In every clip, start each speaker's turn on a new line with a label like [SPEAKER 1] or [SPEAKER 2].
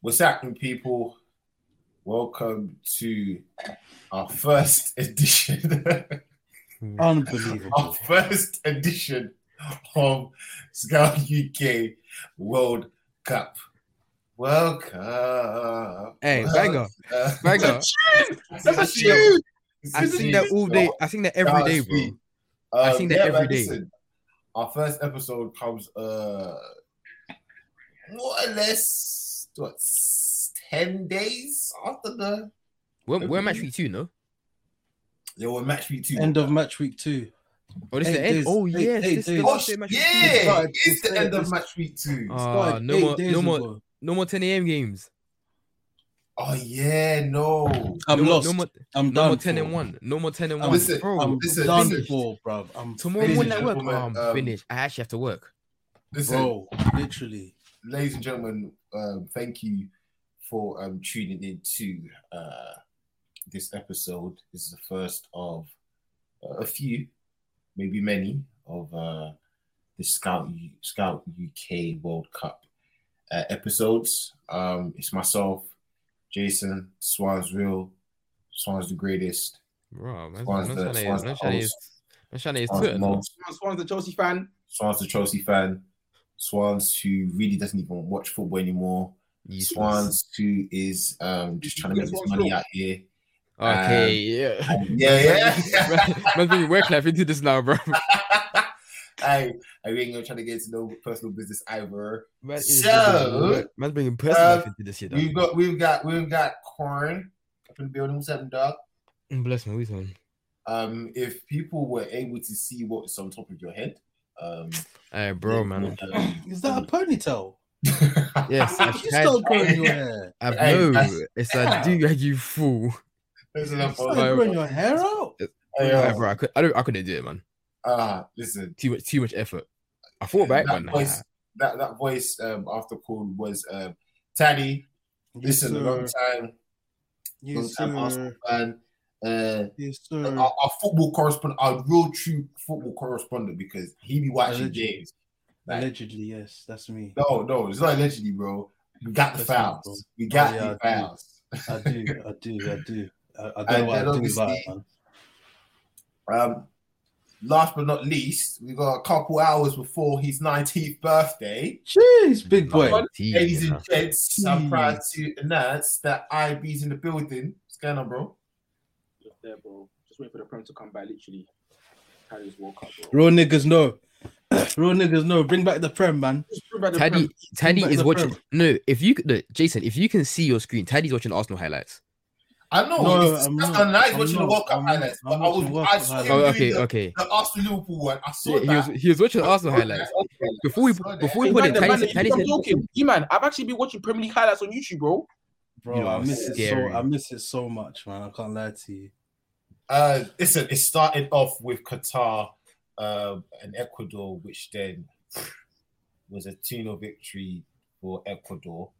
[SPEAKER 1] What's happening, people? Welcome to our first edition, our
[SPEAKER 2] Unbelievable.
[SPEAKER 1] first edition of Scout UK World Cup. Welcome.
[SPEAKER 3] Hey, banger, banger.
[SPEAKER 1] That's
[SPEAKER 3] a tune. I sing that all day. I sing that every day, bro. I sing
[SPEAKER 1] Um,
[SPEAKER 3] that every day.
[SPEAKER 1] Our first episode comes uh more or less what ten days after the
[SPEAKER 3] We're, we're match week two, no?
[SPEAKER 1] yeah, well match week two.
[SPEAKER 2] End of match week two.
[SPEAKER 3] Oh, this is
[SPEAKER 2] Eight
[SPEAKER 3] the end.
[SPEAKER 2] days.
[SPEAKER 3] Oh
[SPEAKER 2] Eight-
[SPEAKER 3] yes,
[SPEAKER 2] eight
[SPEAKER 3] this is the
[SPEAKER 2] days.
[SPEAKER 1] Oh,
[SPEAKER 3] last
[SPEAKER 1] sh-
[SPEAKER 3] day of match week two.
[SPEAKER 1] yeah,
[SPEAKER 2] started-
[SPEAKER 1] it's the
[SPEAKER 2] started
[SPEAKER 1] end of
[SPEAKER 2] this-
[SPEAKER 1] match week two.
[SPEAKER 3] Uh,
[SPEAKER 2] Started
[SPEAKER 3] no
[SPEAKER 2] eight
[SPEAKER 3] more-
[SPEAKER 2] days
[SPEAKER 3] no more-
[SPEAKER 2] ago.
[SPEAKER 3] No more 10 a.m. games.
[SPEAKER 1] oh yeah, no.
[SPEAKER 2] I'm
[SPEAKER 3] no, more-
[SPEAKER 2] lost.
[SPEAKER 3] No more,
[SPEAKER 2] I'm
[SPEAKER 3] no
[SPEAKER 2] done.
[SPEAKER 3] more 10
[SPEAKER 2] for.
[SPEAKER 3] and one. No more 10 and
[SPEAKER 1] Oh,
[SPEAKER 3] one,
[SPEAKER 1] listen,
[SPEAKER 3] bro.
[SPEAKER 2] I'm
[SPEAKER 1] Listen,
[SPEAKER 2] done
[SPEAKER 1] listen.
[SPEAKER 2] for, bruv. I'm
[SPEAKER 3] Tomorrow
[SPEAKER 1] Ladies
[SPEAKER 3] morning
[SPEAKER 1] and
[SPEAKER 3] at work, Oh,
[SPEAKER 1] gentlemen,
[SPEAKER 3] I'm
[SPEAKER 1] um,
[SPEAKER 3] finished. I actually have to work.
[SPEAKER 1] Listen,
[SPEAKER 2] bro. Literally.
[SPEAKER 1] ladies and gentlemen, um, thank you for um, tuning in to uh, this episode. This is the first of uh, a few, maybe many, of uh, the Scout U- Scout UK World Cup uh, episodes. Um, it's myself, Jason Swans Real, Swans the Greatest,
[SPEAKER 3] Bro, man,
[SPEAKER 1] Swan's
[SPEAKER 3] man,
[SPEAKER 1] the-
[SPEAKER 3] Shanae-
[SPEAKER 1] Swan's
[SPEAKER 3] man,
[SPEAKER 1] the
[SPEAKER 3] Shanae is-
[SPEAKER 1] host.
[SPEAKER 3] man, Shanae is
[SPEAKER 1] Swans
[SPEAKER 3] Twitter, no?
[SPEAKER 1] Most,
[SPEAKER 4] Swan's a Chelsea fan.
[SPEAKER 1] Swans the Chelsea fan, Swans who really doesn't even watch football anymore.
[SPEAKER 3] Useless.
[SPEAKER 1] Swans who is um just trying to make
[SPEAKER 4] Yes,
[SPEAKER 1] his
[SPEAKER 4] Swans
[SPEAKER 1] money
[SPEAKER 4] Law.
[SPEAKER 1] out here.
[SPEAKER 3] Okay, yeah.
[SPEAKER 1] And yeah, yeah.
[SPEAKER 3] man, been work life into this now, bro.
[SPEAKER 1] I I ain't gonna try to get into no personal business either.
[SPEAKER 3] Man, it is
[SPEAKER 1] So,
[SPEAKER 3] bringing work- man, bringing personal
[SPEAKER 1] uh,
[SPEAKER 3] life into this shit.
[SPEAKER 1] We've
[SPEAKER 3] dog.
[SPEAKER 1] got we've got we've got corn up in the building seven dog.
[SPEAKER 3] Mm, Bless me, we son.
[SPEAKER 1] Um, if people were able to see what's on top of your head, um,
[SPEAKER 3] Hey, bro, man.
[SPEAKER 1] um,
[SPEAKER 2] Is that a ponytail?
[SPEAKER 3] Yes, I've
[SPEAKER 2] You
[SPEAKER 3] had
[SPEAKER 2] still growing your hair?
[SPEAKER 3] I
[SPEAKER 1] Hey,
[SPEAKER 3] know.
[SPEAKER 1] that's-
[SPEAKER 3] it's a do you fool.
[SPEAKER 1] listen
[SPEAKER 2] You
[SPEAKER 1] up,
[SPEAKER 2] still
[SPEAKER 3] Bro.
[SPEAKER 2] growing your hair out?
[SPEAKER 1] hey,
[SPEAKER 3] Yeah,
[SPEAKER 1] yo.
[SPEAKER 3] bro, I, could, I, don't, I couldn't do it, man.
[SPEAKER 1] Ah, listen,
[SPEAKER 3] Too much, too much effort. I thought about it,
[SPEAKER 1] that
[SPEAKER 3] but nah.
[SPEAKER 1] voice, that, that voice um after call was um Taddy.
[SPEAKER 2] Yes,
[SPEAKER 1] Listen, a long
[SPEAKER 2] sir.
[SPEAKER 1] time, long
[SPEAKER 2] Yes,
[SPEAKER 1] time Arsenal
[SPEAKER 2] sir.
[SPEAKER 1] fan. Uh,
[SPEAKER 2] Yes,
[SPEAKER 1] our,
[SPEAKER 2] sir.
[SPEAKER 1] our football correspondent, our real true football correspondent, because he be watching
[SPEAKER 2] Allegedly.
[SPEAKER 1] games. Like,
[SPEAKER 2] Allegedly, yes, that's me.
[SPEAKER 1] no, no, it's not allegedly, bro. We got the
[SPEAKER 2] That's not, bro.
[SPEAKER 1] fouls. We got
[SPEAKER 2] Oh, yeah,
[SPEAKER 1] the
[SPEAKER 2] I do.
[SPEAKER 1] fouls.
[SPEAKER 2] I do, I do, I do. I, I
[SPEAKER 1] And
[SPEAKER 2] don't know what
[SPEAKER 1] then
[SPEAKER 2] I do
[SPEAKER 1] obviously-
[SPEAKER 2] like, man.
[SPEAKER 1] Um, last but not least, we got a couple hours before his 19th birthday.
[SPEAKER 2] Jeez, big boy.
[SPEAKER 1] Wait,
[SPEAKER 3] Jeez,
[SPEAKER 1] Ladies
[SPEAKER 3] nah.
[SPEAKER 1] and gents, I'm proud to announce that IB's in the building. What's going on, bro?
[SPEAKER 4] Just there, bro. Just waiting for the Prem to come by, literally. Harry's World Cup, bro.
[SPEAKER 2] Real niggas know. Real niggas know. Bring back the prem, man.
[SPEAKER 4] Just bring back the
[SPEAKER 3] Taddy,
[SPEAKER 4] Prem.
[SPEAKER 3] Taddy
[SPEAKER 2] back
[SPEAKER 3] is
[SPEAKER 2] the
[SPEAKER 3] watching.
[SPEAKER 2] firm.
[SPEAKER 3] No, if you could, look, Jason, if you can see your screen, Taddy's watching Arsenal highlights.
[SPEAKER 1] I know.
[SPEAKER 2] No,
[SPEAKER 1] it's
[SPEAKER 2] I'm
[SPEAKER 1] just
[SPEAKER 2] not.
[SPEAKER 1] nice
[SPEAKER 2] I'm
[SPEAKER 1] watching the
[SPEAKER 2] not.
[SPEAKER 1] World Cup
[SPEAKER 2] I'm not.
[SPEAKER 1] highlights,
[SPEAKER 2] I'm
[SPEAKER 1] but I
[SPEAKER 2] watching
[SPEAKER 1] was
[SPEAKER 2] World
[SPEAKER 1] I
[SPEAKER 2] Cup
[SPEAKER 1] saw him
[SPEAKER 3] Oh,
[SPEAKER 1] doing
[SPEAKER 3] okay,
[SPEAKER 1] the,
[SPEAKER 3] okay.
[SPEAKER 1] the Arsenal Liverpool one. I saw
[SPEAKER 3] Yeah, he was
[SPEAKER 1] that.
[SPEAKER 3] he was watching
[SPEAKER 1] I
[SPEAKER 3] Arsenal
[SPEAKER 1] saw that.
[SPEAKER 3] highlights
[SPEAKER 1] I saw
[SPEAKER 3] before we
[SPEAKER 1] that.
[SPEAKER 3] before
[SPEAKER 4] Hey,
[SPEAKER 3] we put
[SPEAKER 4] man,
[SPEAKER 3] it.
[SPEAKER 4] the
[SPEAKER 3] Taddy
[SPEAKER 4] man
[SPEAKER 3] said,
[SPEAKER 4] that-
[SPEAKER 3] Taddy
[SPEAKER 4] I'm
[SPEAKER 3] said,
[SPEAKER 4] joking. You man, I've actually been watching Premier League highlights on YouTube, bro.
[SPEAKER 2] Bro,
[SPEAKER 3] You
[SPEAKER 2] I
[SPEAKER 3] are
[SPEAKER 2] miss it so
[SPEAKER 3] scary.
[SPEAKER 2] I miss it so much, man. I can't lie to you.
[SPEAKER 1] Uh, listen, it started off with Qatar um, and Ecuador, which then was a 2 0 victory for Ecuador.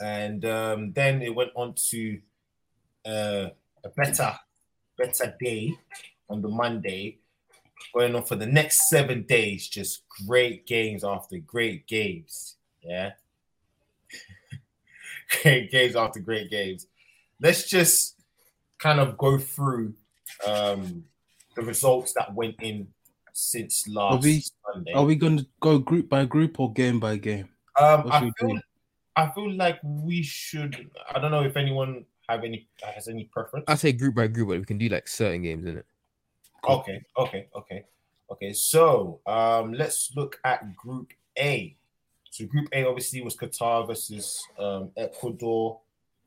[SPEAKER 1] And um, then it went on to uh, a better, better day on the Monday, going on for the next seven days, just great games after great games. Yeah. great games after great games. Let's just kind of go through um, the results that went in since last
[SPEAKER 2] Are we- oh,
[SPEAKER 1] Sunday.
[SPEAKER 2] Are we gonna go group by group or game by game?
[SPEAKER 1] Um,
[SPEAKER 2] What
[SPEAKER 1] I
[SPEAKER 2] should we
[SPEAKER 1] feel,
[SPEAKER 2] do?
[SPEAKER 1] I feel like we should. I don't know if anyone have any has any preference.
[SPEAKER 3] I say group by group, but we can do like certain games, innit?
[SPEAKER 2] Uh,
[SPEAKER 1] Okay, okay, okay, okay. So um, let's look at Group A. So Group A obviously was Qatar versus um, Ecuador,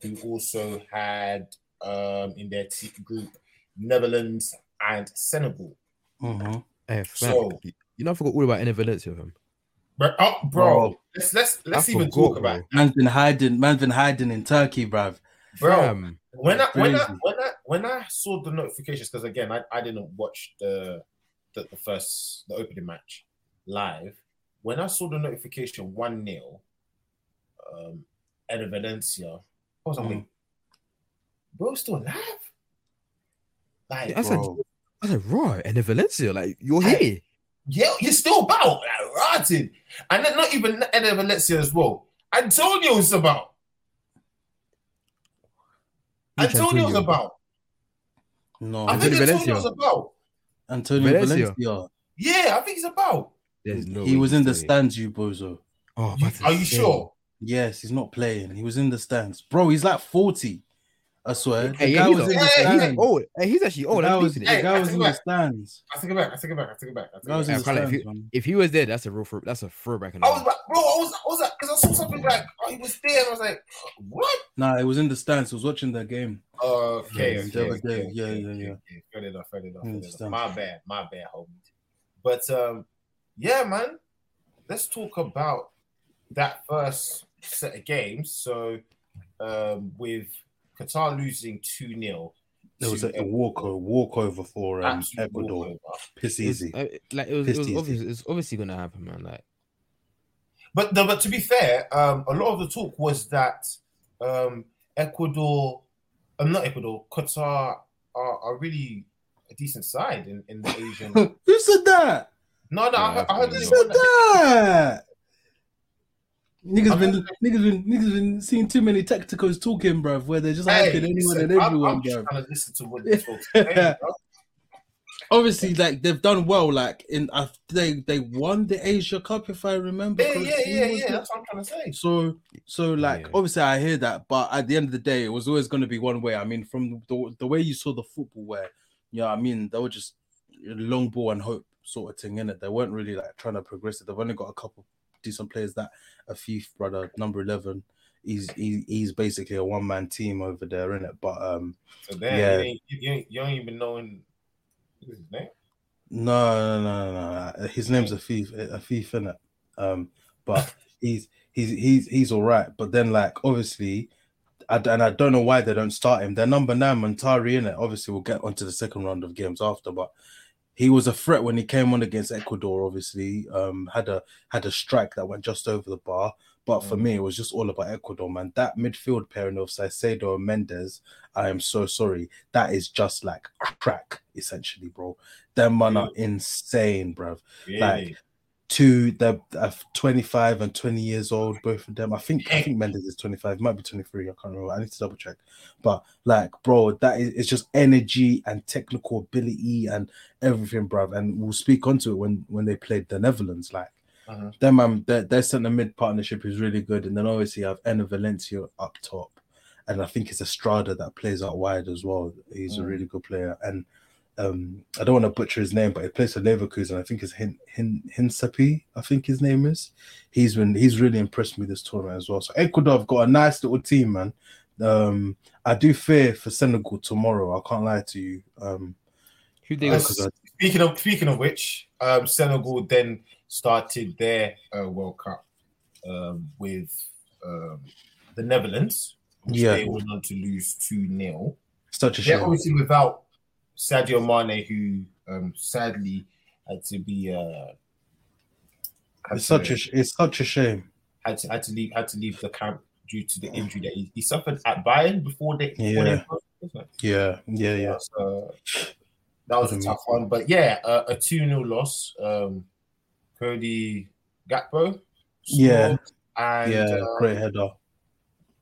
[SPEAKER 1] who also had um, in their t- group Netherlands and Senegal.
[SPEAKER 2] Mhm.
[SPEAKER 3] Hey,
[SPEAKER 1] So-
[SPEAKER 3] Eh, fam, you you know, I forgot all about Enner Valencia, fam.
[SPEAKER 1] Bro, oh, bro, let's let's let's even
[SPEAKER 3] forgot,
[SPEAKER 1] talk
[SPEAKER 3] bro.
[SPEAKER 1] about it.
[SPEAKER 2] Man's been hiding, man's been hiding in Turkey, bruv.
[SPEAKER 1] bro.
[SPEAKER 3] Fam,
[SPEAKER 1] when I when I
[SPEAKER 2] Crazy.
[SPEAKER 1] when I when I saw the notifications, because again, I, I didn't watch the, the the first the opening match live. When I saw the notification one 0 um, at Valencia, I was like,
[SPEAKER 2] Mm.
[SPEAKER 1] wait, bro, still alive? Like,
[SPEAKER 3] Yeah, I said-
[SPEAKER 2] Bro.
[SPEAKER 3] I said, right, Enner Valencia, like you're
[SPEAKER 1] Hey.
[SPEAKER 3] here.
[SPEAKER 1] yeah, you're still about like rotting, and then not even Ed Valencia as well. Antonio's about.
[SPEAKER 3] Which
[SPEAKER 1] Antonio's
[SPEAKER 3] Antonio?
[SPEAKER 1] about.
[SPEAKER 2] No,
[SPEAKER 1] I think
[SPEAKER 3] Antonio
[SPEAKER 1] Antonio's
[SPEAKER 3] Valencia.
[SPEAKER 1] about.
[SPEAKER 2] Antonio
[SPEAKER 3] Valencia.
[SPEAKER 2] Valencia.
[SPEAKER 1] Yeah, I think he's about.
[SPEAKER 3] There's no
[SPEAKER 2] he
[SPEAKER 3] way
[SPEAKER 2] was
[SPEAKER 3] he's
[SPEAKER 2] in the
[SPEAKER 3] playing.
[SPEAKER 2] stands, you bozo.
[SPEAKER 3] Oh, but
[SPEAKER 1] Are you sure?
[SPEAKER 2] Yes, he's not playing. He was in the stands, bro. He's like forty. I swear.
[SPEAKER 3] Hey,
[SPEAKER 2] the
[SPEAKER 3] yeah,
[SPEAKER 2] guy
[SPEAKER 3] he's
[SPEAKER 2] was
[SPEAKER 3] a- oh,
[SPEAKER 2] in the
[SPEAKER 1] Hey,
[SPEAKER 3] He's
[SPEAKER 1] hey,
[SPEAKER 2] stands.
[SPEAKER 3] old. Hey, he's actually
[SPEAKER 2] The
[SPEAKER 3] old.
[SPEAKER 2] guy
[SPEAKER 3] I'm
[SPEAKER 2] was, the
[SPEAKER 3] thinking
[SPEAKER 1] Hey,
[SPEAKER 3] it.
[SPEAKER 2] guy was in the
[SPEAKER 1] that's
[SPEAKER 2] stands.
[SPEAKER 1] I take it back. I take it back. I take it back. I, take
[SPEAKER 2] The guy
[SPEAKER 1] it
[SPEAKER 2] was
[SPEAKER 1] back.
[SPEAKER 2] in
[SPEAKER 3] Yeah,
[SPEAKER 2] the
[SPEAKER 3] I can't
[SPEAKER 2] stands,
[SPEAKER 3] lie,
[SPEAKER 2] man.
[SPEAKER 3] If he was there, that's a real. throw- That's a throwback.
[SPEAKER 1] I was like, bro, I was, I was like, because I saw something like, oh, he was there. I was like, what?
[SPEAKER 2] Nah, it was in the stands. He was watching the game.
[SPEAKER 1] Okay,
[SPEAKER 2] Yeah,
[SPEAKER 1] okay,
[SPEAKER 2] the other
[SPEAKER 1] okay,
[SPEAKER 2] day.
[SPEAKER 1] okay,
[SPEAKER 2] Yeah, yeah,
[SPEAKER 1] okay,
[SPEAKER 2] yeah.
[SPEAKER 1] okay. Fair enough, fair enough, fair enough.
[SPEAKER 2] Understand.
[SPEAKER 1] My bad, my bad, homie. But um, yeah, man, let's talk about that first set of games. So, um, with Qatar losing 2 0.
[SPEAKER 2] It was like a walkover, walkover for um, Ecuador. Piss easy.
[SPEAKER 3] like it was, it
[SPEAKER 2] Pissed
[SPEAKER 3] was
[SPEAKER 2] easy.
[SPEAKER 3] obvious. It's obviously gonna happen, man. Like,
[SPEAKER 1] But no, but to be fair, um, a lot of the talk was that um, Ecuador, uh, not Ecuador, Qatar are, are really a decent side in, in the Asian. no,
[SPEAKER 2] Who said that?
[SPEAKER 1] no, I, heard- I heard
[SPEAKER 2] Who
[SPEAKER 1] this.
[SPEAKER 2] said that? Niggas
[SPEAKER 1] I'm-
[SPEAKER 2] been, niggas been, niggas been seeing too many tacticals talking, bruv, where they're just hyping anyone
[SPEAKER 1] listen,
[SPEAKER 2] and
[SPEAKER 1] I'm-
[SPEAKER 2] everyone,
[SPEAKER 1] I'm, just
[SPEAKER 2] bruv.
[SPEAKER 1] trying to listen to what these folks are saying, bro.
[SPEAKER 2] Obviously, like they've done well. Like in, uh, they they won the Asia Cup, if I remember.
[SPEAKER 1] Yeah, yeah,
[SPEAKER 2] correctly,
[SPEAKER 1] yeah,
[SPEAKER 2] was
[SPEAKER 1] yeah.
[SPEAKER 2] it?
[SPEAKER 1] That's what I'm trying to say.
[SPEAKER 2] So, so like
[SPEAKER 3] Yeah.
[SPEAKER 2] obviously I hear that, but at the end of the day, it was always going to be one way. I mean, from the, the way you saw the football, where you know, I mean, they were just long ball and hope sort of thing in it. They weren't really like trying to progress it. They've only got a couple decent players that a thief brother number eleven. He's he, he's basically a one man team over there in it. But um,
[SPEAKER 1] So damn,
[SPEAKER 2] Yeah.
[SPEAKER 1] you, ain't, you, ain't, you don't even knowing his name.
[SPEAKER 2] no, no, no, no, no. His name's a thief, a thief in it. Um, but he's he's he's he's all right. But then like obviously. I, and I don't know why they don't start him. Their number nine, Montari, in it. Obviously, we'll get onto the second round of games after, but he was a threat when he came on against Ecuador. Obviously, um, had a had a strike that went just over the bar. But for me, it was just all about Ecuador, man. That midfield pairing of Saicedo and Mendes, I am so sorry. That is just like crack, essentially, bro. Them man are insane, bruv
[SPEAKER 1] Really?
[SPEAKER 2] Like, two they're uh, 25 and 20 years old both of them i think i think mendes is 25 might be 23 i can't remember i need to double check but like bro that is it's just energy and technical ability and everything bruv and we'll speak onto it when when they played the netherlands like
[SPEAKER 1] Uh-huh.
[SPEAKER 2] them um their, their centre mid partnership is really good and then obviously i've Enna valencia up top and i think it's estrada that plays out wide as well he's a
[SPEAKER 1] Mm.
[SPEAKER 2] really good player and um, I don't want to butcher his name, but he plays for Leverkusen. I think it's Hin Hin Hinsapi. I think his name is. He's been he's really impressed me this tournament as well. So Ecuador have got a nice little team, man. Um, I do fear for Senegal tomorrow. I can't lie to you. Um,
[SPEAKER 3] who they
[SPEAKER 1] Yes.
[SPEAKER 3] was?
[SPEAKER 2] because I,
[SPEAKER 1] Speaking of speaking of which, um, Senegal then started their uh, World Cup um, with um, the Netherlands, which
[SPEAKER 2] Yeah.
[SPEAKER 1] they went on to lose two 0
[SPEAKER 2] such a
[SPEAKER 1] They're
[SPEAKER 2] shame.
[SPEAKER 1] obviously without Sadio Mane, who um, sadly had to be uh, had
[SPEAKER 2] It's such
[SPEAKER 1] to-
[SPEAKER 2] a sh- it's such a shame.
[SPEAKER 1] had to had to leave had to leave the camp due to the injury that he, he suffered at Bayern before they. Before they
[SPEAKER 2] Yeah. Yeah, yeah, yeah.
[SPEAKER 1] So, that was a
[SPEAKER 2] Mhm.
[SPEAKER 1] tough one, but yeah, uh, a two 0 loss. Um, Cody Gakpo, scored,
[SPEAKER 2] Yeah.
[SPEAKER 1] and
[SPEAKER 2] yeah,
[SPEAKER 1] uh,
[SPEAKER 2] great header.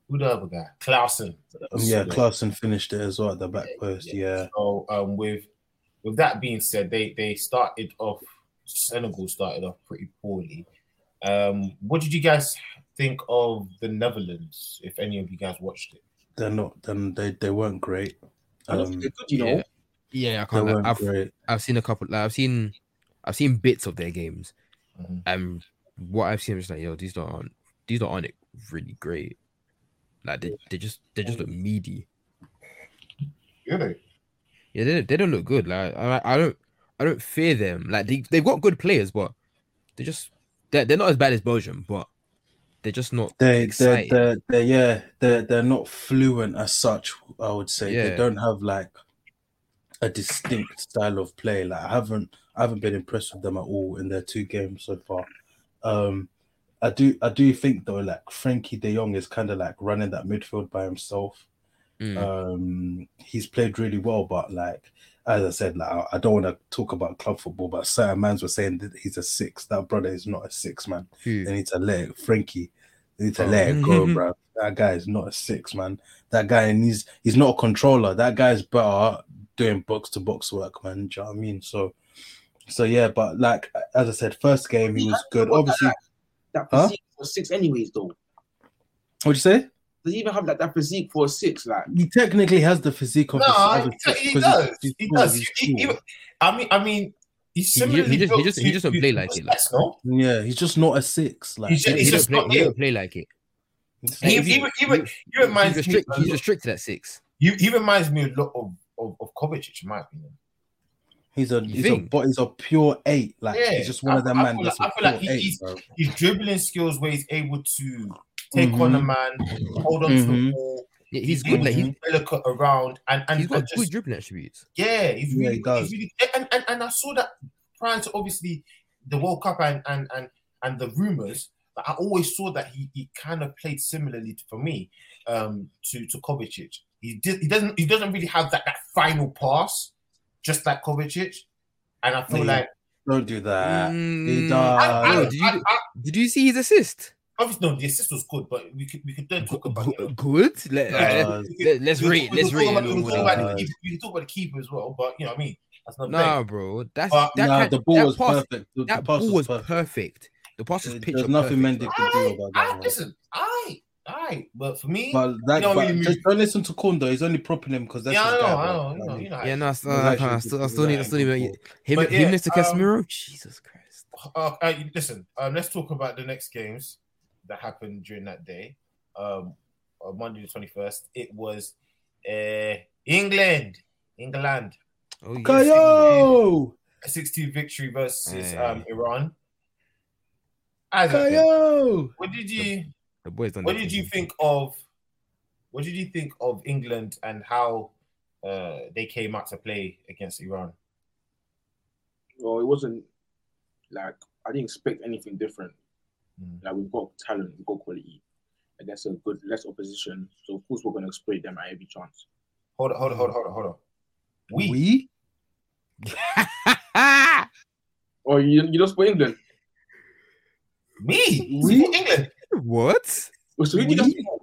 [SPEAKER 1] who the other guy? Clausen.
[SPEAKER 2] Um, yeah, Clarkson finished it as well at the back post. Yeah,
[SPEAKER 1] So um, with with that being said, they they started off Senegal started off pretty poorly. Um, what did you guys think of the Netherlands? If any of you guys watched it,
[SPEAKER 2] they're not. Then they they weren't great.
[SPEAKER 4] I
[SPEAKER 2] Um,
[SPEAKER 4] think
[SPEAKER 2] they
[SPEAKER 4] they're good, you know.
[SPEAKER 3] yeah. Yeah, I can't. Lie.
[SPEAKER 2] weren't
[SPEAKER 3] I've
[SPEAKER 2] great.
[SPEAKER 3] I've seen a couple. Like, I've seen I've seen bits of their games.
[SPEAKER 1] Mhm.
[SPEAKER 3] Um, what I've seen is like, yo, these lot aren't these lot aren't really great. Like they, they just they just look meaty.
[SPEAKER 1] really?
[SPEAKER 3] Yeah, they, don't- they don't look good. Like I, I don't I don't fear them. Like they they've got good players, but they just they're, they're not as bad as Belgium, but they're just not
[SPEAKER 2] they they're,
[SPEAKER 3] exciting.
[SPEAKER 2] they're, they're yeah they're they're not fluent as such i would say they
[SPEAKER 3] Yeah.
[SPEAKER 2] don't have like a distinct style of play like i haven't i haven't been impressed with them at all in their two games so far um i do i do think though like frankie de jong is kind of like running that midfield by himself
[SPEAKER 3] Mm.
[SPEAKER 2] um, he's played really well, but like as I said, like I- I don't want to talk about club football, but certain mans were saying that he's a six. That brother is not a six man.
[SPEAKER 3] Who?
[SPEAKER 2] They need to let it. Frankie, They need to
[SPEAKER 1] Oh.
[SPEAKER 2] let it go, bro. That guy is not a six, man. That guy needs he's not a controller. That guy's better doing box to box work, man. Do you know what I mean? So so yeah, but like as I said, first game he was good. Obviously,
[SPEAKER 4] That
[SPEAKER 2] Huh?
[SPEAKER 4] physique for six, anyways, though.
[SPEAKER 2] what'd you say?
[SPEAKER 4] Does he even have like that physique for a six? Like,
[SPEAKER 2] He technically has the physique of a,
[SPEAKER 1] No,
[SPEAKER 2] of a six
[SPEAKER 1] he, he
[SPEAKER 2] 'cause
[SPEAKER 1] does.
[SPEAKER 2] he's-
[SPEAKER 1] He
[SPEAKER 2] he's tall,
[SPEAKER 1] does.
[SPEAKER 2] he's
[SPEAKER 1] He- he-
[SPEAKER 2] tall.
[SPEAKER 1] I mean, I mean, he's
[SPEAKER 3] He ju- he
[SPEAKER 1] similarly
[SPEAKER 3] just- he
[SPEAKER 1] built
[SPEAKER 3] just- he
[SPEAKER 1] to-
[SPEAKER 3] just don't
[SPEAKER 1] to-
[SPEAKER 3] play like it, like-
[SPEAKER 1] that's all.
[SPEAKER 2] Yeah, he's just not a six. Like
[SPEAKER 1] He's just-
[SPEAKER 3] He,
[SPEAKER 1] he's
[SPEAKER 3] don't
[SPEAKER 1] just
[SPEAKER 3] play,
[SPEAKER 1] not
[SPEAKER 3] he
[SPEAKER 1] it.
[SPEAKER 3] don't play like it.
[SPEAKER 1] He,
[SPEAKER 3] Like,
[SPEAKER 1] he,
[SPEAKER 3] he's-
[SPEAKER 1] he- he- he reminds
[SPEAKER 3] he's,
[SPEAKER 1] me.
[SPEAKER 3] restrict, he's restricted at six.
[SPEAKER 1] He, he reminds me a lot of of, of Kovacic, in my opinion.
[SPEAKER 2] he's a
[SPEAKER 3] You
[SPEAKER 2] he's a,
[SPEAKER 3] think?
[SPEAKER 2] bo- he's a pure eight. Like
[SPEAKER 1] Yeah,
[SPEAKER 2] he's just one
[SPEAKER 1] I-
[SPEAKER 2] of them
[SPEAKER 1] I
[SPEAKER 2] man.
[SPEAKER 1] feel
[SPEAKER 2] that's
[SPEAKER 1] like-
[SPEAKER 2] a
[SPEAKER 1] I feel like
[SPEAKER 2] pure
[SPEAKER 1] he-
[SPEAKER 2] eight,
[SPEAKER 1] he's-
[SPEAKER 2] bro.
[SPEAKER 1] His dribbling skills, where he's able to take on a
[SPEAKER 2] Mhm.
[SPEAKER 1] man, hold on to the
[SPEAKER 2] Mhm.
[SPEAKER 1] ball,
[SPEAKER 3] Yeah, Mm-hmm. he's good. Like, he's,
[SPEAKER 1] he's delicate around, and and,
[SPEAKER 3] he's got
[SPEAKER 1] and
[SPEAKER 3] good
[SPEAKER 1] just
[SPEAKER 3] dribbling attributes.
[SPEAKER 1] yeah, he's
[SPEAKER 2] Yeah,
[SPEAKER 1] really,
[SPEAKER 2] he does.
[SPEAKER 1] he's really and, and and I saw that prior to obviously the World Cup and and and and the rumors. But I always saw that he, he kind of played similarly to- for me um, to to Kovacic. He did he doesn't he doesn't really have that that final pass, just like Kovacic. And I feel
[SPEAKER 2] Yeah.
[SPEAKER 1] like
[SPEAKER 2] Don't do that.
[SPEAKER 3] Mm,
[SPEAKER 2] Uh, He
[SPEAKER 1] I,
[SPEAKER 3] no,
[SPEAKER 2] does.
[SPEAKER 3] did you- Did you see his assist?
[SPEAKER 1] obviously no, the assist was good, but we could we could then talk about it.
[SPEAKER 3] G- Good. Let,
[SPEAKER 2] Uh,
[SPEAKER 3] us
[SPEAKER 1] We-
[SPEAKER 3] read.
[SPEAKER 1] we
[SPEAKER 3] Let's
[SPEAKER 1] could
[SPEAKER 3] read.
[SPEAKER 1] talk about- we could talk about the
[SPEAKER 2] Uh,
[SPEAKER 1] keeper- We can talk about the keeper as well, but you know what I mean. That's not
[SPEAKER 3] Nah, bro. That's
[SPEAKER 1] But,
[SPEAKER 3] that
[SPEAKER 2] nah,
[SPEAKER 3] kind-
[SPEAKER 2] the ball
[SPEAKER 3] that
[SPEAKER 2] was
[SPEAKER 3] pass-
[SPEAKER 2] perfect. The, the
[SPEAKER 3] That
[SPEAKER 2] pass
[SPEAKER 3] ball
[SPEAKER 2] was
[SPEAKER 3] was
[SPEAKER 2] perfect.
[SPEAKER 3] perfect. The pass was
[SPEAKER 2] There-
[SPEAKER 3] pitch.
[SPEAKER 2] There's nothing Mendy
[SPEAKER 3] perfect.
[SPEAKER 2] could do about that.
[SPEAKER 1] I, I,
[SPEAKER 2] one.
[SPEAKER 1] listen, I, I, but for me,
[SPEAKER 2] But that,
[SPEAKER 1] know,
[SPEAKER 2] but
[SPEAKER 1] you-
[SPEAKER 2] just don't listen to Kondo. He's only propping him because that's
[SPEAKER 1] yeah, I
[SPEAKER 2] his
[SPEAKER 1] know,
[SPEAKER 2] guy.
[SPEAKER 1] I
[SPEAKER 2] bro.
[SPEAKER 1] know, you know, you know.
[SPEAKER 3] Yeah, no, I still,
[SPEAKER 2] There's
[SPEAKER 3] I
[SPEAKER 2] actually
[SPEAKER 3] can't- I
[SPEAKER 2] good
[SPEAKER 3] still, I
[SPEAKER 2] football
[SPEAKER 3] still need, I
[SPEAKER 2] there.
[SPEAKER 3] still need him.
[SPEAKER 1] But yeah,
[SPEAKER 3] him next to
[SPEAKER 1] um,
[SPEAKER 3] Casemiro. Jesus Christ.
[SPEAKER 1] Uh, uh, listen, um, let's talk about the next games that happened during that day. Um, on Monday the twenty-first, it was uh, England, England,
[SPEAKER 3] Oh, yeah.
[SPEAKER 2] Kayo!
[SPEAKER 1] a six-two victory versus
[SPEAKER 3] Hey.
[SPEAKER 1] um, Iran. Isaac,
[SPEAKER 2] Kayo!
[SPEAKER 1] what did you,
[SPEAKER 3] The boys done
[SPEAKER 1] what
[SPEAKER 3] their
[SPEAKER 1] did
[SPEAKER 3] thing.
[SPEAKER 1] you think of, what did you think of England and how uh, they came out to play against Iran?
[SPEAKER 4] well, it wasn't like I didn't expect anything different.
[SPEAKER 3] Hmm.
[SPEAKER 1] Mm.
[SPEAKER 4] Like we've got talent, we've got quality against a good less opposition. So of course we're gonna exploit them at every chance.
[SPEAKER 1] Hold on, hold on, hold on, hold on, hold on.
[SPEAKER 2] We?
[SPEAKER 1] We,
[SPEAKER 4] Oh, you you don't support England?
[SPEAKER 1] me,
[SPEAKER 2] We?
[SPEAKER 1] support England,
[SPEAKER 3] what?
[SPEAKER 4] Oh, So who do you
[SPEAKER 2] We-
[SPEAKER 4] don't support?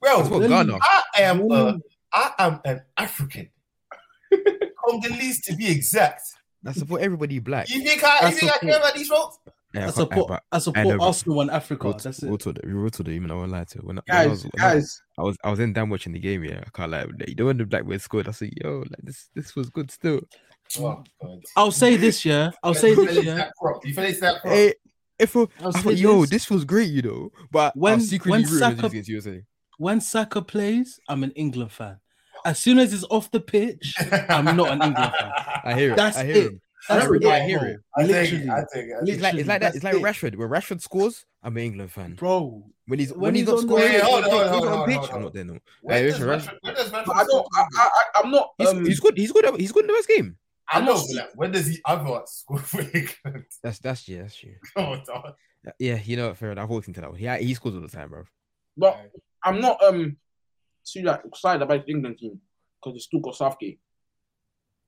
[SPEAKER 1] bro. Oh,
[SPEAKER 3] That's what
[SPEAKER 2] Really?
[SPEAKER 3] Ghana.
[SPEAKER 1] I am a, I am an African. Congolese to be exact.
[SPEAKER 3] I support everybody black.
[SPEAKER 1] You think I, you
[SPEAKER 2] That's
[SPEAKER 1] think I
[SPEAKER 2] the
[SPEAKER 1] care about these folks?
[SPEAKER 3] Yeah,
[SPEAKER 2] I
[SPEAKER 3] can't-
[SPEAKER 2] support,
[SPEAKER 3] I-
[SPEAKER 2] I
[SPEAKER 3] I
[SPEAKER 2] support
[SPEAKER 3] know.
[SPEAKER 2] Arsenal and Africa.
[SPEAKER 3] Road
[SPEAKER 2] That's
[SPEAKER 3] to-
[SPEAKER 2] it.
[SPEAKER 3] road to the road to the human. I won't lie to you. When, I- when I
[SPEAKER 4] Guys,
[SPEAKER 3] was, when I-
[SPEAKER 4] guys,
[SPEAKER 3] I was I was in Danwich in the game. Yeah, I can't lie. You know when the black boy scored, I said, "Yo, like this this was good still."
[SPEAKER 1] Oh, God.
[SPEAKER 2] I'll say this, yeah. I'll say
[SPEAKER 1] You
[SPEAKER 2] this,
[SPEAKER 1] finished
[SPEAKER 2] yeah.
[SPEAKER 1] that crop. You finished that crop.
[SPEAKER 3] Hey, if I
[SPEAKER 2] I'll
[SPEAKER 3] I
[SPEAKER 2] say
[SPEAKER 3] thought, yo,
[SPEAKER 2] this.
[SPEAKER 3] this was great, you know. But when
[SPEAKER 2] When-
[SPEAKER 3] secretly
[SPEAKER 2] when
[SPEAKER 3] rooting
[SPEAKER 2] Saka-
[SPEAKER 3] against USA.
[SPEAKER 2] When Saka plays, I'm an England fan. As soon as he's off the pitch, I'm not an England fan.
[SPEAKER 3] I hear it.
[SPEAKER 2] That's
[SPEAKER 3] I hear
[SPEAKER 2] it.
[SPEAKER 3] him.
[SPEAKER 2] That's
[SPEAKER 1] Every
[SPEAKER 2] the
[SPEAKER 1] day I
[SPEAKER 2] right
[SPEAKER 3] hear
[SPEAKER 2] role.
[SPEAKER 3] it.
[SPEAKER 1] I think, I think,
[SPEAKER 2] Literally,
[SPEAKER 1] I
[SPEAKER 3] It's
[SPEAKER 1] think.
[SPEAKER 3] like it's like that. It's like
[SPEAKER 2] Literally,
[SPEAKER 3] Rashford. When Rashford scores, I'm an England fan.
[SPEAKER 2] bro.
[SPEAKER 3] When he's when,
[SPEAKER 2] When
[SPEAKER 3] he's
[SPEAKER 2] he's
[SPEAKER 3] not
[SPEAKER 2] on the-
[SPEAKER 3] scoring,
[SPEAKER 1] Hey,
[SPEAKER 3] when
[SPEAKER 1] hold
[SPEAKER 3] he's
[SPEAKER 1] on,
[SPEAKER 3] not-
[SPEAKER 1] hold
[SPEAKER 3] he's
[SPEAKER 1] on,
[SPEAKER 3] not
[SPEAKER 1] hold
[SPEAKER 3] on
[SPEAKER 1] on,
[SPEAKER 3] pitch,
[SPEAKER 1] hold
[SPEAKER 3] I'm
[SPEAKER 1] on.
[SPEAKER 3] not there no.
[SPEAKER 1] Where
[SPEAKER 3] Hey,
[SPEAKER 1] does
[SPEAKER 3] Rashford-
[SPEAKER 1] Rashford- where does
[SPEAKER 4] but I
[SPEAKER 1] Rashford score?
[SPEAKER 4] don't. I, I, I- I'm not.
[SPEAKER 3] He's,
[SPEAKER 4] um,
[SPEAKER 3] he's good. He's good. He's good in the first game.
[SPEAKER 1] I
[SPEAKER 4] I'm
[SPEAKER 1] know,
[SPEAKER 4] not-
[SPEAKER 1] but like, when does he ever score for England?
[SPEAKER 3] That's that's yeah. That's true.
[SPEAKER 1] Come on, dog.
[SPEAKER 3] Yeah, you know, fair enough. I've walked into that one. Yeah, he scores all the time, bro.
[SPEAKER 4] But I'm not um too like excited about the England team because it's still got Southgate.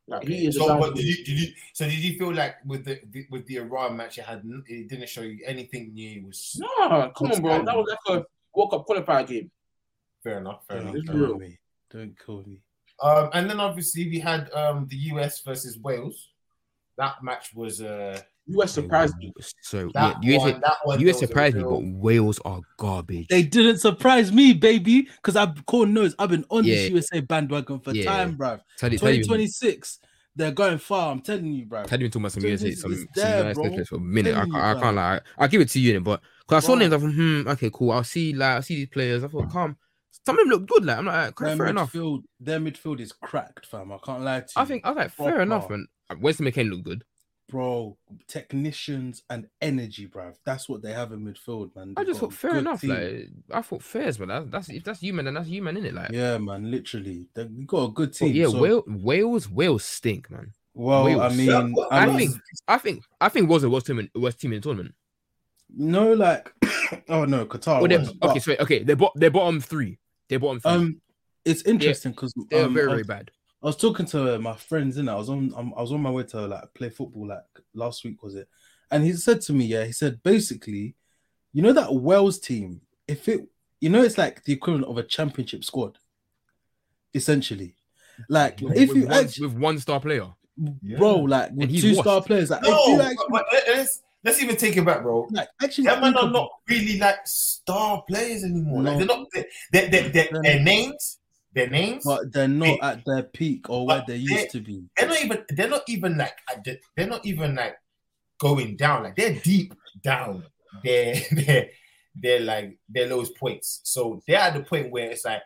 [SPEAKER 4] Like he is a
[SPEAKER 1] so, what
[SPEAKER 4] down-
[SPEAKER 1] did you, did you, so did you feel like with the the- with the Iran match, it had n- it didn't show you anything new? It was
[SPEAKER 4] Nah, come on, bro. That was like a World Cup qualifier game.
[SPEAKER 1] fair enough, fair enough.
[SPEAKER 2] Don't
[SPEAKER 4] It's
[SPEAKER 2] kill
[SPEAKER 4] real.
[SPEAKER 2] me. Don't kill me.
[SPEAKER 1] Um, and then obviously we had um the US versus Wales. That match was uh
[SPEAKER 4] US surprised me.
[SPEAKER 3] So yeah,
[SPEAKER 1] that
[SPEAKER 3] you
[SPEAKER 1] one,
[SPEAKER 3] hit-
[SPEAKER 1] that one
[SPEAKER 3] US
[SPEAKER 1] there was a
[SPEAKER 3] surprised me,
[SPEAKER 1] real-
[SPEAKER 3] but Wales are garbage.
[SPEAKER 2] They didn't surprise me, baby, because I've Corn knows I've been on
[SPEAKER 3] Yeah.
[SPEAKER 2] this USA bandwagon for
[SPEAKER 3] Yeah.
[SPEAKER 2] time, bruv.
[SPEAKER 3] Tell you, tell you, tell you,
[SPEAKER 2] 2026, they're going far. I'm telling you, bruv.
[SPEAKER 3] tell you, talking about some
[SPEAKER 2] Dude,
[SPEAKER 3] USA,
[SPEAKER 2] this
[SPEAKER 3] some,
[SPEAKER 2] is
[SPEAKER 3] some
[SPEAKER 2] there,
[SPEAKER 3] US
[SPEAKER 2] bro.
[SPEAKER 3] athletes for a minute. I, can't-
[SPEAKER 2] Telling you,
[SPEAKER 3] I
[SPEAKER 2] bruh.
[SPEAKER 3] can't lie. I'll give it to you, innit, but because I saw
[SPEAKER 2] Bro.
[SPEAKER 3] names, I'm hmm, okay, cool. I'll see, like, I see these players. I thought, calm. Some of them look good, like I'm like,
[SPEAKER 2] Their
[SPEAKER 3] okay, fair enough.
[SPEAKER 2] midfield, their midfield is cracked, fam. I can't lie to you.
[SPEAKER 3] I think I was like, fair
[SPEAKER 2] Proper.
[SPEAKER 3] enough, man. Weston McCain looked good.
[SPEAKER 2] bro, technicians and energy, bruv. That's what they have in midfield, man.
[SPEAKER 3] I
[SPEAKER 2] They've
[SPEAKER 3] just
[SPEAKER 2] got a
[SPEAKER 3] thought fair
[SPEAKER 2] good
[SPEAKER 3] enough.
[SPEAKER 2] team.
[SPEAKER 3] Like I thought fairs, but that's that's if that's human, then that's human, innit? Like,
[SPEAKER 2] yeah, man, literally, they we got a good
[SPEAKER 3] But
[SPEAKER 2] team.
[SPEAKER 3] yeah,
[SPEAKER 2] so-
[SPEAKER 3] Wales, Wales, Wales stink, man.
[SPEAKER 2] Well, I
[SPEAKER 3] Wales.
[SPEAKER 2] mean, I,
[SPEAKER 3] I
[SPEAKER 2] mean,
[SPEAKER 3] think I think I think Wales are the worst team in worst team in the tournament.
[SPEAKER 2] no, like, oh no, Qatar.
[SPEAKER 3] Well, they're-
[SPEAKER 2] was,
[SPEAKER 3] okay,
[SPEAKER 2] but,
[SPEAKER 3] sorry, okay, they're, bo- they're bottom three. They're bottom three.
[SPEAKER 2] um, it's interesting because
[SPEAKER 3] they're
[SPEAKER 2] um,
[SPEAKER 3] very
[SPEAKER 2] I,
[SPEAKER 3] very
[SPEAKER 2] was,
[SPEAKER 3] bad.
[SPEAKER 2] I was talking to my friends, and I was on, um, I was on my way to like play football, like last week was it? And he said to me, yeah, he said basically, You know that Wales team, if it you know it's like the equivalent of a championship squad, essentially. Like
[SPEAKER 3] With,
[SPEAKER 2] if
[SPEAKER 3] with
[SPEAKER 2] you
[SPEAKER 3] one,
[SPEAKER 2] actually
[SPEAKER 3] with one star player.
[SPEAKER 2] bro, like with
[SPEAKER 3] he's
[SPEAKER 2] two star
[SPEAKER 3] washed.
[SPEAKER 2] players, like if
[SPEAKER 1] No,
[SPEAKER 2] you
[SPEAKER 1] but,
[SPEAKER 2] actually,
[SPEAKER 1] but let- let's let's even take it back, bro.
[SPEAKER 2] like actually
[SPEAKER 1] Them men
[SPEAKER 2] think
[SPEAKER 1] are
[SPEAKER 2] of-
[SPEAKER 1] not really like star players anymore. Like
[SPEAKER 2] No.
[SPEAKER 1] they're not. They, they, they, they,
[SPEAKER 2] They're
[SPEAKER 1] their
[SPEAKER 2] not.
[SPEAKER 1] names, their names.
[SPEAKER 2] but they're not
[SPEAKER 1] Hey.
[SPEAKER 2] at their peak or
[SPEAKER 1] But
[SPEAKER 2] where they
[SPEAKER 1] they-
[SPEAKER 2] used to be.
[SPEAKER 1] they're not even. They're not even like. at the- They're not even like going down. Like they're deep down. They're they're they're like their lowest points. So they're at the point where it's like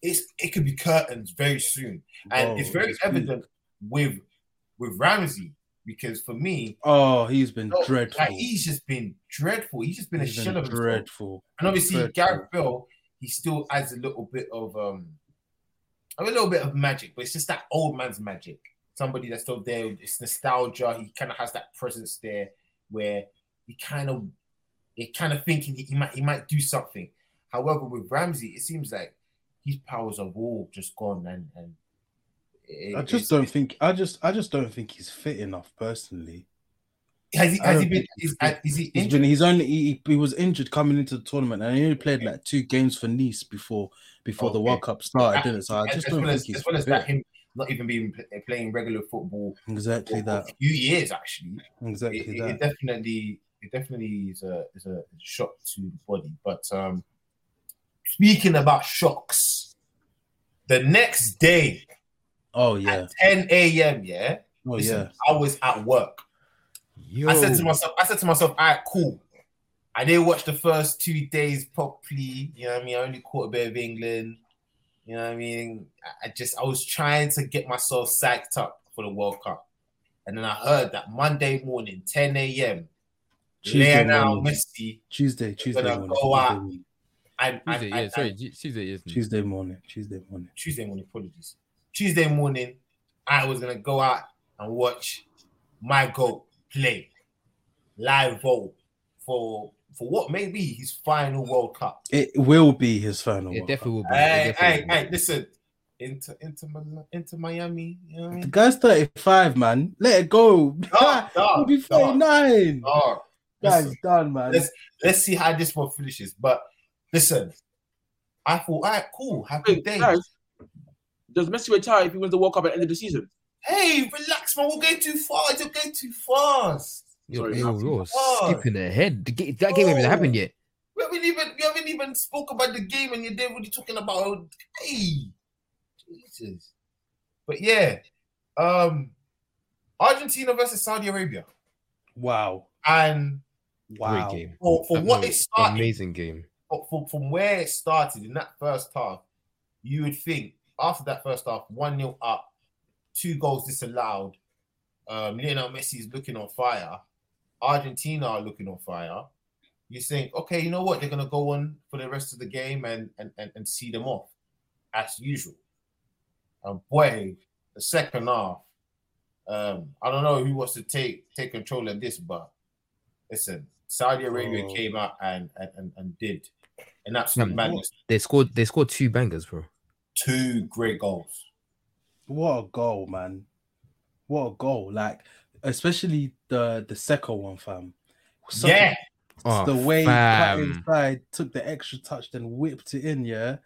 [SPEAKER 1] it's it could be curtains very soon, and
[SPEAKER 2] Bro,
[SPEAKER 1] it's very
[SPEAKER 2] Oh, it's
[SPEAKER 1] evident with with Ramsey because for me,
[SPEAKER 2] Oh, he's been
[SPEAKER 1] No,
[SPEAKER 2] dreadful.
[SPEAKER 1] like he's just been dreadful. He's just been
[SPEAKER 2] He's
[SPEAKER 1] a
[SPEAKER 2] been
[SPEAKER 1] shell of himself.
[SPEAKER 2] dreadful.
[SPEAKER 1] And obviously,
[SPEAKER 2] dreadful.
[SPEAKER 1] Gareth Bell, he still adds a little bit of um, a little bit of magic, but it's just that old man's magic. Somebody that's still there. It's nostalgia. He kind of has that presence there, where he kind of, he kind of thinking he, he might he might do something. However, with Ramsey, it seems like his powers have all just gone, and and it-
[SPEAKER 2] I
[SPEAKER 1] it's-
[SPEAKER 2] just don't think. I just. I just don't think he's fit enough personally.
[SPEAKER 1] has he
[SPEAKER 2] I
[SPEAKER 1] has he
[SPEAKER 2] don't
[SPEAKER 1] been
[SPEAKER 2] think
[SPEAKER 1] is, uh,
[SPEAKER 2] he's-
[SPEAKER 1] is he
[SPEAKER 2] He's
[SPEAKER 1] injured?
[SPEAKER 2] been. He's only. He, he was injured coming into the tournament, and he only played like two games for Nice before before the
[SPEAKER 1] Okay.
[SPEAKER 2] World Cup started,
[SPEAKER 1] I-
[SPEAKER 2] didn't it? So I
[SPEAKER 1] as,
[SPEAKER 2] just
[SPEAKER 1] as
[SPEAKER 2] don't
[SPEAKER 1] well
[SPEAKER 2] think
[SPEAKER 1] as,
[SPEAKER 2] he's
[SPEAKER 1] as well as
[SPEAKER 2] fit.
[SPEAKER 1] that him not even being playing regular football
[SPEAKER 2] Exactly
[SPEAKER 1] for
[SPEAKER 2] that.
[SPEAKER 1] a few years actually. It,
[SPEAKER 2] Exactly
[SPEAKER 1] it- it
[SPEAKER 2] that.
[SPEAKER 1] definitely it definitely is a is a shock to the body. But um speaking about shocks, the next day
[SPEAKER 2] Oh yeah.
[SPEAKER 1] at 10 a.m. Yeah,
[SPEAKER 2] Oh
[SPEAKER 1] listen,
[SPEAKER 2] yeah.
[SPEAKER 1] I was at work. I said to
[SPEAKER 3] Yo.
[SPEAKER 1] myself, I said to myself, all right, cool. I didn't watch the first two days properly. You know what I mean? I only caught a bit of England. You know what I mean? I- I just I was trying to get myself psyched up for the World Cup. And then I heard that Monday morning, 10 a.m.,
[SPEAKER 2] Tuesday
[SPEAKER 1] Lionel
[SPEAKER 2] morning.
[SPEAKER 1] Messi
[SPEAKER 2] Tuesday. Tuesday
[SPEAKER 1] gonna
[SPEAKER 2] morning.
[SPEAKER 1] go
[SPEAKER 2] Tuesday
[SPEAKER 1] out.
[SPEAKER 2] morning.
[SPEAKER 1] and, and,
[SPEAKER 3] Tuesday,
[SPEAKER 1] and-
[SPEAKER 3] yeah, sorry, Ju- Tuesday is
[SPEAKER 2] Tuesday morning. Tuesday morning.
[SPEAKER 1] Tuesday morning, apologies. Tuesday morning, I was gonna go out and watch my goat play live vote for for what may be his final World Cup.
[SPEAKER 2] It will be his final.
[SPEAKER 3] It
[SPEAKER 2] World Cup.
[SPEAKER 3] definitely will be. It
[SPEAKER 1] Hey, hey,
[SPEAKER 3] definitely will be.
[SPEAKER 1] hey, listen, into into Mi- into Miami, you know what I
[SPEAKER 2] The
[SPEAKER 1] mean?
[SPEAKER 2] guy's 35, man. Let it go.
[SPEAKER 1] Dog,
[SPEAKER 2] He'll
[SPEAKER 1] dog,
[SPEAKER 2] be
[SPEAKER 1] dog,
[SPEAKER 2] 39.
[SPEAKER 1] dog.
[SPEAKER 2] Guy's
[SPEAKER 1] oh, Listen,
[SPEAKER 2] done, man.
[SPEAKER 1] let's- let's see how this one finishes. But listen, I thought, all right, cool, happy
[SPEAKER 4] Wait,
[SPEAKER 1] day.
[SPEAKER 4] guys, does Messi retire if he wins the World Cup at the end of the season?
[SPEAKER 1] Hey, relax, man. We're going too fast. You're going too fast.
[SPEAKER 3] Yo,
[SPEAKER 4] Sorry,
[SPEAKER 3] yo,
[SPEAKER 4] Nazi.
[SPEAKER 3] you're
[SPEAKER 1] Oh.
[SPEAKER 3] skipping ahead. The ga- That game hasn't
[SPEAKER 1] Oh.
[SPEAKER 3] happened yet.
[SPEAKER 1] We haven't even we haven't even spoke about the game, and you're there really talking about hey, Jesus. But yeah, um, Argentina versus Saudi Arabia,
[SPEAKER 2] Wow.
[SPEAKER 1] and
[SPEAKER 2] Wow.
[SPEAKER 3] Great game.
[SPEAKER 1] for, for
[SPEAKER 3] Uh,
[SPEAKER 1] what
[SPEAKER 3] no,
[SPEAKER 1] it started,
[SPEAKER 3] Amazing game.
[SPEAKER 1] for- for- from where it started in that first half, you would think after that first half, one 0 up, two goals disallowed, um, Lionel Messi is looking on fire, Argentina are looking on fire. You think, okay, you know what? They're gonna go on for the rest of the game and and and, and see them off, as usual. And boy, the second half, um, I don't know who wants to take take control of this, but listen, Saudi Arabia
[SPEAKER 2] Oh.
[SPEAKER 1] came out and and and, and did an absolute
[SPEAKER 3] Yeah,
[SPEAKER 1] madness.
[SPEAKER 3] They scored. They scored two bangers, bro.
[SPEAKER 1] Two great goals.
[SPEAKER 2] What a goal, man. What a goal. Like, especially the the second one, fam. Such a-
[SPEAKER 1] yeah,
[SPEAKER 3] Oh,
[SPEAKER 2] the way he cut
[SPEAKER 3] fam.
[SPEAKER 2] inside, took the extra touch, then whipped it in, yeah.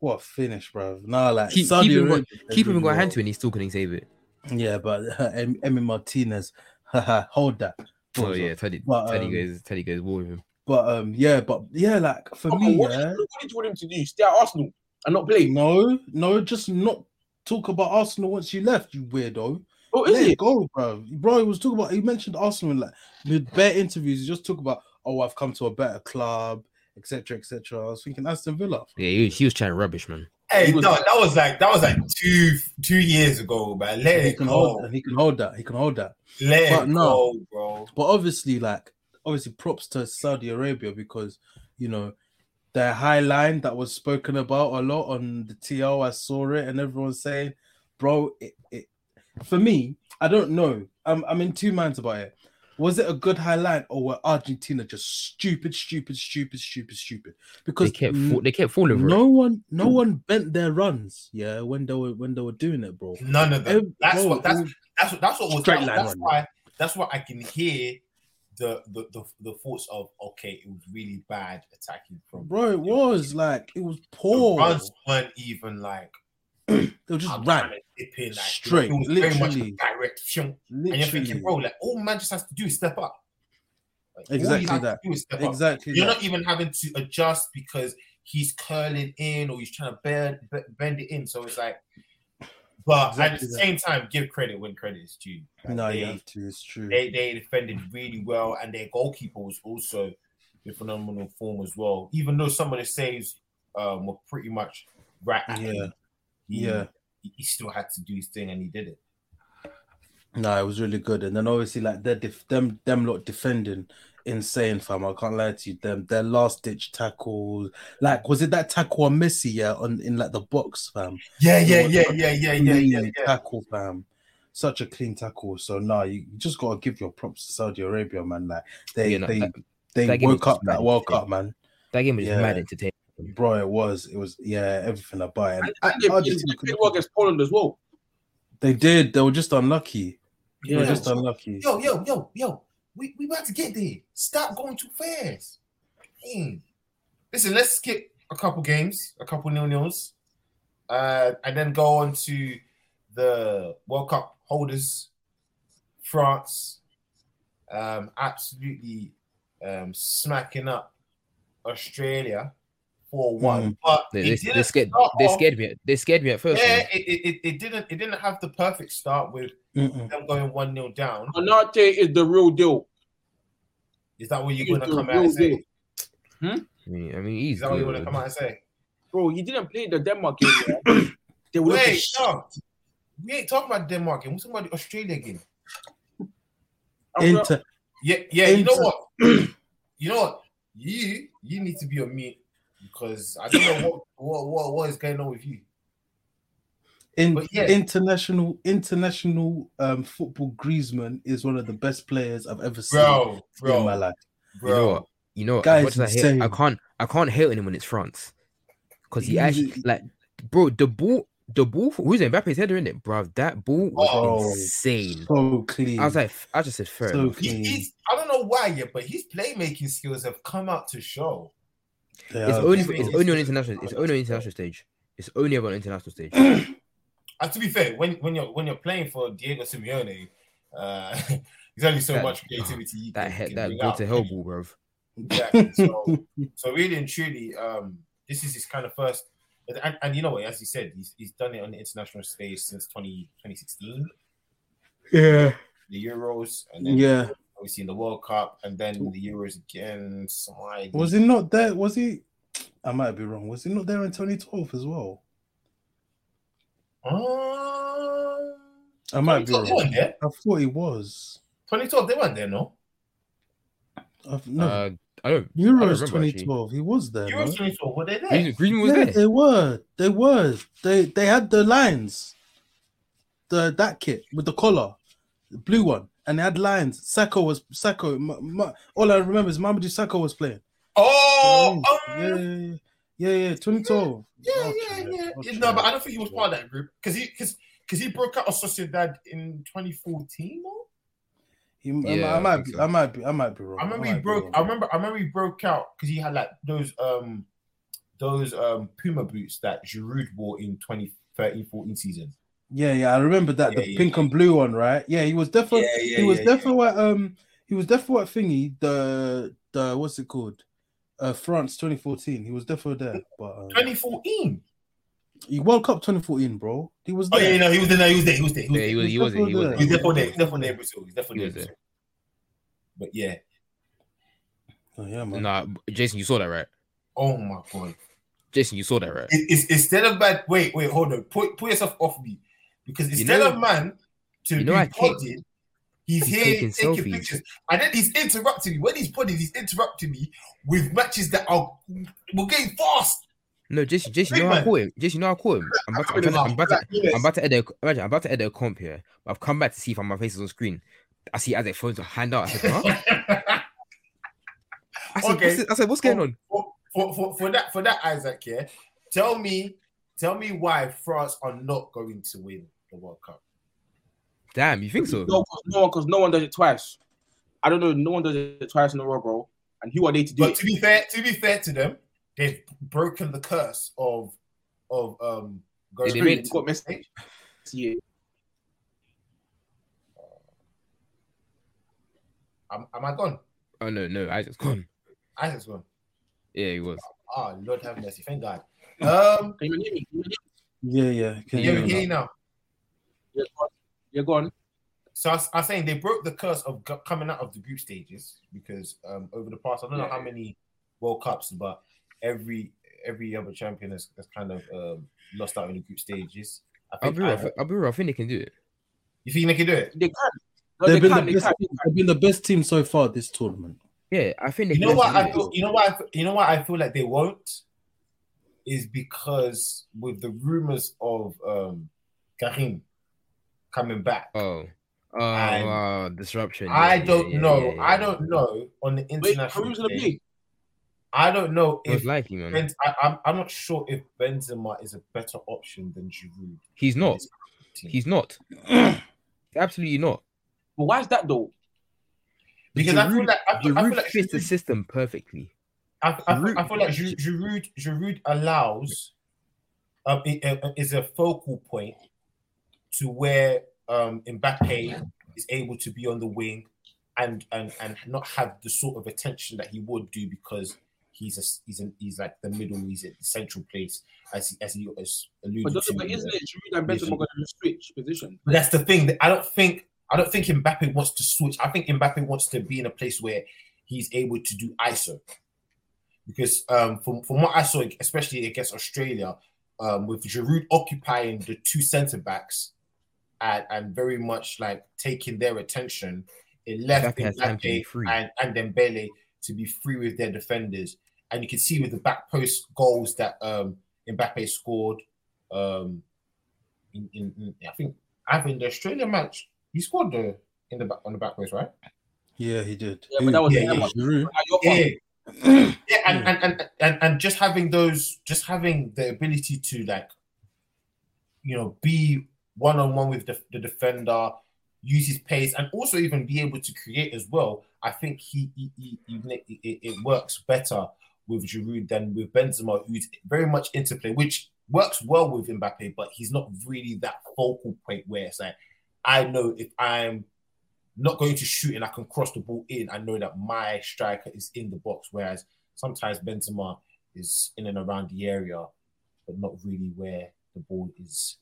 [SPEAKER 2] What a finish, bro. Nah, like
[SPEAKER 3] Keep, keep
[SPEAKER 2] Saudi
[SPEAKER 3] him got,
[SPEAKER 2] Arabia has
[SPEAKER 3] keep him
[SPEAKER 2] been
[SPEAKER 3] got a hand
[SPEAKER 2] wild.
[SPEAKER 3] to it and he still couldn't save it.
[SPEAKER 2] Yeah, but Em- Emi Martinez, haha, hold that.
[SPEAKER 3] Oh
[SPEAKER 2] Hold
[SPEAKER 3] yeah,
[SPEAKER 2] that.
[SPEAKER 3] Teddy,
[SPEAKER 2] But,
[SPEAKER 3] Teddy
[SPEAKER 2] um,
[SPEAKER 3] goes, Teddy goes war with him.
[SPEAKER 2] But um, yeah, but yeah, like for
[SPEAKER 4] Come
[SPEAKER 2] me,
[SPEAKER 4] on, what, did
[SPEAKER 2] yeah,
[SPEAKER 4] you, what did you want him to do? Stay at Arsenal and not play?
[SPEAKER 2] no, no, just not talk about Arsenal once you left, you weirdo.
[SPEAKER 4] Oh, is
[SPEAKER 2] Let
[SPEAKER 4] it?
[SPEAKER 2] it go, bro. Bro, he was talking about. He mentioned Arsenal in like with bare interviews. He just talk about, oh, I've come to a better club, etc., etc. I was thinking Aston Villa.
[SPEAKER 3] Yeah, he, was- he was trying rubbish, man.
[SPEAKER 1] hey,
[SPEAKER 4] He was-
[SPEAKER 1] dog, that was like that was like two two years ago, man. Let
[SPEAKER 2] And he
[SPEAKER 1] it
[SPEAKER 2] can hold.
[SPEAKER 1] go,
[SPEAKER 2] And he can hold that. He can hold that.
[SPEAKER 1] let
[SPEAKER 2] but
[SPEAKER 1] it
[SPEAKER 2] no.
[SPEAKER 1] go, bro.
[SPEAKER 2] But obviously, like obviously, props to Saudi Arabia because you know their high line that was spoken about a lot on the TL. I saw it, and everyone's saying, "Bro, it, it for me, I don't know. I'm I'm in two minds about it. Was it a good high line, or were Argentina just stupid, stupid, stupid, stupid, stupid?
[SPEAKER 3] They
[SPEAKER 2] Because
[SPEAKER 3] kept,
[SPEAKER 2] n-
[SPEAKER 3] fall, they kept falling for it.
[SPEAKER 2] no one, no one bent their runs. Yeah, when they were when they were doing it, bro.
[SPEAKER 1] None of them.
[SPEAKER 2] Ev-
[SPEAKER 1] That's
[SPEAKER 2] bro,
[SPEAKER 1] what that's
[SPEAKER 2] all-
[SPEAKER 1] that's what that's what was
[SPEAKER 2] Straight
[SPEAKER 1] that-
[SPEAKER 2] line
[SPEAKER 1] that's
[SPEAKER 2] run.
[SPEAKER 1] why that's why I can hear the the, the, the thoughts of okay, it was really bad attacking from
[SPEAKER 2] Bro, it was like it was
[SPEAKER 1] The
[SPEAKER 2] poor.
[SPEAKER 1] runs weren't even like
[SPEAKER 2] They were just
[SPEAKER 1] I'm
[SPEAKER 2] ran.
[SPEAKER 1] trying to dip in, like,
[SPEAKER 2] Straight,
[SPEAKER 1] it was very much
[SPEAKER 2] literally.
[SPEAKER 1] direct. shunk. And you're
[SPEAKER 2] Literally.
[SPEAKER 1] thinking, bro, like all man just has to do is step up. Like, all he
[SPEAKER 2] Exactly
[SPEAKER 1] has to
[SPEAKER 2] that.
[SPEAKER 1] do is step up.
[SPEAKER 2] Exactly.
[SPEAKER 1] You're
[SPEAKER 2] that.
[SPEAKER 1] not even having to adjust because he's curling in or he's trying to bend be- bend it in. So it's like, but at
[SPEAKER 2] Exactly
[SPEAKER 1] the
[SPEAKER 2] that.
[SPEAKER 1] same time, give credit when credit is due. Like,
[SPEAKER 2] No,
[SPEAKER 1] they,
[SPEAKER 2] you have to. It's true.
[SPEAKER 1] they they defended really well, and their goalkeeper was also in phenomenal form as well. Even though some of the saves um, were pretty much right, at him,
[SPEAKER 2] Yeah.
[SPEAKER 1] he-
[SPEAKER 2] Yeah.
[SPEAKER 1] he- he still had to do his thing, and he did it.
[SPEAKER 2] No, it was really good. And then obviously, like their def- them them lot defending insane, fam. I can't lie to you. Them their last ditch tackles. Like, was it that tackle on Messi? Yeah, on in like the box, fam.
[SPEAKER 1] Yeah,
[SPEAKER 2] yeah, yeah,
[SPEAKER 1] yeah, yeah,
[SPEAKER 2] Clean Tackle, fam. Such a clean tackle. So no, you you just gotta give your props to Saudi Arabia, man. Like they
[SPEAKER 3] Yeah, no,
[SPEAKER 2] they
[SPEAKER 3] that-
[SPEAKER 2] they
[SPEAKER 3] that game
[SPEAKER 2] woke
[SPEAKER 3] was
[SPEAKER 2] up that
[SPEAKER 3] mad.
[SPEAKER 2] World Cup, man.
[SPEAKER 3] That game was
[SPEAKER 2] Yeah.
[SPEAKER 3] mad entertaining.
[SPEAKER 2] Bro, it was it was yeah, everything about it.
[SPEAKER 4] And,
[SPEAKER 2] And
[SPEAKER 4] and they, they,
[SPEAKER 2] Argentina
[SPEAKER 4] did
[SPEAKER 2] couldn't-
[SPEAKER 4] well against Poland as well.
[SPEAKER 2] They did. They were just unlucky. They were
[SPEAKER 4] Yeah.
[SPEAKER 2] just unlucky.
[SPEAKER 1] Yo, yo, yo, yo. We we about to get there. Stop going too fast. Dang. Listen, let's skip a couple games, a couple nil nils, uh, and then go on to the World Cup holders, France. Um, absolutely um, smacking up Australia for one, but
[SPEAKER 3] They,
[SPEAKER 1] it
[SPEAKER 3] they,
[SPEAKER 1] didn't
[SPEAKER 3] they scared,
[SPEAKER 1] start
[SPEAKER 3] they
[SPEAKER 1] off-
[SPEAKER 3] scared me. They scared me at first.
[SPEAKER 1] Yeah,
[SPEAKER 2] Eh.
[SPEAKER 3] man.
[SPEAKER 1] it, it, it, it didn't it didn't have the perfect start with
[SPEAKER 2] Mm-mm.
[SPEAKER 1] them going one 0 down.
[SPEAKER 4] Anate is the real deal.
[SPEAKER 1] Is that what
[SPEAKER 4] He's
[SPEAKER 1] you're gonna
[SPEAKER 4] the
[SPEAKER 1] come out
[SPEAKER 4] real
[SPEAKER 1] and say?
[SPEAKER 4] deal.
[SPEAKER 3] I mean, I mean, he's
[SPEAKER 1] Is that what you
[SPEAKER 3] good,
[SPEAKER 1] want to
[SPEAKER 3] man.
[SPEAKER 1] come out and say?
[SPEAKER 4] Bro, he didn't play the Denmark game. yeah. they were looking
[SPEAKER 1] Wait,
[SPEAKER 4] shit.
[SPEAKER 1] no. We ain't talking about Denmark game. We're talking about the Australia game.
[SPEAKER 4] I'm not-
[SPEAKER 2] Inter-
[SPEAKER 1] Yeah, yeah. You know
[SPEAKER 2] Inter-
[SPEAKER 1] what? you know what? You you need to be on mute because I don't know what what what, what is going on with you.
[SPEAKER 2] In
[SPEAKER 1] But yeah.
[SPEAKER 2] international international um, football, Griezmann is one of the best players I've ever seen
[SPEAKER 1] Bro,
[SPEAKER 2] in my
[SPEAKER 1] bro,
[SPEAKER 2] life.
[SPEAKER 1] bro.
[SPEAKER 3] You know what? You know what?
[SPEAKER 2] Guy
[SPEAKER 3] As
[SPEAKER 2] is
[SPEAKER 3] much as I, hate, I
[SPEAKER 2] insane.
[SPEAKER 3] can't. I can't hate on him when it's France, because he
[SPEAKER 2] He's-
[SPEAKER 3] actually like, bro. The ball, the ball. For, who's it? Mbappe's header in it, bro. That ball was
[SPEAKER 2] Oh.
[SPEAKER 3] insane.
[SPEAKER 2] So clean,
[SPEAKER 3] I was like, I just said fair.
[SPEAKER 2] so
[SPEAKER 3] enough.
[SPEAKER 1] He,
[SPEAKER 2] clean.
[SPEAKER 1] he's, I don't know why yet, but his playmaking skills have come out to show.
[SPEAKER 2] They
[SPEAKER 3] It's
[SPEAKER 2] are-
[SPEAKER 3] only,
[SPEAKER 1] Yeah.
[SPEAKER 3] it's only on international. It's only on international stage. It's only ever on international stage.
[SPEAKER 1] Uh, to be fair, when when you're when you're playing for Diego Simeone, uh, there's only so
[SPEAKER 3] That-
[SPEAKER 1] much creativity. You
[SPEAKER 3] That
[SPEAKER 1] can,
[SPEAKER 3] head,
[SPEAKER 1] can
[SPEAKER 3] that
[SPEAKER 1] bring
[SPEAKER 3] go
[SPEAKER 1] out.
[SPEAKER 3] to hell ball, bro.
[SPEAKER 1] Exactly. So, so really and truly, um, this is his kind of first. And, and you know what? As you said, he's, he's done it on the international stage since 20, 2016,
[SPEAKER 2] yeah,
[SPEAKER 1] the Euros, and then
[SPEAKER 2] yeah.
[SPEAKER 1] obviously in the World Cup, and then the Euros again. Slightly.
[SPEAKER 2] Was he not there? Was he? I might be wrong. Was he not there in 2012 as well?
[SPEAKER 1] Um,
[SPEAKER 2] I might
[SPEAKER 1] 2012
[SPEAKER 2] be
[SPEAKER 1] they
[SPEAKER 2] wrong.
[SPEAKER 1] weren't there.
[SPEAKER 2] I thought he was.
[SPEAKER 1] 2012, they weren't there, no?
[SPEAKER 2] I've, no,
[SPEAKER 3] Uh, I don't.
[SPEAKER 2] Euros
[SPEAKER 3] remember,
[SPEAKER 2] 2012. He was there. no?
[SPEAKER 1] Euros 2012, were they there?
[SPEAKER 3] Green- Greenwood was
[SPEAKER 2] Yeah,
[SPEAKER 3] there.
[SPEAKER 2] they were. They were. They they had the lines. The that kit with the collar, the blue one, and they had lines. Sacco was Sacco. Ma, Ma- all I remember is Mamadou Sacco was playing.
[SPEAKER 1] Oh, um,
[SPEAKER 2] yeah, yeah, yeah, yeah, yeah. 2012.
[SPEAKER 1] Yeah,
[SPEAKER 2] I'll
[SPEAKER 1] yeah,
[SPEAKER 2] try it,
[SPEAKER 1] yeah.
[SPEAKER 2] I'll
[SPEAKER 1] Yeah,
[SPEAKER 2] try
[SPEAKER 1] No, but
[SPEAKER 2] it.
[SPEAKER 1] I don't think he was part of that group because he because because he broke out of Sociedad in 2014. no?
[SPEAKER 2] He- I might-
[SPEAKER 3] Yeah,
[SPEAKER 2] I,
[SPEAKER 3] I
[SPEAKER 2] might
[SPEAKER 3] think
[SPEAKER 2] be,
[SPEAKER 3] so.
[SPEAKER 2] I might be. I might be wrong.
[SPEAKER 1] I remember
[SPEAKER 2] might
[SPEAKER 1] he
[SPEAKER 2] be
[SPEAKER 1] broke.
[SPEAKER 2] wrong.
[SPEAKER 1] I remember. I remember he broke out because he had like those um those um Puma boots that Giroud wore in 2013 14 season.
[SPEAKER 2] Yeah, yeah. I remember that
[SPEAKER 1] Yeah,
[SPEAKER 2] the
[SPEAKER 1] yeah,
[SPEAKER 2] pink and blue one, right? Yeah, he was definitely.
[SPEAKER 1] yeah,
[SPEAKER 2] he was definitely what um. He was definitely what thingy. The the what's it called? Uh, France 2014. He was definitely there, but. Um,
[SPEAKER 1] 2014.
[SPEAKER 2] He World Cup 2014, bro. He was
[SPEAKER 1] Oh
[SPEAKER 2] there.
[SPEAKER 1] yeah, no, he was there. He was there. He was there. He was there.
[SPEAKER 3] Yeah, he
[SPEAKER 1] He
[SPEAKER 3] was. He wasn't. He
[SPEAKER 1] was
[SPEAKER 3] wasn't.
[SPEAKER 1] definitely there. He was definitely there in Brazil. He was definitely
[SPEAKER 3] He
[SPEAKER 1] there.
[SPEAKER 3] was
[SPEAKER 1] in
[SPEAKER 3] there.
[SPEAKER 1] Brazil. But yeah.
[SPEAKER 2] Oh, yeah, man.
[SPEAKER 3] Nah, Jason, you saw that right?
[SPEAKER 1] Oh my god.
[SPEAKER 3] Jason, you saw that right?
[SPEAKER 1] It- it's instead of man, wait, wait, hold on, put, put yourself off me because
[SPEAKER 3] You
[SPEAKER 1] instead
[SPEAKER 3] know-
[SPEAKER 1] of man to
[SPEAKER 3] you know I
[SPEAKER 1] be
[SPEAKER 3] can't-
[SPEAKER 1] podding, he's
[SPEAKER 3] He's
[SPEAKER 1] here
[SPEAKER 3] taking
[SPEAKER 1] taking,
[SPEAKER 3] selfies.
[SPEAKER 1] pictures and then he's interrupting me. When he's podding, he's interrupting me with matches that are we're getting fast.
[SPEAKER 3] No, Jason, Jason, you
[SPEAKER 1] Big
[SPEAKER 3] know how I
[SPEAKER 1] man.
[SPEAKER 3] caught him. Jason, you know how I caught him. I'm about to, I'm trying to, I'm about to, I'm about to edit. A, imagine, I'm about to edit a comp here. But I've come back to see if my face is on screen. I see Isaac phones a hand out. I said, huh? I said,
[SPEAKER 1] Okay.
[SPEAKER 3] what's this- I said, what's going on?
[SPEAKER 1] for, for, for, for that for that Isaac, yeah. Tell me, tell me why France are not going to win the World Cup.
[SPEAKER 3] Damn, you think so?
[SPEAKER 4] No, because no one, because no one does it twice. I don't know. No one does it twice in a row, bro. And who are they to do
[SPEAKER 1] But
[SPEAKER 4] it?
[SPEAKER 1] to be fair, to be fair to them, they've broken the curse of of um going
[SPEAKER 3] They
[SPEAKER 1] through
[SPEAKER 3] made-
[SPEAKER 1] it.
[SPEAKER 4] They've got Messi. Yeah.
[SPEAKER 1] Am, am I gone?
[SPEAKER 3] Oh no, no, Isaac's gone.
[SPEAKER 1] I just gone.
[SPEAKER 3] Yeah, he was.
[SPEAKER 1] Ah, Lord have mercy. Thank God. Um,
[SPEAKER 4] Can you hear me? Can you hear me?
[SPEAKER 2] Yeah, yeah. Can
[SPEAKER 1] yeah,
[SPEAKER 2] you
[SPEAKER 1] we
[SPEAKER 2] hear
[SPEAKER 1] hear
[SPEAKER 2] me
[SPEAKER 1] you
[SPEAKER 2] now?
[SPEAKER 1] now.
[SPEAKER 4] You're gone. You're gone.
[SPEAKER 1] So I was, I was saying they broke the curse of g- coming out of the group stages because um, over the past I don't know
[SPEAKER 4] Yeah.
[SPEAKER 1] how many World Cups, but every every other champion has, has kind of um, lost out in the group stages. I
[SPEAKER 3] I'll
[SPEAKER 1] think
[SPEAKER 3] be real. I
[SPEAKER 1] I-
[SPEAKER 3] thi- I'll be real. I think they can do it.
[SPEAKER 1] you think they can do it?
[SPEAKER 4] They can. No, they
[SPEAKER 2] They've been
[SPEAKER 4] can.
[SPEAKER 2] the
[SPEAKER 4] They
[SPEAKER 2] best-
[SPEAKER 4] can.
[SPEAKER 2] They've been the best team so far this tournament.
[SPEAKER 3] Yeah, I think they.
[SPEAKER 1] You know
[SPEAKER 3] can
[SPEAKER 1] what
[SPEAKER 3] do
[SPEAKER 1] I
[SPEAKER 3] it.
[SPEAKER 1] feel, you know why I feel, you know why I feel like they won't is because with the rumors of um, Karim coming back,
[SPEAKER 3] Oh, oh,
[SPEAKER 1] And
[SPEAKER 3] wow, disruption.
[SPEAKER 1] I
[SPEAKER 3] Yeah,
[SPEAKER 1] don't
[SPEAKER 3] yeah,
[SPEAKER 1] know.
[SPEAKER 3] yeah, yeah,
[SPEAKER 1] I
[SPEAKER 3] yeah.
[SPEAKER 1] don't know on the
[SPEAKER 4] Wait,
[SPEAKER 1] international.
[SPEAKER 4] who's gonna
[SPEAKER 1] stage.
[SPEAKER 4] play?
[SPEAKER 1] I don't know if
[SPEAKER 3] Most likely, man.
[SPEAKER 1] Ben, I, I'm, I'm not sure if Benzema is a better option than Giroud.
[SPEAKER 3] He's
[SPEAKER 1] in
[SPEAKER 3] not.
[SPEAKER 1] this team.
[SPEAKER 3] He's not. Absolutely not.
[SPEAKER 4] But why is that though?
[SPEAKER 1] because I feel
[SPEAKER 3] Giroud,
[SPEAKER 1] like I feel, I feel
[SPEAKER 3] Giroud
[SPEAKER 1] like
[SPEAKER 3] fits the
[SPEAKER 1] Giroud,
[SPEAKER 3] system perfectly.
[SPEAKER 1] I, I feel, I
[SPEAKER 3] Giroud-
[SPEAKER 1] feel like Giroud, Giroud Giroud allows um, i- i- is a focal point to where um Mbappe is able to be on the wing and and and not have the sort of attention that he would do because he's a he's an he's like the middle he's at the central place as he as he as
[SPEAKER 4] But,
[SPEAKER 1] alluded
[SPEAKER 4] doesn't-
[SPEAKER 1] to.
[SPEAKER 4] but isn't it Giroud and Benzema going to switch position?
[SPEAKER 1] But that's the thing. that I don't think I don't think Mbappe wants to switch. I think Mbappe wants to be in a place where he's able to do ISO. Because um, from from what I saw, especially against Australia, um, with Giroud occupying the two centre backs and, and very much like taking their attention, it left
[SPEAKER 3] Mbappe has time to be
[SPEAKER 1] Mbappe
[SPEAKER 3] free.
[SPEAKER 1] and, and Dembele to be free with their defenders. And you can see with the back post goals that um, Mbappe scored. Um, in, in, in- I think I think the Australia match he scored the in the back on the back post, right?
[SPEAKER 2] Yeah, he did.
[SPEAKER 4] Yeah, but that was
[SPEAKER 1] Yeah,
[SPEAKER 4] that
[SPEAKER 1] yeah.
[SPEAKER 4] was-
[SPEAKER 2] Giroud.
[SPEAKER 4] like, your fault.
[SPEAKER 1] Yeah, yeah, and, and, and, and, and just having those, just having the ability to like, you know, be one on one with the, the defender, use his pace, and also even be able to create as well. I think he, he, he, he make- it- it, it works better with Giroud than with Benzema, who's very much interplay, which works well with Mbappe, but he's not really that focal point where it's like, I know if I'm not going to shoot and I can cross the ball in, I know that my striker is in the box. Whereas sometimes Benzema is in and around the area, but not really where the ball is.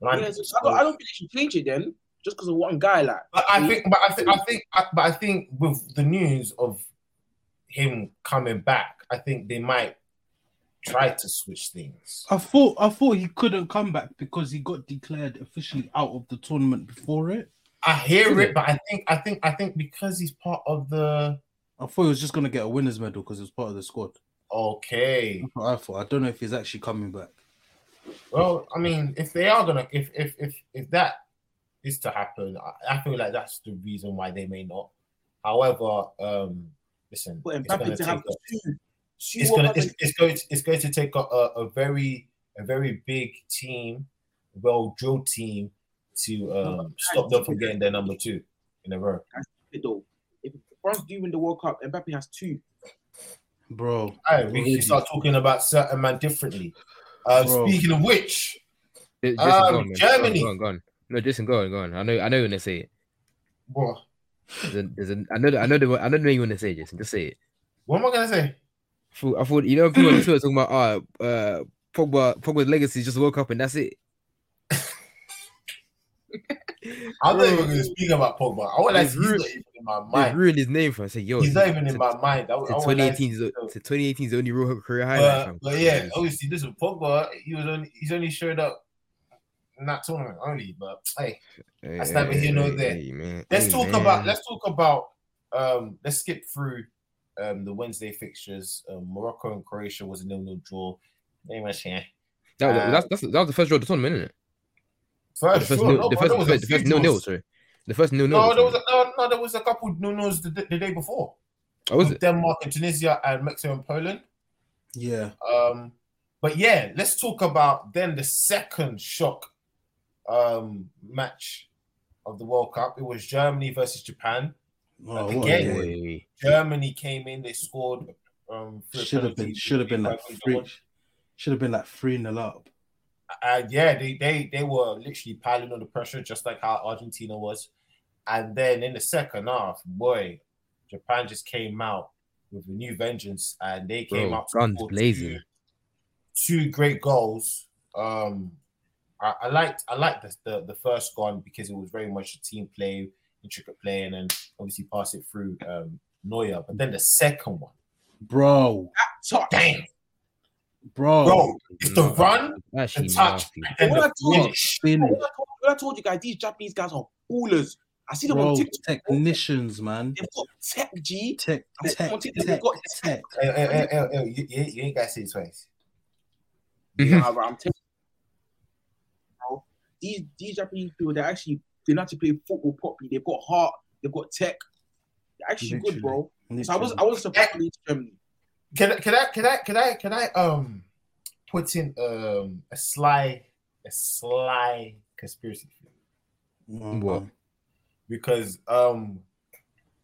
[SPEAKER 1] landing.
[SPEAKER 4] Yeah, so I don't, I don't think they should change it then, just because of one guy. Like,
[SPEAKER 1] But I think, but I think, I think, I- but I think with the news of him coming back, I think they might try to switch things.
[SPEAKER 2] I thought I thought he couldn't come back because he got declared officially out of the tournament before it.
[SPEAKER 1] I hear it, but I think, I think, I think because he's part of the
[SPEAKER 2] I thought he was just gonna get a winners medal because it was part of the squad.
[SPEAKER 1] okay.
[SPEAKER 2] That's what I thought. I don't know if he's actually coming back.
[SPEAKER 1] Well, I mean, if they are gonna, if if if if that is to happen, I, I feel like that's the reason why they may not. However, um, listen,
[SPEAKER 4] for
[SPEAKER 1] it's gonna
[SPEAKER 4] Mbappe to have
[SPEAKER 1] take a-
[SPEAKER 4] two, two
[SPEAKER 1] it's
[SPEAKER 4] World
[SPEAKER 1] gonna
[SPEAKER 4] Cup
[SPEAKER 1] it's, it's going to, it's going to take a, a, a very a very big team, well drilled team to um, stop them from getting their number two in a row.
[SPEAKER 4] matches, though. If France do win the World Cup, Mbappe has two.
[SPEAKER 2] Bro,
[SPEAKER 1] All right, we can start talking about certain man differently. Uh,
[SPEAKER 2] Bro.
[SPEAKER 1] speaking of which,
[SPEAKER 3] J- Jason,
[SPEAKER 1] Um,
[SPEAKER 3] go on, man.
[SPEAKER 1] Germany.
[SPEAKER 3] Go on, go on, go on. No, Jason, go on, go on. I know, I know you want to say it.
[SPEAKER 1] bro,
[SPEAKER 3] There's a, there's a, I know, that- I know, the, I know you want to say it, Jason. Just say it.
[SPEAKER 1] what am I gonna say?
[SPEAKER 3] I thought, I thought you know, people on Twitter talking about, uh, uh, Pogba, Pogba's legacy just woke up and that's it.
[SPEAKER 1] I'm not
[SPEAKER 3] Bro.
[SPEAKER 1] even going to speak about Pogba. I want like
[SPEAKER 3] It's
[SPEAKER 1] he's not
[SPEAKER 3] rude.
[SPEAKER 1] even in my
[SPEAKER 3] They
[SPEAKER 1] mind.
[SPEAKER 3] ruined his name for. I said, yo,
[SPEAKER 1] He's not even
[SPEAKER 3] to-
[SPEAKER 1] in my mind. I, I
[SPEAKER 3] to
[SPEAKER 1] want
[SPEAKER 3] 2018 is
[SPEAKER 1] like,
[SPEAKER 3] the- to 2018 is the only real career highlight.
[SPEAKER 1] but,
[SPEAKER 3] fam.
[SPEAKER 1] but yeah, oh, obviously this is Pogba. He was only he's only showed up in that tournament only. But hey,
[SPEAKER 3] Hey,
[SPEAKER 1] that's neither here nor there.
[SPEAKER 3] man.
[SPEAKER 1] let's
[SPEAKER 3] Hey,
[SPEAKER 1] talk
[SPEAKER 3] man.
[SPEAKER 1] about let's talk about um let's skip through um the Wednesday fixtures. Um, Morocco and Croatia was a nil nil draw. Very much yeah.
[SPEAKER 3] That,
[SPEAKER 1] uh,
[SPEAKER 3] that's, that's, that was the first draw of the tournament, isn't it?
[SPEAKER 1] First,
[SPEAKER 3] the first,
[SPEAKER 1] sure,
[SPEAKER 3] nil-
[SPEAKER 1] no,
[SPEAKER 3] the
[SPEAKER 1] but
[SPEAKER 3] first,
[SPEAKER 1] there
[SPEAKER 3] the
[SPEAKER 1] was a
[SPEAKER 3] first, the
[SPEAKER 1] few
[SPEAKER 3] first nil nil.
[SPEAKER 1] draws.
[SPEAKER 3] Sorry, the first nil nil.
[SPEAKER 1] No, there was a, no, no, there was a couple nil nils the, the day before.
[SPEAKER 3] Oh, was
[SPEAKER 1] With
[SPEAKER 3] it?
[SPEAKER 1] Denmark and Tunisia and Mexico and Poland.
[SPEAKER 2] yeah. Oh,
[SPEAKER 1] Um, but yeah, let's talk about then the second shock um, match of the World Cup. It was Germany versus Japan.
[SPEAKER 2] Oh, what a
[SPEAKER 1] Again.
[SPEAKER 2] game.
[SPEAKER 3] Boy.
[SPEAKER 1] Germany came in, they scored. Um, three
[SPEAKER 2] Should have been
[SPEAKER 1] penalties,
[SPEAKER 2] should have been
[SPEAKER 1] three
[SPEAKER 2] like
[SPEAKER 1] penalties,
[SPEAKER 2] three
[SPEAKER 1] one-
[SPEAKER 2] should have been like three nil up.
[SPEAKER 1] Uh, yeah, they, they they were literally piling on the pressure, just like how Argentina was. And then in the second half, boy, Japan just came out with a new vengeance, and they came
[SPEAKER 3] Bro,
[SPEAKER 1] out to
[SPEAKER 3] guns
[SPEAKER 1] score
[SPEAKER 3] blazing.
[SPEAKER 1] Two, two great goals. Um, I, I liked I liked the, the the first one because it was very much a team play, intricate play, and then obviously pass it through um, Neuer. But then the second one,
[SPEAKER 2] Bro,
[SPEAKER 4] Touch.
[SPEAKER 1] damn,
[SPEAKER 2] bro,
[SPEAKER 1] bro, it's the
[SPEAKER 3] No,
[SPEAKER 1] run
[SPEAKER 3] it's actually
[SPEAKER 1] the touch.
[SPEAKER 3] nasty.
[SPEAKER 1] and
[SPEAKER 4] What
[SPEAKER 1] the
[SPEAKER 4] a goal.
[SPEAKER 1] finish.
[SPEAKER 2] finish.
[SPEAKER 4] When I, told, when I told you guys, these Japanese guys are ballers. I see them
[SPEAKER 2] bro,
[SPEAKER 4] on TikTok.
[SPEAKER 2] technicians, man.
[SPEAKER 4] They've got tech G.
[SPEAKER 2] Tech,
[SPEAKER 4] I see them
[SPEAKER 2] tech,
[SPEAKER 4] on TikTok.
[SPEAKER 2] tech,
[SPEAKER 4] They've got
[SPEAKER 2] tech.
[SPEAKER 4] tech.
[SPEAKER 1] Eh, eh, eh, eh, eh, you, you, you ain't got to see it twice.
[SPEAKER 4] Nah, bro, I'm telling you, bro, these these Japanese people, they actually they know how to play football properly. They've got heart. They've got tech. They're actually good, bro. So I was I was surprised to meet Germany.
[SPEAKER 1] Can I, can I, can I, can I, can I, um, put in um a sly, a sly conspiracy theory?
[SPEAKER 2] Mm,
[SPEAKER 3] What?
[SPEAKER 1] because um,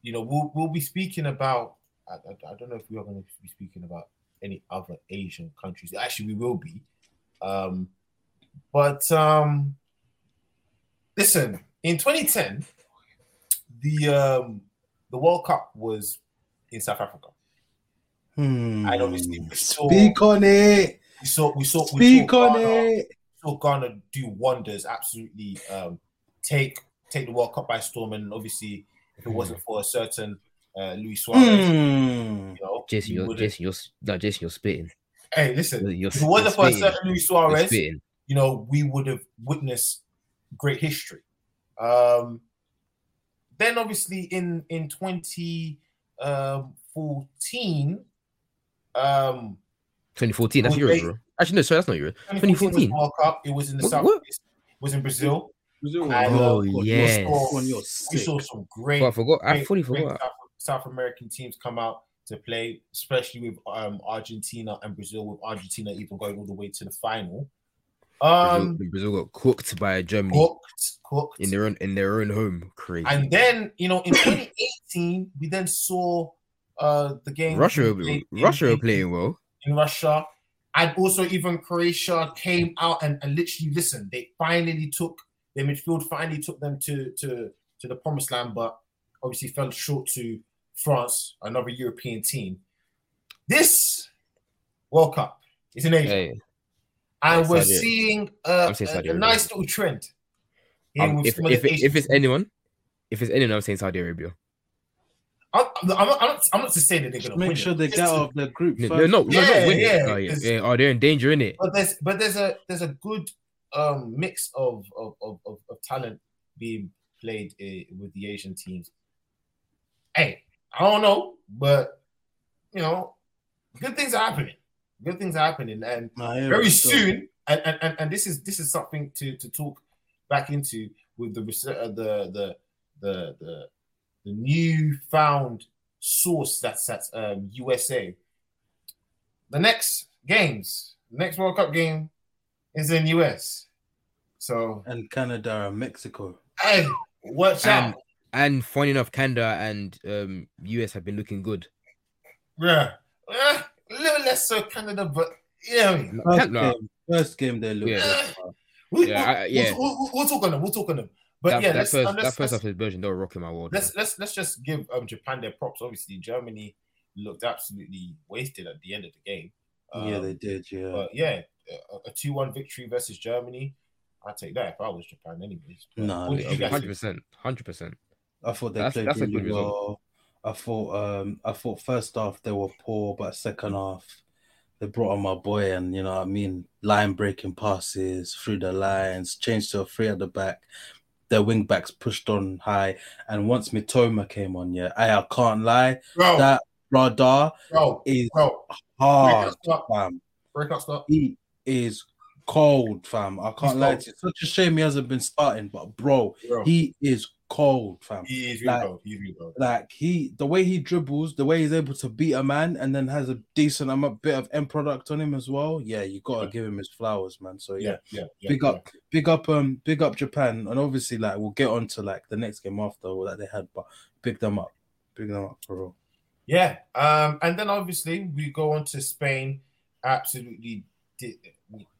[SPEAKER 1] you know, we'll we'll be speaking about. I, I, I don't know if we are going to be speaking about any other Asian countries. Actually, we will be. Um, but um, listen, in 2010, the um, the World Cup was in South Africa.
[SPEAKER 2] Hmm.
[SPEAKER 1] And obviously we saw-
[SPEAKER 2] Speak on it.
[SPEAKER 1] We saw we saw we
[SPEAKER 2] Speak
[SPEAKER 1] saw
[SPEAKER 2] on
[SPEAKER 1] Ghana-
[SPEAKER 2] it.
[SPEAKER 1] saw Ghana do wonders, absolutely um, take take the World Cup by storm. And obviously, if it wasn't
[SPEAKER 3] Hmm.
[SPEAKER 1] for a certain uh, Luis Suarez,
[SPEAKER 2] Hmm.
[SPEAKER 1] you know,
[SPEAKER 3] Jason,
[SPEAKER 1] we
[SPEAKER 3] you're
[SPEAKER 1] wouldn't-
[SPEAKER 3] Jason, you're s- no Jason, you're spitting.
[SPEAKER 1] hey, listen,
[SPEAKER 3] You're, you're,
[SPEAKER 1] if it wasn't for
[SPEAKER 3] you're
[SPEAKER 1] a
[SPEAKER 3] spitting.
[SPEAKER 1] certain Luis
[SPEAKER 3] You're
[SPEAKER 1] Suarez,
[SPEAKER 3] spitting.
[SPEAKER 1] you know, we would have witnessed great history. Um, then obviously in in 2014, um,
[SPEAKER 3] 2014. That's
[SPEAKER 1] Well, they-
[SPEAKER 3] Euros, bro. Actually, no, sorry, that's not Euros.
[SPEAKER 1] 2014 was
[SPEAKER 3] 2014?
[SPEAKER 1] World Cup, it was in the
[SPEAKER 3] What-
[SPEAKER 1] South,
[SPEAKER 3] what?
[SPEAKER 1] it was in Brazil.
[SPEAKER 4] Brazil.
[SPEAKER 1] I
[SPEAKER 2] Oh,
[SPEAKER 1] know,
[SPEAKER 3] Oh,
[SPEAKER 1] of course, you
[SPEAKER 3] yes.
[SPEAKER 1] saw-
[SPEAKER 2] On your
[SPEAKER 1] We
[SPEAKER 2] sick.
[SPEAKER 1] saw some great
[SPEAKER 3] But I forgot. I
[SPEAKER 1] great-
[SPEAKER 3] fully
[SPEAKER 1] great
[SPEAKER 3] forgot.
[SPEAKER 1] South, South American teams come out to play, especially with um, Argentina and Brazil, with Argentina even going all the way to the final. Um,
[SPEAKER 3] Brazil, Brazil got cooked by Germany
[SPEAKER 1] cooked, cooked.
[SPEAKER 3] in their own in their own home. Crazy.
[SPEAKER 1] and then, you know, in 2018, we then saw uh, the game.
[SPEAKER 3] Russia,
[SPEAKER 1] we played in-
[SPEAKER 3] Russia are
[SPEAKER 1] in-
[SPEAKER 3] playing well.
[SPEAKER 1] in Russia. And also, even Croatia came out and, and literally, listen, they finally took their midfield, finally took them to, to, to the promised land, but obviously fell short to France, another European team. This World Cup is in Asia.
[SPEAKER 3] Hey,
[SPEAKER 1] and
[SPEAKER 3] yeah,
[SPEAKER 1] we're
[SPEAKER 3] Saudi-
[SPEAKER 1] seeing uh,
[SPEAKER 3] I'm saying
[SPEAKER 1] a,
[SPEAKER 3] Saudi
[SPEAKER 1] a
[SPEAKER 3] Arabia.
[SPEAKER 1] nice little trend. here
[SPEAKER 3] um,
[SPEAKER 1] with
[SPEAKER 3] if
[SPEAKER 1] some of the
[SPEAKER 3] if, it-
[SPEAKER 1] Asian
[SPEAKER 3] if it's anyone, if it's anyone, I'm saying Saudi Arabia.
[SPEAKER 1] I'm, I'm, not- I'm, not, I'm not to say that they're going
[SPEAKER 2] Just
[SPEAKER 1] to win.
[SPEAKER 2] make sure
[SPEAKER 1] it.
[SPEAKER 2] they
[SPEAKER 1] Just
[SPEAKER 2] get
[SPEAKER 1] to-
[SPEAKER 2] out of their group.
[SPEAKER 3] No,
[SPEAKER 2] First.
[SPEAKER 3] no, no, no,
[SPEAKER 1] Yeah,
[SPEAKER 3] no wait.
[SPEAKER 1] yeah,
[SPEAKER 3] oh, yeah,
[SPEAKER 1] it's-
[SPEAKER 3] yeah. oh, they're in danger, in it.
[SPEAKER 1] but there's but there's a there's a good um mix of of of, of, of talent being played uh, with the Asian teams. Hey, I don't know, but you know, good things are happening. Good things are happening, and
[SPEAKER 2] Nah, here
[SPEAKER 1] very
[SPEAKER 2] we go.
[SPEAKER 1] soon, and, and, and, and this is this is something to, to talk back into with the res- uh, the the the the, the newfound source that's that's um, USA. The next games, next World Cup game, is in US. So
[SPEAKER 2] And Canada and Mexico.
[SPEAKER 1] hey, watch
[SPEAKER 3] And,
[SPEAKER 1] out,
[SPEAKER 3] and funny enough, Canada and um, US have been looking good.
[SPEAKER 1] yeah. Eh, a little less so Canada, but yeah.
[SPEAKER 2] First,
[SPEAKER 3] Can- no,
[SPEAKER 2] game, first game they look.
[SPEAKER 3] Yeah.
[SPEAKER 2] good, bro.
[SPEAKER 1] Eh, We,
[SPEAKER 3] Yeah, I-
[SPEAKER 1] we'll,
[SPEAKER 3] yeah.
[SPEAKER 1] We'll, we'll, we'll talk on them. We'll talk on them. But
[SPEAKER 3] that,
[SPEAKER 1] yeah,
[SPEAKER 3] that
[SPEAKER 1] let's,
[SPEAKER 3] first
[SPEAKER 1] uh, let's,
[SPEAKER 3] that first
[SPEAKER 1] let's-
[SPEAKER 3] episode version, they were rocking my world.
[SPEAKER 1] let's let's let's just give um Japan their props. Obviously, Germany looked absolutely wasted at the end of the game. Um,
[SPEAKER 2] yeah, they did. Yeah.
[SPEAKER 1] But yeah, a- a two-one victory versus Germany. I take that if I was Japan, anyways. But
[SPEAKER 2] Nah,
[SPEAKER 1] what
[SPEAKER 2] they-
[SPEAKER 1] did you guys
[SPEAKER 3] Hundred
[SPEAKER 1] think?
[SPEAKER 3] percent, hundred percent.
[SPEAKER 2] I thought they
[SPEAKER 3] That's-
[SPEAKER 2] played
[SPEAKER 3] that's a
[SPEAKER 2] really
[SPEAKER 3] good result.
[SPEAKER 2] well. I thought um I thought first half they were poor, but second half they brought on my boy and you know what I mean line breaking passes through the lines, changed to a three at the back. Their wing backs pushed on high, and once Mitoma came on, yeah, I, I can't lie,
[SPEAKER 1] Bro,
[SPEAKER 2] that radar
[SPEAKER 1] bro,
[SPEAKER 2] is
[SPEAKER 1] bro,
[SPEAKER 2] hard,
[SPEAKER 1] stop.
[SPEAKER 2] fam.
[SPEAKER 1] break up, stop.
[SPEAKER 2] He is cold, fam. I can't
[SPEAKER 1] He's
[SPEAKER 2] lie
[SPEAKER 1] cold.
[SPEAKER 2] to you. Such a shame he hasn't been starting, but bro,
[SPEAKER 1] Bro, he,
[SPEAKER 2] he is cold, fam
[SPEAKER 1] is really
[SPEAKER 2] like-
[SPEAKER 1] cold. He's really cold.
[SPEAKER 2] like he the way he dribbles, the way he's able to beat a man and then has a decent amount bit of end product on him as well. Yeah, you gotta give him his flowers, man. So yeah,
[SPEAKER 1] Yeah, yeah, yeah.
[SPEAKER 2] big
[SPEAKER 1] yeah.
[SPEAKER 2] up, big up, um, big up Japan, and obviously like we'll get on to like the next game after all that they had, but big them up. Big them up for real.
[SPEAKER 1] Yeah. Um, and then obviously we go on to Spain, absolutely di-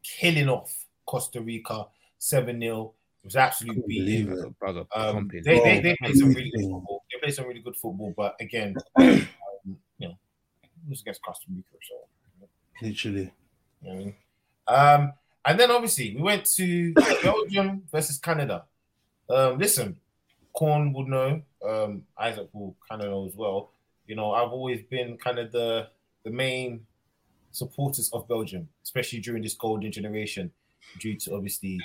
[SPEAKER 1] killing off Costa Rica 7 0. It was absolute
[SPEAKER 2] Couldn't believe
[SPEAKER 1] beating.
[SPEAKER 2] it.
[SPEAKER 3] brother.
[SPEAKER 1] Um,
[SPEAKER 3] pumping.
[SPEAKER 1] they, they, they
[SPEAKER 2] Bro,
[SPEAKER 1] played some really good
[SPEAKER 2] amazing.
[SPEAKER 1] football. They played some really good football, but again, um, you know, it was against Costa Rica, so
[SPEAKER 2] Literally.
[SPEAKER 1] you know what I mean? Um, and then obviously we went to Belgium versus Canada. Um, listen, Corn will know, um, Isaac will kind of know as well. You know, I've always been kind of the the main supporters of Belgium, especially during this golden generation, due to obviously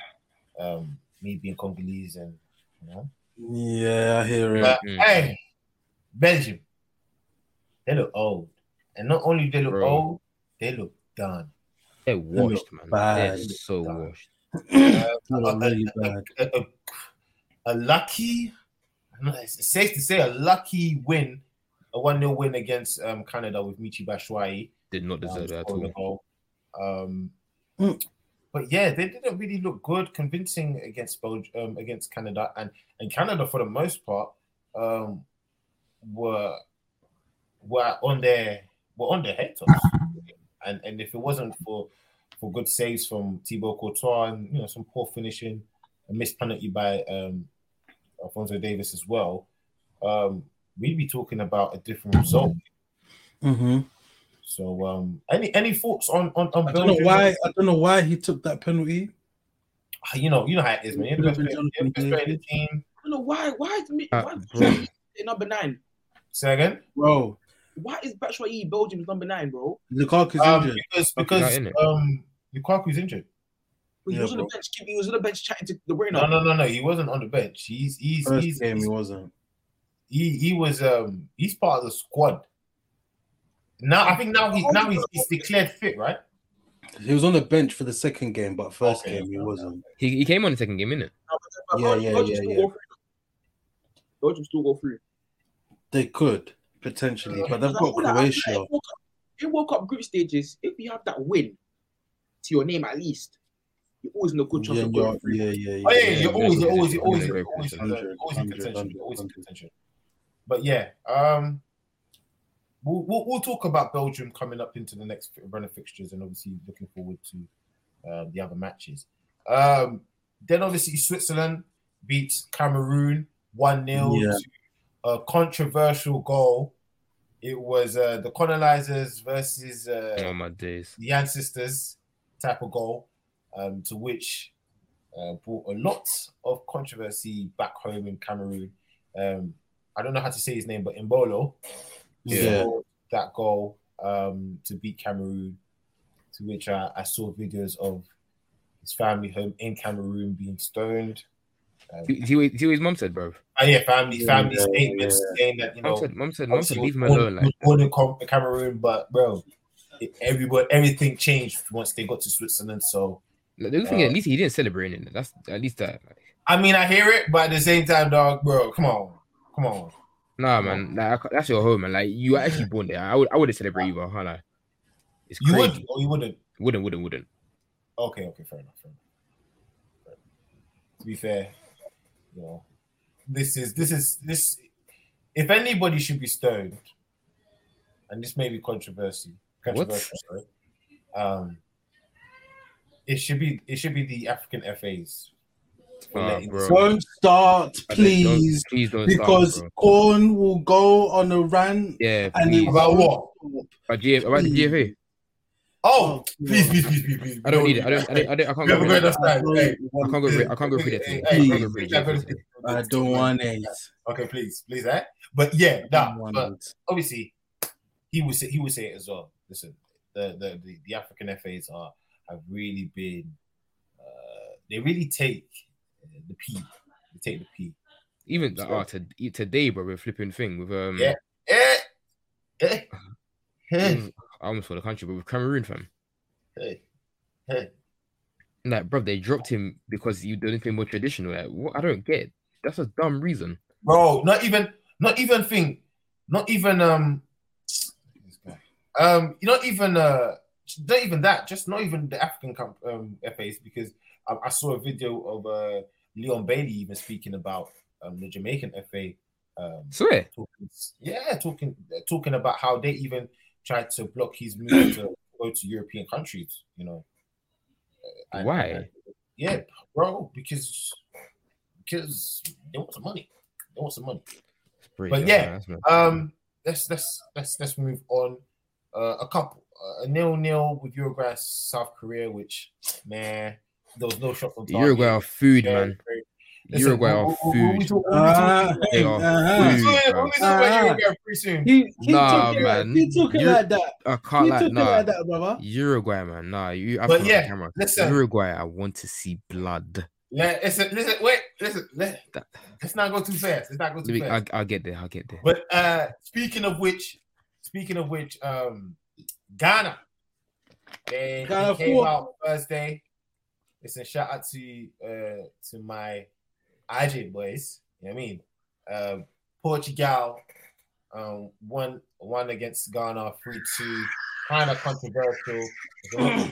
[SPEAKER 1] um, me being Congolese and you know.
[SPEAKER 2] Yeah, I hear it.
[SPEAKER 1] But, hey, Belgium, they look old, and not only they look
[SPEAKER 3] Bro.
[SPEAKER 1] old, they look done.
[SPEAKER 3] They're washed, man.
[SPEAKER 2] bad.
[SPEAKER 3] They're so
[SPEAKER 1] Bad.
[SPEAKER 3] washed.
[SPEAKER 2] They look really bad.
[SPEAKER 1] a, a- a lucky, no, it's it's safe to say, a lucky win, a 1 0 win against um, Canada with Michi Bashwai.
[SPEAKER 3] Did not
[SPEAKER 1] um,
[SPEAKER 3] deserve that at
[SPEAKER 1] scoring the
[SPEAKER 3] all.
[SPEAKER 1] goal. Um,
[SPEAKER 2] Mm.
[SPEAKER 1] But yeah, they didn't really look good, convincing against Belgium, um, against Canada, and and Canada for the most part um, were were on their were on their heads, and and if it wasn't for for good saves from Thibaut Courtois and you know some poor finishing, a missed penalty by um, Alfonso Davis as well, um, we'd be talking about a different result.
[SPEAKER 2] hmm
[SPEAKER 1] So, um, any any thoughts on on, on
[SPEAKER 2] I don't know
[SPEAKER 1] Belgium?
[SPEAKER 2] why. I don't know why he took that penalty.
[SPEAKER 1] Ah, You know, you know how it is, man. You're the best player, you're the best player in the team.
[SPEAKER 4] don't know why. Why is me?
[SPEAKER 3] Uh,
[SPEAKER 4] why is
[SPEAKER 3] bro.
[SPEAKER 4] Batshuayi number nine?
[SPEAKER 1] Say again.
[SPEAKER 2] Bro,
[SPEAKER 4] Why is Batshuayi Belgium's number nine, bro?
[SPEAKER 2] Lukaku's
[SPEAKER 1] Um,
[SPEAKER 2] injured.
[SPEAKER 1] because
[SPEAKER 3] out,
[SPEAKER 1] because
[SPEAKER 3] innit?
[SPEAKER 1] um, Lukaku's injured.
[SPEAKER 4] He
[SPEAKER 2] Yeah,
[SPEAKER 4] was on
[SPEAKER 2] bro.
[SPEAKER 4] the bench. He was on the bench chatting to the
[SPEAKER 1] No,
[SPEAKER 4] winner.
[SPEAKER 1] no, no, no. He wasn't on the bench. He's he's
[SPEAKER 2] First
[SPEAKER 1] he's,
[SPEAKER 2] game,
[SPEAKER 1] he's
[SPEAKER 2] he wasn't.
[SPEAKER 1] he he was um he's part of the squad. Now I think now he's now he's, he's declared fit, right?
[SPEAKER 2] He was on the bench for the second game, but first
[SPEAKER 1] Okay.
[SPEAKER 2] game he wasn't.
[SPEAKER 3] He, he came on the second game, innit?
[SPEAKER 4] But
[SPEAKER 2] Yeah, yeah,
[SPEAKER 4] Belgium
[SPEAKER 2] yeah,
[SPEAKER 4] still
[SPEAKER 2] yeah.
[SPEAKER 4] go through. Belgium still go through.
[SPEAKER 2] They could potentially, but they've
[SPEAKER 4] Like,
[SPEAKER 2] got
[SPEAKER 4] all that-
[SPEAKER 2] Croatia.
[SPEAKER 4] like, World Cup- In World Cup group stages, if you have that win to your name at least, you're always in a good chance
[SPEAKER 2] Yeah,
[SPEAKER 4] of
[SPEAKER 2] yeah,
[SPEAKER 4] going through.
[SPEAKER 2] yeah, yeah,
[SPEAKER 1] Oh, yeah,
[SPEAKER 2] yeah.
[SPEAKER 1] you're always, you're always, you're always,
[SPEAKER 3] Yeah,
[SPEAKER 1] you're
[SPEAKER 3] great
[SPEAKER 1] always, in the-
[SPEAKER 2] contention.
[SPEAKER 1] always in
[SPEAKER 2] Hundred,
[SPEAKER 1] contention.
[SPEAKER 2] hundred,
[SPEAKER 1] You're always in
[SPEAKER 2] hundred.
[SPEAKER 1] contention. But yeah, um, we'll, we'll we'll talk about Belgium coming up into the next fi- run of fixtures, and obviously looking forward to uh, the other matches. Um, then obviously Switzerland beats Cameroon one 0
[SPEAKER 2] Yeah.
[SPEAKER 1] A controversial goal. It was uh, the colonizers versus uh,
[SPEAKER 3] Oh my days.
[SPEAKER 1] the ancestors type of goal, um, to which uh, brought a lot of controversy back home in Cameroon. Um, I don't know how to say his name, but Imbolo
[SPEAKER 2] Yeah.
[SPEAKER 1] scored that goal um, to beat Cameroon. To which I, I saw videos of his family home in Cameroon being stoned. Um,
[SPEAKER 3] See see what see what his mum said, bro.
[SPEAKER 1] oh yeah, family
[SPEAKER 2] Yeah,
[SPEAKER 1] family
[SPEAKER 2] yeah,
[SPEAKER 1] statements
[SPEAKER 2] yeah.
[SPEAKER 1] saying that you know
[SPEAKER 3] Mum said, mum said, mum
[SPEAKER 1] Obviously,
[SPEAKER 3] said,
[SPEAKER 1] he was
[SPEAKER 3] leave him
[SPEAKER 1] born-
[SPEAKER 3] alone.
[SPEAKER 1] he
[SPEAKER 3] Like,
[SPEAKER 1] was born in Com- Cameroon, but bro, it, everybody, everything changed once they got to Switzerland. So
[SPEAKER 3] like, the good thing, is, at least he didn't celebrate in it. That's at least that. Like,
[SPEAKER 1] I mean, I hear it, but at the same time, dog, bro, come on, come on.
[SPEAKER 3] nah, man, like, I ca- that's your home, man. Like, you were actually born there. I would, I would have celebrated either. Huh, like, it's
[SPEAKER 1] You
[SPEAKER 3] crazy.
[SPEAKER 1] would or you wouldn't?
[SPEAKER 3] Wouldn't, wouldn't, wouldn't.
[SPEAKER 1] Okay, okay, fair enough. Fair enough. Fair enough. To be fair, you know, this is this is this. If anybody should be stoned, and this may be controversy, controversial, sorry, um, it should be it should be the African FAs. for
[SPEAKER 3] Ah,
[SPEAKER 1] letting
[SPEAKER 3] bro.
[SPEAKER 2] Don't
[SPEAKER 3] I
[SPEAKER 2] start,
[SPEAKER 3] don't- don't-
[SPEAKER 2] please,
[SPEAKER 3] please don't start,
[SPEAKER 2] because
[SPEAKER 3] bro.
[SPEAKER 2] Corn will go on a rant.
[SPEAKER 3] yeah,
[SPEAKER 2] And
[SPEAKER 3] please.
[SPEAKER 2] it
[SPEAKER 1] About
[SPEAKER 2] won't stop.
[SPEAKER 3] About, G- about the
[SPEAKER 2] please.
[SPEAKER 3] GFA.
[SPEAKER 1] Oh,
[SPEAKER 2] Oh,
[SPEAKER 1] please,
[SPEAKER 2] yeah.
[SPEAKER 1] please, please, please, please.
[SPEAKER 3] I don't need it. I don't, I don't, I, don't, I can't
[SPEAKER 1] We
[SPEAKER 3] go.
[SPEAKER 1] haven't
[SPEAKER 3] through
[SPEAKER 1] got
[SPEAKER 3] that.
[SPEAKER 1] enough time. Hey,
[SPEAKER 3] I can't go through. I can't go through that.
[SPEAKER 1] Hey, hey,
[SPEAKER 3] today. I can't
[SPEAKER 1] hey,
[SPEAKER 3] go through
[SPEAKER 1] please, I don't-
[SPEAKER 3] that. today.
[SPEAKER 2] I don't want it.
[SPEAKER 1] Okay, please, please, eh? But yeah,
[SPEAKER 2] I
[SPEAKER 1] nah,
[SPEAKER 2] don't want
[SPEAKER 1] but
[SPEAKER 2] it.
[SPEAKER 1] obviously he would say he would say it as well. Listen, the the, the, the African FAs are have really been uh, they really take uh, the P. They take the P.
[SPEAKER 3] Even the ah, to, today, bro, we're flipping thing with um.
[SPEAKER 1] Yeah. Eh, eh, eh,
[SPEAKER 3] with- I almost for the country, but with Cameroon, fam.
[SPEAKER 1] eh, eh.
[SPEAKER 3] Like, bro, they dropped him because you did not think more traditional. Like, what? I don't get. it. That's a dumb reason.
[SPEAKER 1] bro. Not even, not even thing, not even um, this guy. um, not even uh, not even that. Just not even the African comp- um FAs because I, I saw a video of uh Leon Bailey even speaking about um the Jamaican FA Um,
[SPEAKER 3] Swear.
[SPEAKER 1] talking, yeah, talking talking about how they even tried to block his move to go to European countries. You know, And-
[SPEAKER 3] Why?
[SPEAKER 1] and- yeah, bro, because because they want some money. They want some money.
[SPEAKER 3] Pretty
[SPEAKER 1] But
[SPEAKER 3] dumb,
[SPEAKER 1] yeah,
[SPEAKER 3] man. That's-
[SPEAKER 1] Um, let's let's let's let's move on. Uh, a couple uh, a nil nil with Uruguay South Korea, which man, there was no shot from target.
[SPEAKER 3] Uruguay are food,
[SPEAKER 1] Yeah,
[SPEAKER 3] man.
[SPEAKER 1] very- Listen,
[SPEAKER 3] Uruguay
[SPEAKER 1] we-
[SPEAKER 3] are
[SPEAKER 1] we- we- we
[SPEAKER 3] food.
[SPEAKER 1] talk- we
[SPEAKER 2] Ah,
[SPEAKER 1] talk-
[SPEAKER 3] They are
[SPEAKER 2] ah.
[SPEAKER 1] we
[SPEAKER 3] food,
[SPEAKER 1] talk-
[SPEAKER 3] bro.
[SPEAKER 1] we talk about
[SPEAKER 2] Ah.
[SPEAKER 1] Uruguay pretty soon.
[SPEAKER 2] He, he
[SPEAKER 3] Nah,
[SPEAKER 2] took it
[SPEAKER 3] man.
[SPEAKER 2] Like, he took it
[SPEAKER 3] You're-
[SPEAKER 2] like that.
[SPEAKER 3] I
[SPEAKER 2] He
[SPEAKER 3] can't like
[SPEAKER 2] took it like
[SPEAKER 3] nah.
[SPEAKER 2] that, brother.
[SPEAKER 3] Uruguay, man. Nah, you. I've
[SPEAKER 1] But
[SPEAKER 3] got
[SPEAKER 1] yeah,
[SPEAKER 3] the camera.
[SPEAKER 1] listen.
[SPEAKER 3] Uruguay, I want to see blood.
[SPEAKER 1] Let, listen, listen, wait, listen, let,
[SPEAKER 3] That-
[SPEAKER 1] let's not go too fast. Let's not go
[SPEAKER 3] Let
[SPEAKER 1] too
[SPEAKER 3] me-
[SPEAKER 1] fast.
[SPEAKER 3] I, I'll get there. I'll get there.
[SPEAKER 1] But uh speaking of which, speaking of which, um Ghana. They, they
[SPEAKER 2] Ghana
[SPEAKER 1] came
[SPEAKER 2] four.
[SPEAKER 1] out Thursday. Listen, shout out to uh to my IG boys. You know what I mean? Um Portugal um one one against Ghana, three two, kind of controversial. hello,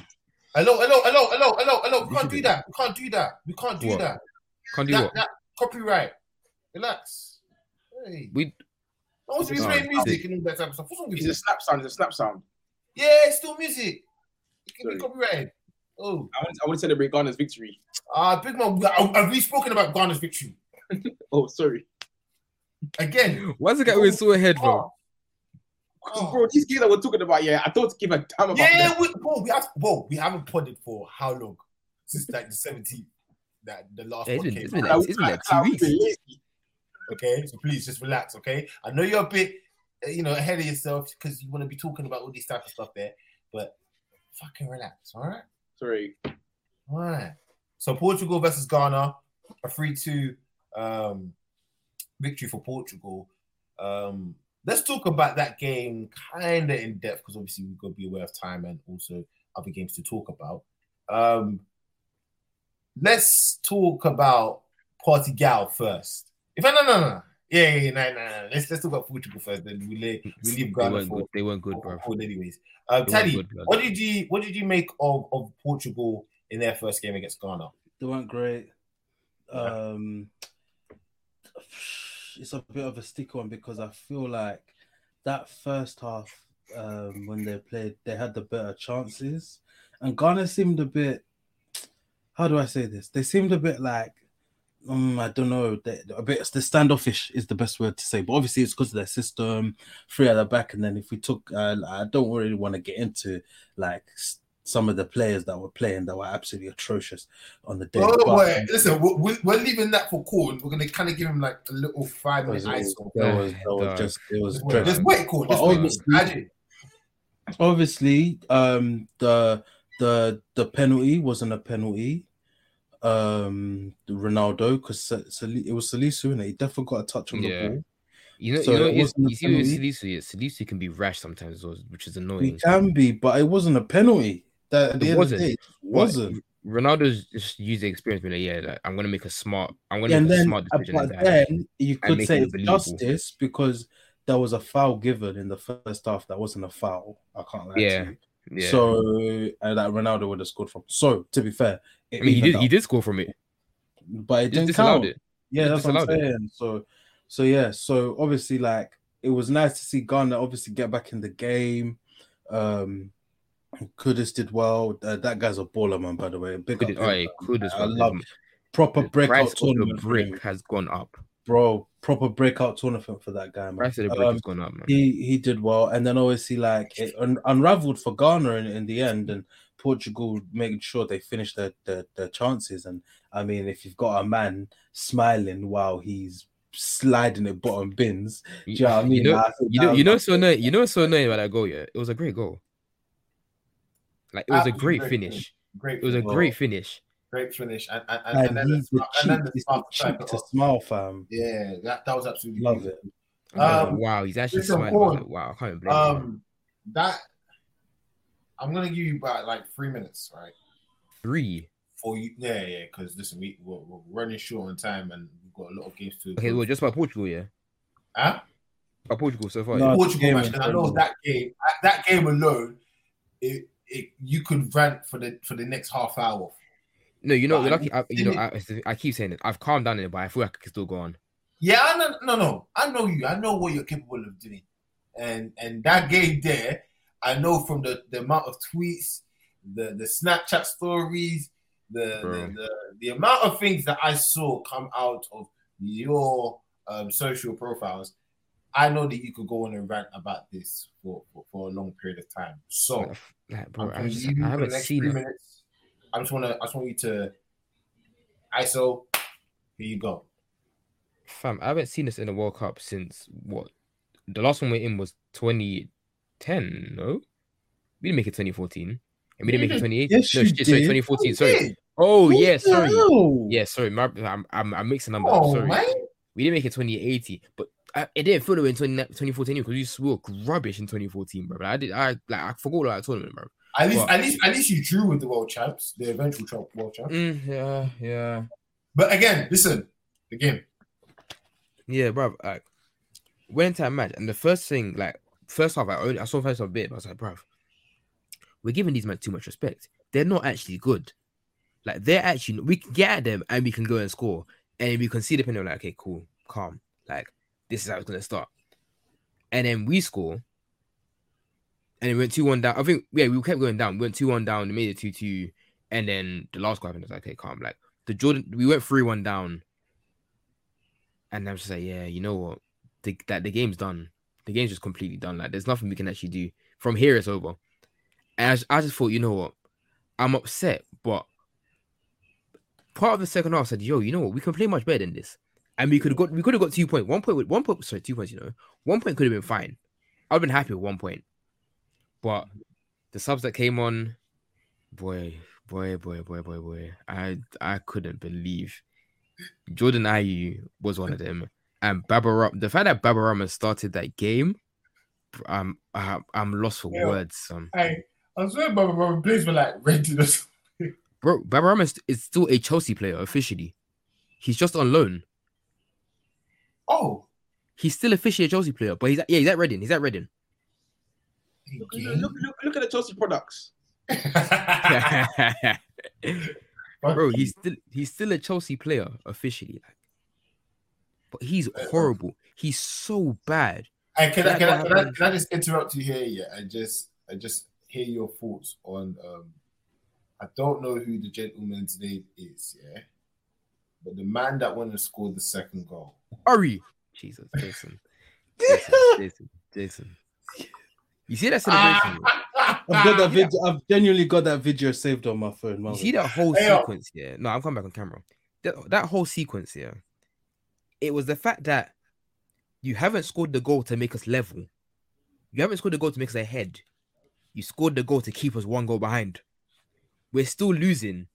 [SPEAKER 1] hello, hello, hello, hello, hello. We can't do that. We can't do that. We can't do
[SPEAKER 3] What?
[SPEAKER 1] that.
[SPEAKER 3] Can't do
[SPEAKER 1] That,
[SPEAKER 3] what?
[SPEAKER 1] that copyright. Relax. Hey.
[SPEAKER 3] We
[SPEAKER 1] No one's
[SPEAKER 3] Nah,
[SPEAKER 1] playing
[SPEAKER 3] nah.
[SPEAKER 1] music and all that type of stuff. What's wrong with
[SPEAKER 4] It's
[SPEAKER 1] you?
[SPEAKER 4] a snap sound. It's a snap sound.
[SPEAKER 1] Yeah, it's still music. It can be
[SPEAKER 4] Sorry.
[SPEAKER 1] copyrighted. Oh,
[SPEAKER 4] I want, I want to celebrate Ghana's victory.
[SPEAKER 1] ah, big man, I- have we spoken about Ghana's victory
[SPEAKER 4] Oh, sorry.
[SPEAKER 1] again? Ah.
[SPEAKER 3] why's the guy with sore head, bro?
[SPEAKER 1] Oh.
[SPEAKER 4] Bro, these games that we're talking about, yeah, I don't give a damn about them.
[SPEAKER 1] Yeah, we, bro, we have, bro, we haven't podded for how long? Since like the 17th, that the last
[SPEAKER 3] Yeah, it's
[SPEAKER 1] one
[SPEAKER 3] been-
[SPEAKER 1] came.
[SPEAKER 3] it's been
[SPEAKER 1] out,
[SPEAKER 3] like- it's been like two
[SPEAKER 4] We've
[SPEAKER 3] weeks.
[SPEAKER 4] been lazy.
[SPEAKER 1] Okay, so please just relax. Okay, I know you're a bit, uh, you know, ahead of yourself because you want to be talking about all these type of stuff there, but fucking relax, all right.
[SPEAKER 4] Sorry.
[SPEAKER 1] Right. So Portugal versus Ghana, a three-two um, victory for Portugal. Um, let's talk about that game kind of in depth because obviously we've got to be aware of time and also other games to talk about. Um, let's talk about Portugal first. If no, no, no, no. yeah, yeah, yeah, no, no, no. Let's let's talk about Portugal first. Then we leave we leave
[SPEAKER 3] They
[SPEAKER 1] Ghana
[SPEAKER 3] weren't
[SPEAKER 1] for
[SPEAKER 3] good. They weren't good,
[SPEAKER 1] for-
[SPEAKER 3] bro.
[SPEAKER 1] for anyways. Um,
[SPEAKER 3] They
[SPEAKER 1] Teddy,
[SPEAKER 3] weren't good, bro.
[SPEAKER 1] what did you what did you make of, of Portugal in their first game against Ghana?
[SPEAKER 2] They weren't great. Um, it's a bit of a stick one because I feel like that first half um, when they played, they had the better chances, and Ghana seemed a bit. How do I say this? They seemed a bit like. Um, I don't know. They, a bit the standoffish is the best word to say, but obviously it's because of their system, three at the back, and then if we took, uh, I don't really want to get into like s- some of the players that were playing that were absolutely atrocious on the day. but-
[SPEAKER 1] listen, we're, we're leaving that for Corn. We're gonna kind of give him like a little five
[SPEAKER 2] minute
[SPEAKER 1] ISO.
[SPEAKER 2] That was, that
[SPEAKER 3] Dog.
[SPEAKER 2] was just it was dreadful.
[SPEAKER 1] wait, Corn.
[SPEAKER 2] But obviously,
[SPEAKER 1] Imagine.
[SPEAKER 2] obviously, um, the the the penalty wasn't a penalty. Um, Ronaldo because it was Salisu and he definitely got a touch on
[SPEAKER 3] Yeah.
[SPEAKER 2] the ball.
[SPEAKER 3] You know,
[SPEAKER 2] So
[SPEAKER 3] you know,
[SPEAKER 2] it
[SPEAKER 3] it's-
[SPEAKER 2] wasn't a
[SPEAKER 3] you see, with
[SPEAKER 2] penalty?
[SPEAKER 3] Salisu, is Salisu can be rash sometimes, as well, which is
[SPEAKER 2] He
[SPEAKER 3] annoying.
[SPEAKER 2] can be, but it wasn't a penalty. That at the
[SPEAKER 3] It
[SPEAKER 2] end
[SPEAKER 3] wasn't.
[SPEAKER 2] of the day, it
[SPEAKER 3] What-
[SPEAKER 2] wasn't.
[SPEAKER 3] Ronaldo's just used the experience, being like, yeah, like, I'm gonna make a smart, I'm gonna
[SPEAKER 2] and
[SPEAKER 3] make a
[SPEAKER 2] then,
[SPEAKER 3] smart decision.
[SPEAKER 2] but
[SPEAKER 3] and die.
[SPEAKER 2] then you
[SPEAKER 3] and
[SPEAKER 2] could
[SPEAKER 3] make
[SPEAKER 2] say
[SPEAKER 3] it
[SPEAKER 2] it's
[SPEAKER 3] believable.
[SPEAKER 2] justice because there was a foul given in the first half that wasn't a foul. I can't lie
[SPEAKER 3] Yeah.
[SPEAKER 2] to you.
[SPEAKER 3] yeah.
[SPEAKER 2] So uh, that Ronaldo would have scored from. So to be fair, it
[SPEAKER 3] I mean, he
[SPEAKER 2] evened
[SPEAKER 3] did, he did score from it.
[SPEAKER 2] out, but it
[SPEAKER 3] He just
[SPEAKER 2] didn't
[SPEAKER 3] disallowed
[SPEAKER 2] count.
[SPEAKER 3] it.
[SPEAKER 2] Yeah,
[SPEAKER 3] just
[SPEAKER 2] that's what I'm
[SPEAKER 3] disallowed it.
[SPEAKER 2] saying. So, so yeah, so obviously, like it was nice to see Ghana obviously get back in the game. Um, Kudus did well. Uh, that guy's a baller, man. By the way, big
[SPEAKER 3] Could it,
[SPEAKER 2] up
[SPEAKER 3] oh,
[SPEAKER 2] him.
[SPEAKER 3] it could as
[SPEAKER 2] I
[SPEAKER 3] well.
[SPEAKER 2] love proper
[SPEAKER 3] the price
[SPEAKER 2] breakout
[SPEAKER 3] of the
[SPEAKER 2] tournament, for him,
[SPEAKER 3] brick has gone up.
[SPEAKER 2] bro. Proper breakout tournament for that guy, man.
[SPEAKER 3] Price of the brick
[SPEAKER 2] Um,
[SPEAKER 3] has gone up, man.
[SPEAKER 2] he he did well, and then obviously like it un- unraveled for Ghana in, in the end, and Portugal making sure they finished their, their their chances. And I mean, if you've got a man smiling while he's sliding at bottom bins, do
[SPEAKER 3] You,
[SPEAKER 2] you know what I mean?
[SPEAKER 3] you know,
[SPEAKER 2] Like, I think
[SPEAKER 3] you know,
[SPEAKER 2] that
[SPEAKER 3] you know,
[SPEAKER 2] was-
[SPEAKER 3] what's so annoying, you know, what's so annoying about that goal, yeah. It was a great goal. Like it was a
[SPEAKER 1] Absolutely
[SPEAKER 3] great
[SPEAKER 1] great
[SPEAKER 3] finish.
[SPEAKER 1] Great,
[SPEAKER 3] It was a
[SPEAKER 2] Well,
[SPEAKER 3] great finish.
[SPEAKER 1] great finish, and and, and,
[SPEAKER 2] and
[SPEAKER 1] and then the
[SPEAKER 2] he's the
[SPEAKER 1] smart- and then
[SPEAKER 2] cheek,
[SPEAKER 1] the
[SPEAKER 2] it's the
[SPEAKER 1] smart
[SPEAKER 2] cheek
[SPEAKER 1] side.
[SPEAKER 2] to smile, fam.
[SPEAKER 1] Yeah, that, that was absolutely
[SPEAKER 2] Love it.
[SPEAKER 3] I was like,
[SPEAKER 1] Um,
[SPEAKER 3] wow, he's actually
[SPEAKER 1] listen,
[SPEAKER 3] smiling. I
[SPEAKER 1] Paul,
[SPEAKER 3] was like, wow, I can't even blame him. man.
[SPEAKER 1] Um, that I'm gonna give you about like three minutes, right?
[SPEAKER 3] Three.
[SPEAKER 1] For you, yeah, yeah, because listen, we we're, we're running short on time, and we've got a lot of games to.
[SPEAKER 3] Okay, well, just by Portugal, yeah.
[SPEAKER 1] Huh?
[SPEAKER 3] By Portugal so far.
[SPEAKER 2] No,
[SPEAKER 3] Uh, yeah.
[SPEAKER 2] the
[SPEAKER 1] Portugal
[SPEAKER 2] game
[SPEAKER 1] match.
[SPEAKER 2] in
[SPEAKER 1] And I know
[SPEAKER 2] general.
[SPEAKER 1] that game, that- that game alone, it, it you could rant for the for the next half hour.
[SPEAKER 3] No, you know,
[SPEAKER 1] But
[SPEAKER 3] you're
[SPEAKER 1] I
[SPEAKER 3] lucky. I, you know,
[SPEAKER 1] didn't-
[SPEAKER 3] I, I keep saying it. I've calmed down in it, but I feel like I can still go on.
[SPEAKER 1] Yeah, I know, no, no, I know you. I know what you're capable of doing, and and that game there, I know from the, the amount of tweets, the the Snapchat stories, the
[SPEAKER 3] Bro.
[SPEAKER 1] the, the the amount of things that I saw come out of your um, social profiles. I know that you could go on and rant about this for, for, for a long period of time. So,
[SPEAKER 3] Like, bro,
[SPEAKER 1] Oh. I'm
[SPEAKER 3] I,
[SPEAKER 1] gonna
[SPEAKER 3] just,
[SPEAKER 1] leave you
[SPEAKER 3] I
[SPEAKER 1] for
[SPEAKER 3] haven't
[SPEAKER 1] the next
[SPEAKER 3] seen
[SPEAKER 1] three
[SPEAKER 3] it.
[SPEAKER 1] minutes. I just want to. I just want you to. ISO. Here you go.
[SPEAKER 3] Fam, I haven't seen this in a World Cup since what? The last one we're in was 2010, no? We didn't make it 2014. And we didn't make it 2018.
[SPEAKER 2] Yes,
[SPEAKER 3] no,
[SPEAKER 2] you
[SPEAKER 3] shit, sorry,
[SPEAKER 2] did.
[SPEAKER 3] 2014.
[SPEAKER 1] You
[SPEAKER 3] Sorry.
[SPEAKER 1] did.
[SPEAKER 3] Oh,
[SPEAKER 2] What
[SPEAKER 3] yeah,
[SPEAKER 2] the
[SPEAKER 3] sorry.
[SPEAKER 2] hell?
[SPEAKER 3] Yeah, sorry. My, I'm, I'm, I'm mixing numbers. up,
[SPEAKER 1] Oh,
[SPEAKER 3] sorry.
[SPEAKER 1] man.
[SPEAKER 3] We didn't make it 2080, but I, it didn't feel that way in 20, 2014 because you swore rubbish in 2014, bro. Like, I did, I like, I forgot all that tournament, bro.
[SPEAKER 1] At least,
[SPEAKER 3] What?
[SPEAKER 1] at least, at least you drew with the world champs, the eventual champ, world champ.
[SPEAKER 3] Mm, yeah, yeah.
[SPEAKER 1] But again, listen. Again,
[SPEAKER 3] Yeah, bro. Like, went into that match, and the first thing, like, first half, I only, I saw first half a bit, but I was like, bruv, we're giving these men too much respect. They're not actually good. Like, they're actually, we can get at them and we can go and score. And we can see the penalty, like, okay, cool, calm. Like, this is how it's going to start. And then we score. And it went 2 1 down. I think, yeah, we kept going down. We went 2 1 down, we made it 2 2. And then the last goal happened. I was like, okay, calm. Like, the Jordan, we went 3 1 down. And I was just like, yeah, you know what? The, that the game's done. The game's just completely done. Like, there's nothing we can actually do. From here, it's over. And I, just- I just thought, you know what? I'm upset, but part of the second half said, yo, you know what? We can play much better than this. And we could have got we could have got two point. One point with one point, sorry, two points, you know. One point could have been fine. I'd have been happy with one point. But the subs that came on, boy, boy, boy, boy, boy, boy. I I couldn't believe Jordan Ayu was one of them, and Babaram. The fact that Babarama started that game, I'm I'm, I'm lost for
[SPEAKER 1] Yeah.
[SPEAKER 3] words. Son.
[SPEAKER 1] I I swear, Baba Baba plays were like rented us.
[SPEAKER 3] Bro, Babarama is- is still a Chelsea player officially. He's just on loan.
[SPEAKER 1] Oh,
[SPEAKER 3] He's still officially a Chelsea player, but he's at, yeah, he's at Reading. He's at Reading.
[SPEAKER 4] Look, look, look, look, look at the Chelsea products.
[SPEAKER 1] again?
[SPEAKER 3] Bro, he's still he's still a Chelsea player officially. Like, but he's horrible. He's so bad.
[SPEAKER 1] And can, I,
[SPEAKER 3] That
[SPEAKER 1] can, I,
[SPEAKER 3] guy
[SPEAKER 1] can, I,
[SPEAKER 3] was-
[SPEAKER 1] can I just interrupt you here? Yeah, I just I just hear your thoughts on. Um, I don't know who the gentleman's name is, yeah, but the man that went and scored the second goal.
[SPEAKER 3] Hurry. Jesus, Jason. Jason, Jason, Jason. You see that
[SPEAKER 1] Ah.
[SPEAKER 3] celebration? yeah?
[SPEAKER 2] I've got
[SPEAKER 3] Ah,
[SPEAKER 2] that
[SPEAKER 3] yeah.
[SPEAKER 2] video. I've genuinely got that video saved on my phone. man.
[SPEAKER 3] You see that whole
[SPEAKER 1] Hey, yo.
[SPEAKER 3] sequence, yeah. No, I'm coming back on camera. That that whole sequence, yeah. It was the fact that you haven't scored the goal to make us level. You haven't scored the goal to make us ahead. You scored the goal to keep us one goal behind. We're still losing,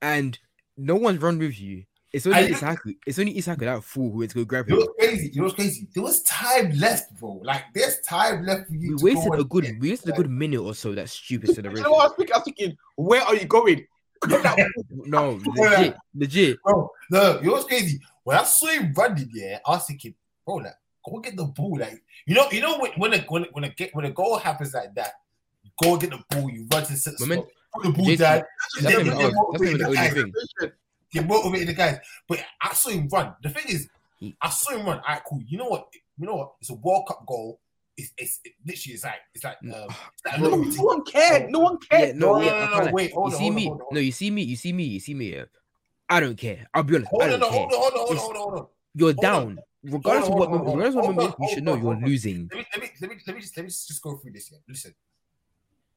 [SPEAKER 3] and no one's run with you. It's only
[SPEAKER 1] I-
[SPEAKER 3] Isaku. It's only Isaku that fool who went to go grab
[SPEAKER 1] You
[SPEAKER 3] him.
[SPEAKER 1] know what's crazy? You know what's crazy? There was time left, bro. Like there's time left for you.
[SPEAKER 3] We
[SPEAKER 1] to
[SPEAKER 3] wasted
[SPEAKER 1] go
[SPEAKER 3] a
[SPEAKER 1] and
[SPEAKER 3] good,
[SPEAKER 1] get.
[SPEAKER 3] we wasted a good minute or so. That stupid
[SPEAKER 4] You
[SPEAKER 3] celebration.
[SPEAKER 4] know what I was thinking? I was thinking, where are you going? Look at that-
[SPEAKER 3] No,
[SPEAKER 1] Yeah.
[SPEAKER 3] legit, legit.
[SPEAKER 1] Bro, no, you know what's crazy? When I saw him running, yeah, I was thinking, bro, like, go get the ball. Like, you know, you know when when a when a, when a, get, when a goal happens like that, you go get the ball, you run to set the
[SPEAKER 3] Moment-
[SPEAKER 1] spot, put the ball
[SPEAKER 3] Jason,
[SPEAKER 1] down, and
[SPEAKER 3] That's
[SPEAKER 1] then you
[SPEAKER 3] not
[SPEAKER 1] get
[SPEAKER 3] even, oh, that's not
[SPEAKER 1] motivated
[SPEAKER 3] even the
[SPEAKER 1] the
[SPEAKER 3] only
[SPEAKER 1] guys.
[SPEAKER 3] thing.
[SPEAKER 1] Get motivated the guys. But I saw him run. The thing is,
[SPEAKER 3] He-
[SPEAKER 1] I saw him run. All right, cool. You know what? You know what? It's a World Cup goal. It's it's it, literally it's like it's like um, it's like a
[SPEAKER 4] no,
[SPEAKER 1] little
[SPEAKER 4] no one cared. No one
[SPEAKER 3] Yeah,
[SPEAKER 4] cared.
[SPEAKER 3] no,
[SPEAKER 1] No,
[SPEAKER 3] yeah,
[SPEAKER 1] no, no,
[SPEAKER 3] I
[SPEAKER 1] no,
[SPEAKER 3] can't lie.
[SPEAKER 1] wait, hold
[SPEAKER 3] you
[SPEAKER 1] on,
[SPEAKER 3] see
[SPEAKER 1] hold on,
[SPEAKER 3] me,
[SPEAKER 1] hold on, hold
[SPEAKER 3] no, you see me, you see me, you see me. Yeah. I don't care. I'll be honest.
[SPEAKER 1] Hold
[SPEAKER 3] I
[SPEAKER 1] on,
[SPEAKER 3] don't
[SPEAKER 1] hold on,
[SPEAKER 3] care.
[SPEAKER 1] hold on, hold on, hold on, hold on, hold on.
[SPEAKER 3] You're
[SPEAKER 1] hold on.
[SPEAKER 3] down, regardless
[SPEAKER 1] on,
[SPEAKER 3] of what,
[SPEAKER 1] hold on,
[SPEAKER 3] moment,
[SPEAKER 1] hold on,
[SPEAKER 3] regardless
[SPEAKER 1] hold
[SPEAKER 3] of what
[SPEAKER 1] on,
[SPEAKER 3] moment, you should know
[SPEAKER 1] hold on,
[SPEAKER 3] you're
[SPEAKER 1] hold on.
[SPEAKER 3] losing.
[SPEAKER 1] let me let me let me let me just let me just, let me just go through this here. Listen,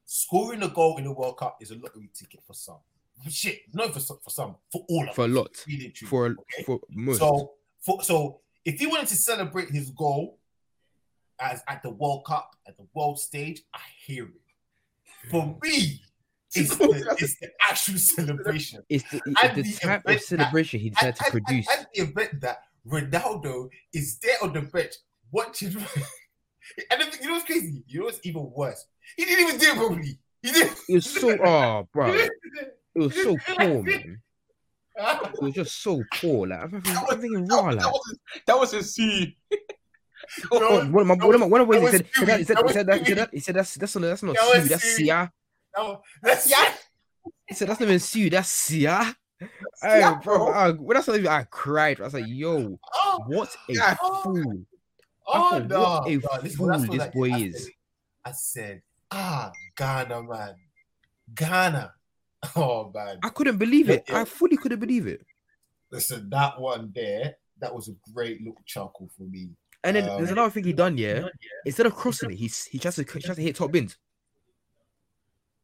[SPEAKER 1] scoring a goal in the World Cup is a lottery ticket for some. Shit, not for some, for some, for all of us.
[SPEAKER 3] For a lot.
[SPEAKER 1] Really true.
[SPEAKER 3] For
[SPEAKER 1] okay?
[SPEAKER 3] for most,
[SPEAKER 1] so for, so if he wanted to celebrate his goal as at the World Cup at the world stage, I hear it.
[SPEAKER 3] Hmm.
[SPEAKER 1] For me, it's the, it's the actual celebration.
[SPEAKER 3] it's the,
[SPEAKER 1] I'd
[SPEAKER 3] it's
[SPEAKER 1] be
[SPEAKER 3] the type
[SPEAKER 1] embarrassed
[SPEAKER 3] of
[SPEAKER 1] that-
[SPEAKER 3] celebration he
[SPEAKER 1] At,
[SPEAKER 3] decided to
[SPEAKER 1] at-
[SPEAKER 3] produce.
[SPEAKER 1] at- at the event that Ronaldo is there on the bench watching, and if, you know what's crazy? You know what's even worse? He didn't even do it properly. He didn't.
[SPEAKER 3] It was so, oh, bro,
[SPEAKER 1] He
[SPEAKER 3] it was so
[SPEAKER 1] Like
[SPEAKER 3] poor,
[SPEAKER 1] this.
[SPEAKER 3] man.
[SPEAKER 1] didn't.
[SPEAKER 3] It was just so poor. Like I'm thinking,
[SPEAKER 4] That
[SPEAKER 3] I'm thinking
[SPEAKER 4] That,
[SPEAKER 3] raw.
[SPEAKER 4] was- that
[SPEAKER 3] Like
[SPEAKER 4] was his, that was his C.
[SPEAKER 1] was-
[SPEAKER 3] Oh, one of my,
[SPEAKER 1] that
[SPEAKER 3] one of my, one of my,
[SPEAKER 1] that
[SPEAKER 3] he said,
[SPEAKER 1] was
[SPEAKER 3] he said, he said,
[SPEAKER 1] Huey.
[SPEAKER 3] he said,
[SPEAKER 1] That
[SPEAKER 3] that- he said, that- he said, that's that's not that's ah, not
[SPEAKER 1] That was
[SPEAKER 3] Sue, that's
[SPEAKER 1] Huey.
[SPEAKER 3] Sia.
[SPEAKER 1] No, that's yeah.
[SPEAKER 3] He said that's not even Sue, that's Sia. Hey,
[SPEAKER 4] Yeah,
[SPEAKER 3] bro,
[SPEAKER 4] bro.
[SPEAKER 3] I, when I saw this, I cried. I was like, yo,
[SPEAKER 1] Oh,
[SPEAKER 3] what a
[SPEAKER 4] Yeah.
[SPEAKER 3] fool.
[SPEAKER 1] oh
[SPEAKER 3] After
[SPEAKER 1] no.
[SPEAKER 3] what a
[SPEAKER 1] no, this,
[SPEAKER 3] fool
[SPEAKER 1] that's what
[SPEAKER 3] this
[SPEAKER 1] I-
[SPEAKER 3] boy
[SPEAKER 1] I
[SPEAKER 3] is.
[SPEAKER 1] Said, I said, ah, Ghana, man. Ghana. Oh, man.
[SPEAKER 3] I couldn't believe it.
[SPEAKER 1] Yeah.
[SPEAKER 3] I fully couldn't believe it.
[SPEAKER 1] Listen, that one there, that was a great little chuckle for me.
[SPEAKER 3] And then
[SPEAKER 1] Um,
[SPEAKER 3] there's another thing he done, yeah. Instead of crossing it, he's he tries to he tries to hit top bins.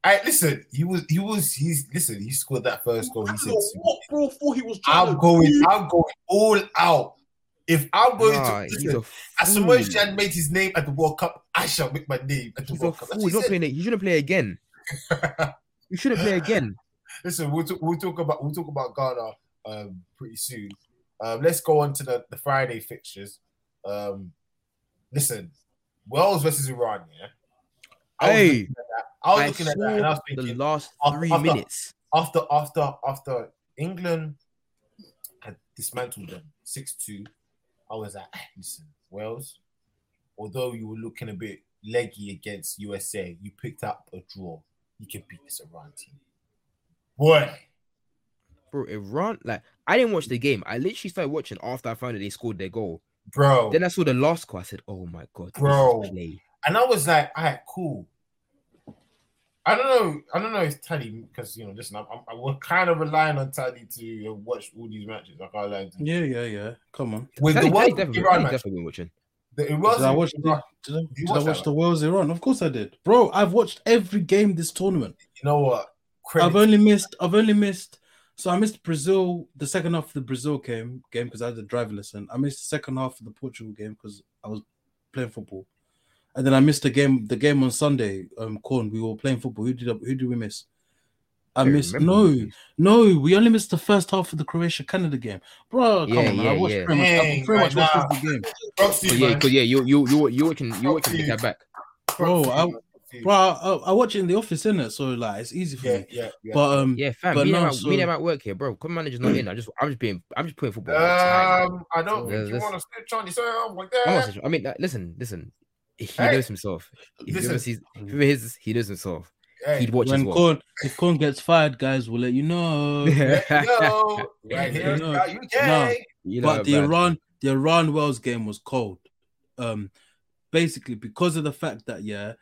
[SPEAKER 1] I listen, he was he was he's listen, he scored that first goal.
[SPEAKER 4] I
[SPEAKER 1] He
[SPEAKER 4] don't
[SPEAKER 1] said,
[SPEAKER 4] know what bro thought he was trying
[SPEAKER 1] I'm
[SPEAKER 4] to
[SPEAKER 1] going,
[SPEAKER 4] do.
[SPEAKER 1] I'm going all out. If I'm going
[SPEAKER 3] Nah,
[SPEAKER 1] to
[SPEAKER 3] he's
[SPEAKER 1] listen,
[SPEAKER 3] a
[SPEAKER 1] as
[SPEAKER 3] fool.
[SPEAKER 1] soon as Jan made his name at the World Cup, I shall make my name at the
[SPEAKER 3] He's a
[SPEAKER 1] World Cup. That's what
[SPEAKER 3] fool. He's
[SPEAKER 1] he
[SPEAKER 3] not
[SPEAKER 1] said.
[SPEAKER 3] playing it. You shouldn't play again. You shouldn't play again.
[SPEAKER 1] Listen, we'll, t- we'll talk about we'll talk about Ghana um, pretty soon. Um, let's go on to the, the Friday fixtures. Um, listen, Wales versus Iran. Yeah, I was
[SPEAKER 3] Hey,
[SPEAKER 1] looking at that. I was
[SPEAKER 3] I
[SPEAKER 1] looking at that, and I
[SPEAKER 3] saw
[SPEAKER 1] was
[SPEAKER 3] the
[SPEAKER 1] thinking
[SPEAKER 3] last
[SPEAKER 1] after-
[SPEAKER 3] three
[SPEAKER 1] after-
[SPEAKER 3] minutes.
[SPEAKER 1] after after after England had dismantled them six two, I was like, "Ah, listen, Wales. Although you were looking a bit leggy against USA, you picked up a draw. You can beat this Iran team, boy.
[SPEAKER 3] Bro, Iran, like I didn't watch the game. I literally started watching after I found that they scored their goal.
[SPEAKER 1] Bro,
[SPEAKER 3] Then I saw the last goal. I said, "Oh my god, this is
[SPEAKER 1] Bro.
[SPEAKER 3] play."
[SPEAKER 1] and I was like, all right, cool. I don't know. I don't know if Tally because you know, listen, I'm, I'm we're kind of relying on Tally to uh, watch all these matches. I can't lie. to you.
[SPEAKER 2] Yeah, yeah, yeah. Come on.
[SPEAKER 1] With
[SPEAKER 3] Tally-
[SPEAKER 1] the
[SPEAKER 3] Tally
[SPEAKER 1] World
[SPEAKER 3] definitely,
[SPEAKER 1] Iran
[SPEAKER 3] Tally
[SPEAKER 1] match,
[SPEAKER 3] definitely been watching.
[SPEAKER 1] the
[SPEAKER 2] Did I
[SPEAKER 1] Iran,
[SPEAKER 2] watch the,
[SPEAKER 1] you
[SPEAKER 2] did, I-
[SPEAKER 1] you
[SPEAKER 2] did I
[SPEAKER 1] watch
[SPEAKER 2] watch
[SPEAKER 1] that
[SPEAKER 2] the Wales Iran? Of course I did, bro. I've watched every game this tournament.
[SPEAKER 1] know what? Credit
[SPEAKER 2] I've only missed. I've only missed. So I missed Brazil the second half of the Brazil game game because I had a driving lesson. I missed the second half of the Portugal game because I was playing football, and then I missed the game the game on Sunday. Um, corn. We were playing football. Who did I- who did we miss? I
[SPEAKER 3] don't
[SPEAKER 2] missed
[SPEAKER 3] remember
[SPEAKER 2] no
[SPEAKER 3] who
[SPEAKER 2] no. We only missed the first half of the Croatia Canada game, bro. Come
[SPEAKER 3] Yeah,
[SPEAKER 2] on, man.
[SPEAKER 3] yeah,
[SPEAKER 2] I watched
[SPEAKER 3] yeah.
[SPEAKER 2] pretty much. I
[SPEAKER 1] Dang,
[SPEAKER 2] pretty much
[SPEAKER 1] right
[SPEAKER 2] watched
[SPEAKER 1] now.
[SPEAKER 2] every game,
[SPEAKER 1] Proxy,
[SPEAKER 2] Oh,
[SPEAKER 3] But yeah,
[SPEAKER 1] man.
[SPEAKER 3] but yeah, you you you you watching you watching
[SPEAKER 1] Proxy.
[SPEAKER 3] the back.
[SPEAKER 2] bro. I,
[SPEAKER 1] Proxy.
[SPEAKER 2] bro, I, I watch it in the office, innit? So like, it's easy for
[SPEAKER 1] yeah,
[SPEAKER 2] me.
[SPEAKER 1] yeah, yeah.
[SPEAKER 2] But um,
[SPEAKER 3] Yeah, fam,
[SPEAKER 2] But
[SPEAKER 3] me, and
[SPEAKER 2] no,
[SPEAKER 3] them at,
[SPEAKER 2] so-
[SPEAKER 3] me and them at work here, bro. Come manager's
[SPEAKER 1] Mm.
[SPEAKER 3] not in. I just I'm just being I'm just playing football. all the time.
[SPEAKER 1] um, I don't
[SPEAKER 3] Yeah,
[SPEAKER 1] think you
[SPEAKER 3] this-
[SPEAKER 1] want to snitch on yourself like
[SPEAKER 3] I'm not
[SPEAKER 1] that.
[SPEAKER 3] such- I mean, like, listen, listen. He
[SPEAKER 1] Ah, Hey.
[SPEAKER 3] knows himself. If he
[SPEAKER 1] Listen.
[SPEAKER 3] ever sees, if he ever hears this, he knows himself.
[SPEAKER 1] Hey,
[SPEAKER 3] He'd watch as
[SPEAKER 2] when
[SPEAKER 3] well.
[SPEAKER 2] Corn, if Corn gets fired, guys, we'll let you know.
[SPEAKER 1] there you go. right here,
[SPEAKER 2] No,
[SPEAKER 1] about you
[SPEAKER 2] no.
[SPEAKER 1] gay.
[SPEAKER 3] You know
[SPEAKER 2] but the
[SPEAKER 3] man.
[SPEAKER 2] Iran, the Iran Wales game was cold. Um, basically because of the fact that yeah,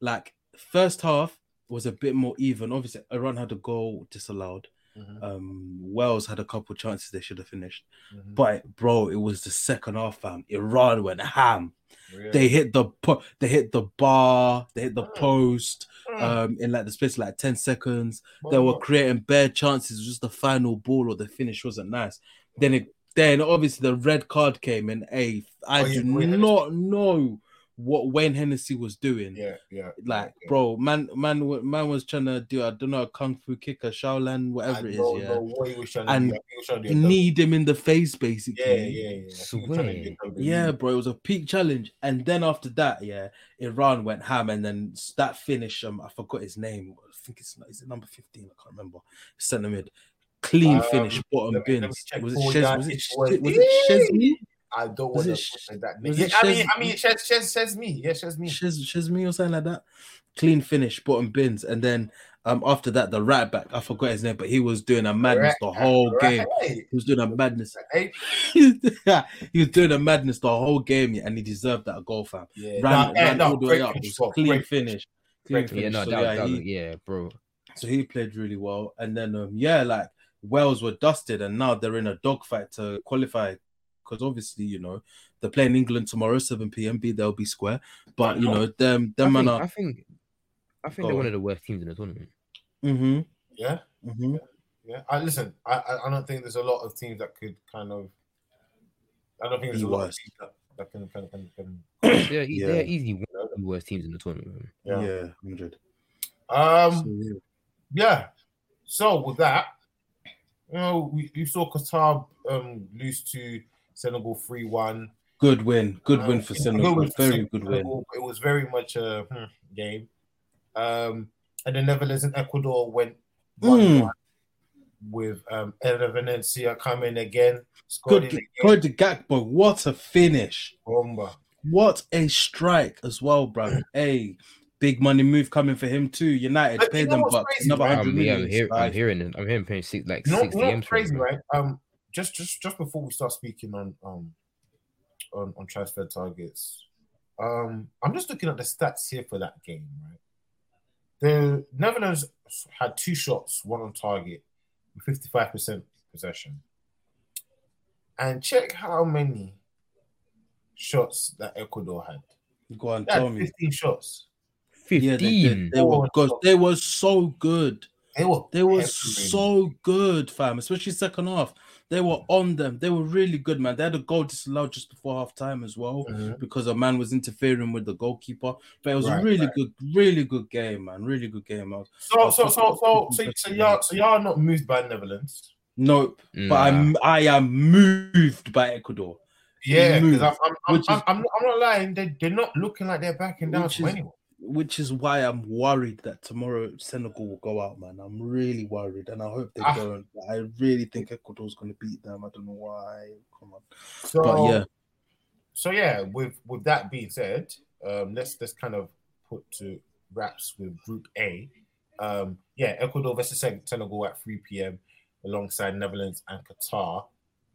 [SPEAKER 2] like first half was a bit more even. Obviously, Iran had a goal disallowed.
[SPEAKER 1] Mhm,
[SPEAKER 2] Um, Wales had a couple chances they should have finished.
[SPEAKER 1] mhm.
[SPEAKER 2] But bro, it was the second half, fam. Iran went ham.
[SPEAKER 1] Yeah.
[SPEAKER 2] They hit the po- they hit the bar, they hit the
[SPEAKER 1] Mm.
[SPEAKER 2] post.
[SPEAKER 1] Mm.
[SPEAKER 2] Um, in like the space of like ten seconds. they
[SPEAKER 1] Oh.
[SPEAKER 2] were creating bare chances. Just the final ball or the finish wasn't nice. Then it, then obviously the red card came, and hey, I
[SPEAKER 1] Oh, yeah,
[SPEAKER 2] do
[SPEAKER 1] Wayne Hennessy.
[SPEAKER 2] not know what Wayne Hennessy was doing.
[SPEAKER 1] yeah, yeah,
[SPEAKER 2] Like,
[SPEAKER 1] yeah.
[SPEAKER 2] bro, man, man, wa- man was trying to do I don't know a kung fu kick, a Shaolin,
[SPEAKER 1] I
[SPEAKER 2] whatever it is.
[SPEAKER 1] don't
[SPEAKER 2] Yeah,
[SPEAKER 1] know what he was trying
[SPEAKER 2] And
[SPEAKER 1] to do. I think he was trying to do a double.
[SPEAKER 2] need him in the face, basically.
[SPEAKER 1] Yeah, yeah, yeah. I think he was trying to do a
[SPEAKER 3] Swear.
[SPEAKER 1] double.
[SPEAKER 2] Yeah, bro, it was a peak challenge, and then after that, yeah, Iran went ham, and then s- that finish. Um, I forgot his name. I think it's is it number fifteen? I can't remember. Centre mid, clean
[SPEAKER 1] Um,
[SPEAKER 2] finish, bottom
[SPEAKER 1] let me- let me
[SPEAKER 2] bins.
[SPEAKER 1] check
[SPEAKER 2] Was it
[SPEAKER 1] for
[SPEAKER 2] Shez?
[SPEAKER 1] that.
[SPEAKER 2] Was it,
[SPEAKER 1] It
[SPEAKER 2] Sh-
[SPEAKER 1] was-
[SPEAKER 2] was it Chesney?
[SPEAKER 1] I don't
[SPEAKER 2] Was
[SPEAKER 1] want to
[SPEAKER 2] it Sh-
[SPEAKER 1] that name.
[SPEAKER 2] was
[SPEAKER 1] Yeah,
[SPEAKER 2] it
[SPEAKER 1] I mean,
[SPEAKER 2] Shez-
[SPEAKER 1] I mean, Shez, Shez, Shez me. Yeah, Shez me.
[SPEAKER 2] Shiz, Shizmi or something like that. Clean finish, bottom bins, and then um after that the right back. I forgot his name, but he was doing a madness the whole game.
[SPEAKER 1] Right.
[SPEAKER 2] He was doing a madness.
[SPEAKER 1] Hey,
[SPEAKER 2] he was doing a madness the whole game, yeah, and he deserved that goal, fam.
[SPEAKER 1] yeah.
[SPEAKER 2] ran,
[SPEAKER 1] Nah, eh,
[SPEAKER 2] ran
[SPEAKER 1] nah,
[SPEAKER 2] all the
[SPEAKER 1] great
[SPEAKER 2] way up. It
[SPEAKER 1] finish,
[SPEAKER 2] was
[SPEAKER 1] bro.
[SPEAKER 2] clean
[SPEAKER 1] Great
[SPEAKER 2] finish. Clean
[SPEAKER 1] Great
[SPEAKER 2] finish.
[SPEAKER 3] Yeah, no,
[SPEAKER 2] so,
[SPEAKER 3] that,
[SPEAKER 2] yeah,
[SPEAKER 3] that,
[SPEAKER 2] he,
[SPEAKER 3] yeah, bro.
[SPEAKER 2] so he played really well. And then um, yeah, like Wales were dusted, and now they're in a dogfight to qualify. Because obviously, you know, they're playing England tomorrow, 7 p.m. B they'll be square. But you know, them them
[SPEAKER 3] I
[SPEAKER 2] man
[SPEAKER 3] think,
[SPEAKER 2] are
[SPEAKER 3] I think, I think
[SPEAKER 2] Go
[SPEAKER 3] they're one
[SPEAKER 2] on.
[SPEAKER 3] of the worst teams in the tournament.
[SPEAKER 2] hmm
[SPEAKER 1] Yeah.
[SPEAKER 2] hmm
[SPEAKER 1] Yeah, I listen. I I I don't think there's a lot of teams that could kind of. I don't think there's
[SPEAKER 2] Be
[SPEAKER 1] a lot of
[SPEAKER 2] worse.
[SPEAKER 1] teams that, that can, can, can, can
[SPEAKER 3] They're, e-
[SPEAKER 2] Yeah.
[SPEAKER 3] they're easily one of the worst teams in the tournament. man.
[SPEAKER 1] yeah.
[SPEAKER 2] yeah, hundred.
[SPEAKER 1] Um.
[SPEAKER 2] So, yeah.
[SPEAKER 1] yeah. So with that, you know, we, we saw Qatar um lose to Senegal three one. Um,
[SPEAKER 2] Good win, good win for Senegal. Very good win.
[SPEAKER 1] It was very much a hmm, game. Um, and the Netherlands and Ecuador went one
[SPEAKER 2] Mm.
[SPEAKER 1] with um Eder Venencia coming again, scored
[SPEAKER 2] Good,
[SPEAKER 1] in the game.
[SPEAKER 2] good Gakpo. What a finish!
[SPEAKER 1] Bomba.
[SPEAKER 3] Mm.
[SPEAKER 2] What a strike as well, brother. hey, big money move coming for him too. United
[SPEAKER 1] I
[SPEAKER 2] pay
[SPEAKER 1] think
[SPEAKER 2] them
[SPEAKER 1] that was
[SPEAKER 2] bucks,
[SPEAKER 1] crazy,
[SPEAKER 2] another
[SPEAKER 1] right?
[SPEAKER 3] I'm,
[SPEAKER 2] hundred
[SPEAKER 3] Um, yeah, I'm,
[SPEAKER 2] million.
[SPEAKER 3] hear, I'm
[SPEAKER 2] like,
[SPEAKER 3] hearing it. I'm hearing paying six, like
[SPEAKER 1] You know,
[SPEAKER 3] six
[SPEAKER 1] you know what's
[SPEAKER 3] DMs. for
[SPEAKER 1] crazy,
[SPEAKER 3] him.
[SPEAKER 1] right? Um, just just just before we start speaking on um on, on transfer targets, um, I'm just looking at the stats here for that game, right? The Netherlands had two shots, one on target, with 55% possession. And check how many shots that Ecuador had.
[SPEAKER 2] Go on,
[SPEAKER 1] They had
[SPEAKER 2] tell me.
[SPEAKER 1] 15 shots.
[SPEAKER 2] Yeah, they,
[SPEAKER 3] Fifteen.
[SPEAKER 2] did. they were good. They were so good.
[SPEAKER 1] They were
[SPEAKER 2] They were
[SPEAKER 1] peppering.
[SPEAKER 2] so good, fam. Especially second half. They were on them. They were really good, man. They had a goal disallowed just before half time as well
[SPEAKER 1] Mhm.
[SPEAKER 2] because a man was interfering with the goalkeeper. But it was
[SPEAKER 1] Right,
[SPEAKER 2] a really good, really good game, man. Really good game. I was-
[SPEAKER 1] So so so so so, so y'all so y'all are not moved by Netherlands.
[SPEAKER 2] Nope, but I'm I am moved by Ecuador.
[SPEAKER 1] Yeah,
[SPEAKER 2] move,
[SPEAKER 1] because I'm, I'm, I'm,
[SPEAKER 2] which is-
[SPEAKER 1] I'm, I'm, not- I'm not lying. They, they're not looking like they're backing down
[SPEAKER 2] Which
[SPEAKER 1] to
[SPEAKER 2] is-
[SPEAKER 1] anyone.
[SPEAKER 2] which is why I'm worried that tomorrow Senegal will go out, man. I'm really worried, and I hope they
[SPEAKER 1] Ah.
[SPEAKER 2] don't. I really think Ecuador's going to beat them. I don't know why. Come on,
[SPEAKER 1] So
[SPEAKER 2] but yeah,
[SPEAKER 1] so yeah. With with that being said, um, let's let's kind of put to wraps with Group A. Um, yeah, Ecuador versus Sen- Senegal at 3 p.m. alongside Netherlands and Qatar,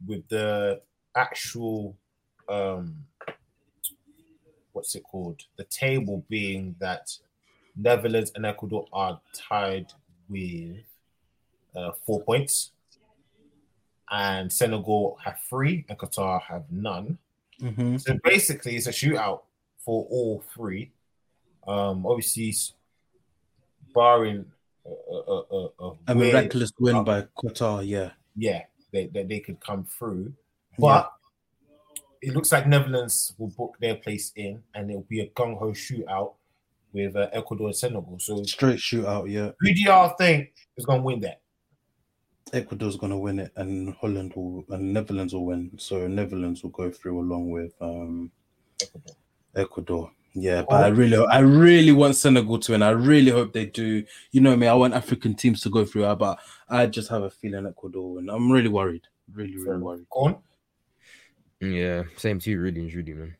[SPEAKER 1] with the actual um, what's it called? The table being that Netherlands and Ecuador are tied with uh, four points, and Senegal have three, and Qatar have none.
[SPEAKER 2] Mhm.
[SPEAKER 1] So basically, it's a shootout for all three. Um, obviously, s- barring a, a, a, a, a
[SPEAKER 2] a
[SPEAKER 1] weird-
[SPEAKER 2] miraculous win by Qatar. Yeah,
[SPEAKER 1] yeah, they, they, they could come through. But it looks like Netherlands will book their place in, and it'll be a gung ho shootout with uh, Ecuador and Senegal. So,
[SPEAKER 2] Yeah. straight shootout. Yeah,
[SPEAKER 1] who do y'all think is going to win that?
[SPEAKER 2] Ecuador's going to win it, and Holland will, and Netherlands will win. So Netherlands will go through along with um
[SPEAKER 1] Ecuador.
[SPEAKER 2] Ecuador. Yeah, but I really, I really want Senegal to win. I really hope they do. You know me, I want African teams to go through, Ah, but I just have a feeling Ecuador, and I'm really worried. Really, really worried.
[SPEAKER 1] Go on.
[SPEAKER 3] Yeah, same to you, really and truly, man.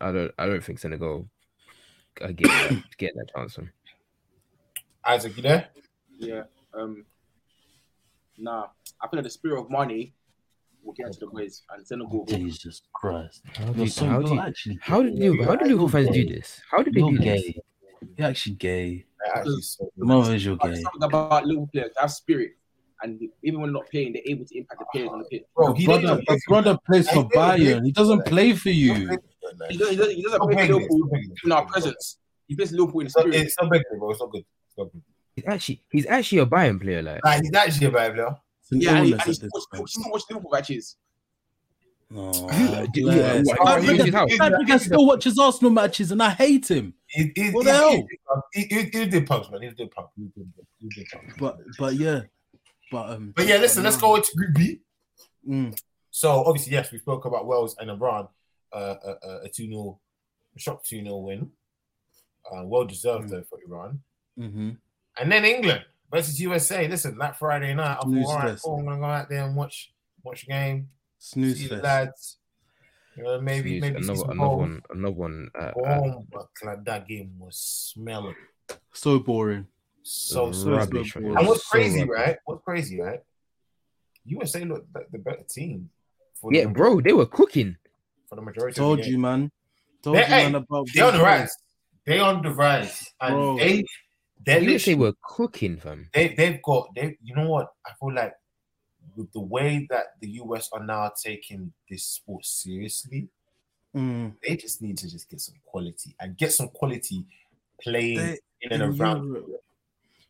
[SPEAKER 3] I, I don't, I don't think Senegal. I get that, get that chance. Man.
[SPEAKER 1] Isaac, you there?
[SPEAKER 4] Yeah. Um. Nah, I feel like the spirit of money will get into the quiz and Senegal. will-
[SPEAKER 2] Jesus Christ!
[SPEAKER 3] How do,
[SPEAKER 2] You're
[SPEAKER 3] you,
[SPEAKER 2] so,
[SPEAKER 3] how,
[SPEAKER 2] you're
[SPEAKER 3] do you,
[SPEAKER 2] actually,
[SPEAKER 3] how did Liverpool, how did Liverpool fans do this? How did they
[SPEAKER 2] you're
[SPEAKER 3] do this?
[SPEAKER 2] gay. You're actually gay.
[SPEAKER 1] That actually is so good.
[SPEAKER 2] No, is you're
[SPEAKER 4] Like,
[SPEAKER 2] gay.
[SPEAKER 4] Something about little players, they have spirit, and even when not playing, they're able to impact the players on the pitch.
[SPEAKER 1] Bro,
[SPEAKER 2] Your
[SPEAKER 1] he didn't
[SPEAKER 2] brother,
[SPEAKER 1] even-
[SPEAKER 2] your brother plays
[SPEAKER 1] I
[SPEAKER 2] for
[SPEAKER 1] didn't play
[SPEAKER 2] Bayern. He doesn't play for you.
[SPEAKER 4] He doesn't, he doesn't, he doesn't
[SPEAKER 1] Stop
[SPEAKER 4] play for
[SPEAKER 1] begging it,
[SPEAKER 4] Liverpool
[SPEAKER 1] stop begging it.
[SPEAKER 4] in our presence. He plays Liverpool in the
[SPEAKER 1] It's not,
[SPEAKER 4] spirit.
[SPEAKER 1] it's not begging, bro. It's not good. It's not good.
[SPEAKER 3] He's actually, he's actually a Bayern player, like.
[SPEAKER 1] Like, he's actually a bad player.
[SPEAKER 2] It's an
[SPEAKER 4] yeah, and he, and
[SPEAKER 2] illness
[SPEAKER 4] he
[SPEAKER 2] at
[SPEAKER 4] still
[SPEAKER 2] this
[SPEAKER 4] watch, he
[SPEAKER 2] point.
[SPEAKER 4] still watch Liverpool matches.
[SPEAKER 2] Aw,
[SPEAKER 3] You- you- you-
[SPEAKER 2] bless. My
[SPEAKER 1] you-
[SPEAKER 2] brother-
[SPEAKER 1] you- you-
[SPEAKER 2] my brother still watches Arsenal matches, and I hate him.
[SPEAKER 1] It, it,
[SPEAKER 2] What
[SPEAKER 1] it,
[SPEAKER 2] the hell?
[SPEAKER 1] It, it, it, it did pumps, man. It did pump. It did pump. It did pump.
[SPEAKER 2] But but yeah, but um.
[SPEAKER 1] But yeah, listen, let's go into Group B.
[SPEAKER 2] Mm,
[SPEAKER 1] So obviously, yes, we spoke about Wales and Iran. Uh, a- a, a 2 0, shock 2 0 win. Uh, well deserved, though, for Iran.
[SPEAKER 2] mhm.
[SPEAKER 1] And then England versus USA. Listen, that Friday night, I'm
[SPEAKER 2] Lose
[SPEAKER 1] all right.
[SPEAKER 2] this.
[SPEAKER 1] Cool, I'm going to go out there and watch watch the game.
[SPEAKER 2] Snooze
[SPEAKER 1] see the
[SPEAKER 2] fest.
[SPEAKER 1] lads. You know, maybe,
[SPEAKER 3] Jeez,
[SPEAKER 1] maybe see
[SPEAKER 3] another,
[SPEAKER 1] some
[SPEAKER 3] another
[SPEAKER 1] goals.
[SPEAKER 3] one, another one. Uh, uh,
[SPEAKER 1] Oh, my God, that game was smelling
[SPEAKER 2] So boring.
[SPEAKER 1] so
[SPEAKER 3] Rubbish,
[SPEAKER 1] so.
[SPEAKER 2] so
[SPEAKER 3] rubbish.
[SPEAKER 2] good.
[SPEAKER 3] man.
[SPEAKER 1] And what's
[SPEAKER 3] So
[SPEAKER 1] crazy,
[SPEAKER 3] rubbish.
[SPEAKER 1] right? What's crazy, right? USA looked like the better team. For
[SPEAKER 3] Yeah,
[SPEAKER 1] the,
[SPEAKER 3] bro, they were cooking.
[SPEAKER 1] For the majority
[SPEAKER 2] Told
[SPEAKER 1] of the
[SPEAKER 2] you,
[SPEAKER 1] game.
[SPEAKER 2] man. Told
[SPEAKER 1] They-
[SPEAKER 2] you, man.
[SPEAKER 1] hey,
[SPEAKER 2] About
[SPEAKER 1] They on the
[SPEAKER 2] Brazil.
[SPEAKER 1] rise. They on the rise, and
[SPEAKER 2] Bro.
[SPEAKER 1] they they
[SPEAKER 3] USA
[SPEAKER 1] literally
[SPEAKER 3] were cooking, fam.
[SPEAKER 1] they they've got they. You know what? I feel like with the way that the US are now taking this sport seriously,
[SPEAKER 2] Mm,
[SPEAKER 1] they just need to just get some quality and get some quality playing
[SPEAKER 2] they,
[SPEAKER 1] in and
[SPEAKER 2] in
[SPEAKER 1] around.
[SPEAKER 2] Europe.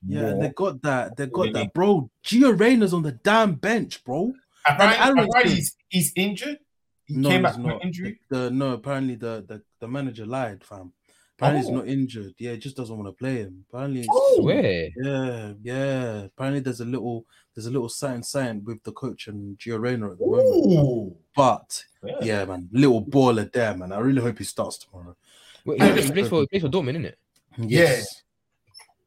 [SPEAKER 2] yeah,
[SPEAKER 1] more.
[SPEAKER 2] they got that. They got
[SPEAKER 1] Really?
[SPEAKER 2] that, bro. Gio Reyna's on the damn bench, bro.
[SPEAKER 1] Apparently,
[SPEAKER 2] Aaron's
[SPEAKER 1] apparently
[SPEAKER 2] good.
[SPEAKER 1] he's, he's injured. He
[SPEAKER 2] No,
[SPEAKER 1] came
[SPEAKER 2] he's
[SPEAKER 1] back from an
[SPEAKER 2] not.
[SPEAKER 1] injury.
[SPEAKER 2] The, the- no, apparently the, the the manager lied, fam. Apparently he's
[SPEAKER 1] Oh.
[SPEAKER 2] not injured. Yeah, he just doesn't want to play him. Apparently, it's-
[SPEAKER 1] Oh.
[SPEAKER 3] Swear.
[SPEAKER 2] yeah, yeah. Apparently there's a little there's a little sign sign with the coach and Gio Reyna at the moment.
[SPEAKER 1] Ooh.
[SPEAKER 2] But
[SPEAKER 1] Yeah.
[SPEAKER 2] yeah, man, little baller there, man. I really hope he starts tomorrow.
[SPEAKER 3] Wait,
[SPEAKER 1] I
[SPEAKER 3] he,
[SPEAKER 1] just-
[SPEAKER 3] he plays for, he plays for Dortmund, innit?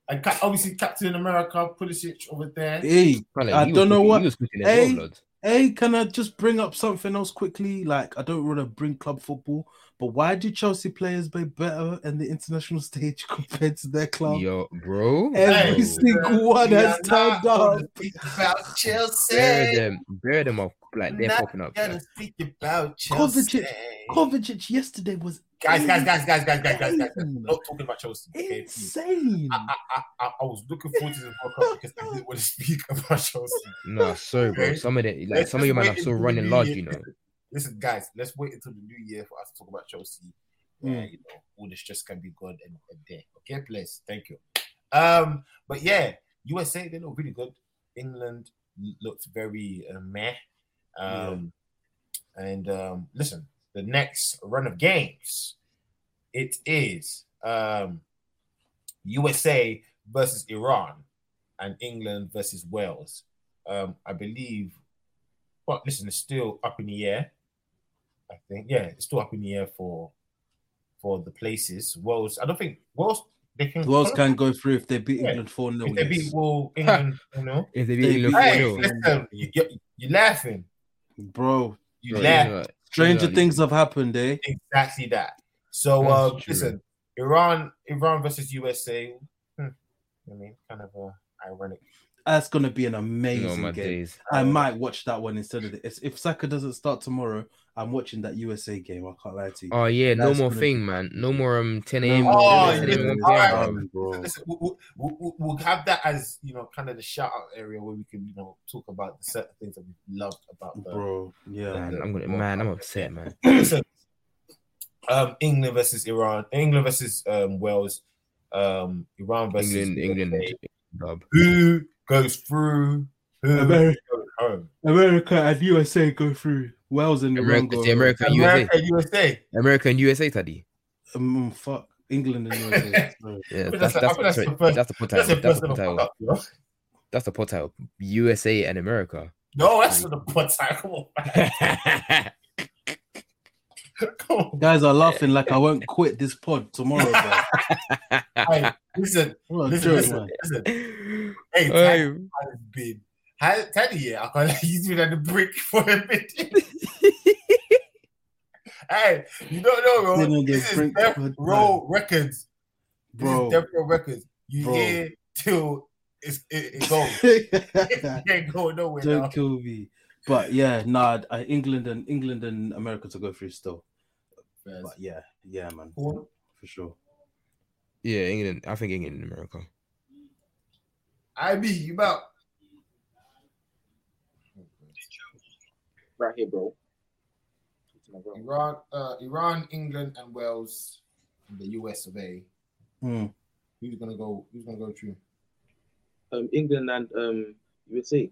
[SPEAKER 1] And ca- obviously, Captain America, Pulisic over there.
[SPEAKER 2] Hey,
[SPEAKER 3] Man, like,
[SPEAKER 2] I
[SPEAKER 3] he was
[SPEAKER 2] don't know
[SPEAKER 3] cooking-
[SPEAKER 2] what-
[SPEAKER 3] he was cooking as
[SPEAKER 2] Hey,
[SPEAKER 3] well, lad.
[SPEAKER 2] Hey, can I just bring up something else quickly? Like, I don't want to bring club football, but why do Chelsea players play better in the international stage compared to their club?
[SPEAKER 3] Yo, bro.
[SPEAKER 2] Every
[SPEAKER 3] bro.
[SPEAKER 2] single one
[SPEAKER 1] We
[SPEAKER 2] has
[SPEAKER 1] are not
[SPEAKER 2] turned up.
[SPEAKER 1] gonna speak About Chelsea.
[SPEAKER 3] Bury them, bury them up. Like they're
[SPEAKER 1] Not
[SPEAKER 3] popping up.
[SPEAKER 1] gonna
[SPEAKER 3] Like,
[SPEAKER 1] speak about
[SPEAKER 2] Kovacic.
[SPEAKER 1] Chelsea.
[SPEAKER 2] Kovacic yesterday was
[SPEAKER 1] Guys, guys, guys, guys, guys, guys, guys, guys.
[SPEAKER 2] insane.
[SPEAKER 1] Not talking about Chelsea. Okay, please.
[SPEAKER 2] insane.
[SPEAKER 1] I, I, I, I was looking forward to this World Cup because I didn't want to speak about Chelsea.
[SPEAKER 3] no, sorry, bro. Some of the like
[SPEAKER 1] Let's
[SPEAKER 3] some of your
[SPEAKER 1] just
[SPEAKER 3] men
[SPEAKER 1] wait
[SPEAKER 3] are still
[SPEAKER 1] until
[SPEAKER 3] running
[SPEAKER 1] the
[SPEAKER 3] large,
[SPEAKER 1] new
[SPEAKER 3] you know.
[SPEAKER 1] year. Listen, guys, let's wait until the new year for us to talk about Chelsea. Yeah, you know, all the stress can be gone and, and there. Okay, please. Thank you. Um, but yeah, USA they look really good. England looked very uh, meh. Um, and um, listen, the next run of games, it is um, USA versus Iran and England versus Wales. Um, I believe, but listen, it's still up in the air. I think, yeah, it's still up in the air for for the places. Wales, I don't think Wales they can.
[SPEAKER 2] Wales can go through if they beat
[SPEAKER 1] Yeah.
[SPEAKER 2] England 4
[SPEAKER 1] If they beat
[SPEAKER 2] 0.
[SPEAKER 1] Wales, England, you know.
[SPEAKER 3] If they
[SPEAKER 2] They
[SPEAKER 3] beat England
[SPEAKER 2] beat-
[SPEAKER 3] four
[SPEAKER 1] Hey,
[SPEAKER 3] nil,
[SPEAKER 1] listen, you, you- you're laughing.
[SPEAKER 2] Bro,
[SPEAKER 1] You laugh
[SPEAKER 2] stranger
[SPEAKER 3] Yeah.
[SPEAKER 2] things have happened, eh?
[SPEAKER 1] exactly that. So
[SPEAKER 3] That's
[SPEAKER 1] uh,
[SPEAKER 3] true.
[SPEAKER 1] listen, Iran, Iran versus USA. Hmm, I mean, kind of a ironic.
[SPEAKER 2] That's going to be an
[SPEAKER 3] no,
[SPEAKER 2] amazing
[SPEAKER 3] my
[SPEAKER 2] game.
[SPEAKER 3] days.
[SPEAKER 2] I might watch that one instead of this. If Saka doesn't start tomorrow, I'm watching that USA game. I can't lie to you.
[SPEAKER 3] Oh yeah, no
[SPEAKER 2] That's
[SPEAKER 3] more
[SPEAKER 2] gonna
[SPEAKER 3] thing, man. No more um 10 a.m.
[SPEAKER 1] more- Oh,
[SPEAKER 3] 10
[SPEAKER 1] yeah.
[SPEAKER 3] a.m.
[SPEAKER 1] All right.
[SPEAKER 3] bro.
[SPEAKER 2] Um, bro.
[SPEAKER 1] Listen, we'll, we'll, we'll- we'll have that as you know, kind of the shout out area where we can you know talk about the certain things that we loved about the
[SPEAKER 2] Bro, yeah.
[SPEAKER 3] Man, I'm gonna man, I'm upset, man.
[SPEAKER 1] Listen, um, England versus Iran, England versus um, Wales, um, Iran versus
[SPEAKER 3] England, England,
[SPEAKER 1] USA.
[SPEAKER 3] dub.
[SPEAKER 1] Who goes through? Who
[SPEAKER 2] Ameri-
[SPEAKER 1] goes home?
[SPEAKER 2] America and USA go through. Wales and Iran
[SPEAKER 3] America,
[SPEAKER 2] go
[SPEAKER 3] it's the America, and USA,
[SPEAKER 1] America, USA.
[SPEAKER 3] America and USA, Taddy.
[SPEAKER 2] Um, fuck. England and USA. sorry.
[SPEAKER 3] Yeah,
[SPEAKER 1] But that's-
[SPEAKER 3] that's that's
[SPEAKER 1] I feel that's
[SPEAKER 3] sorry,
[SPEAKER 1] the first-
[SPEAKER 3] that's the pot
[SPEAKER 1] That's
[SPEAKER 3] title.
[SPEAKER 1] the
[SPEAKER 3] That's
[SPEAKER 1] first
[SPEAKER 3] the
[SPEAKER 1] of
[SPEAKER 3] pot
[SPEAKER 1] the
[SPEAKER 3] title.
[SPEAKER 1] fuck up, you know?
[SPEAKER 3] That's the pot title. USA and America.
[SPEAKER 1] No, that's not the butt side. Come on, man. Come on.
[SPEAKER 2] Guys are laughing like I won't quit this pod tomorrow. Bro.
[SPEAKER 1] Hey, listen,
[SPEAKER 2] What a
[SPEAKER 1] listen,
[SPEAKER 2] joke,
[SPEAKER 1] listen,
[SPEAKER 2] man.
[SPEAKER 1] listen.
[SPEAKER 3] Hey,
[SPEAKER 1] Hey, Teddy has been. Hi- Teddy, yeah, I can't lie, he's been at the brick for a bit. hey, you don't know,
[SPEAKER 2] Been
[SPEAKER 1] bro.
[SPEAKER 2] on the
[SPEAKER 1] This is
[SPEAKER 2] brink
[SPEAKER 1] Death
[SPEAKER 2] for a time.
[SPEAKER 1] Row Records. Bro. This
[SPEAKER 2] Bro.
[SPEAKER 1] is Death Row Records. You
[SPEAKER 2] Bro.
[SPEAKER 1] hear till it's, it, it goes. it ain't going nowhere. now.
[SPEAKER 2] Don't kill me. But yeah, nah, I, England and England and America to go through still. But yeah, yeah, man,
[SPEAKER 1] Cool.
[SPEAKER 2] for sure.
[SPEAKER 3] Yeah, England. I think England and America.
[SPEAKER 1] IB, you about?
[SPEAKER 4] right here, bro.
[SPEAKER 1] Iran, uh, Iran, England, and Wales, and the US of A.
[SPEAKER 2] Hmm.
[SPEAKER 1] Who's gonna go? Who's gonna go through?
[SPEAKER 4] Um, England and um, USA.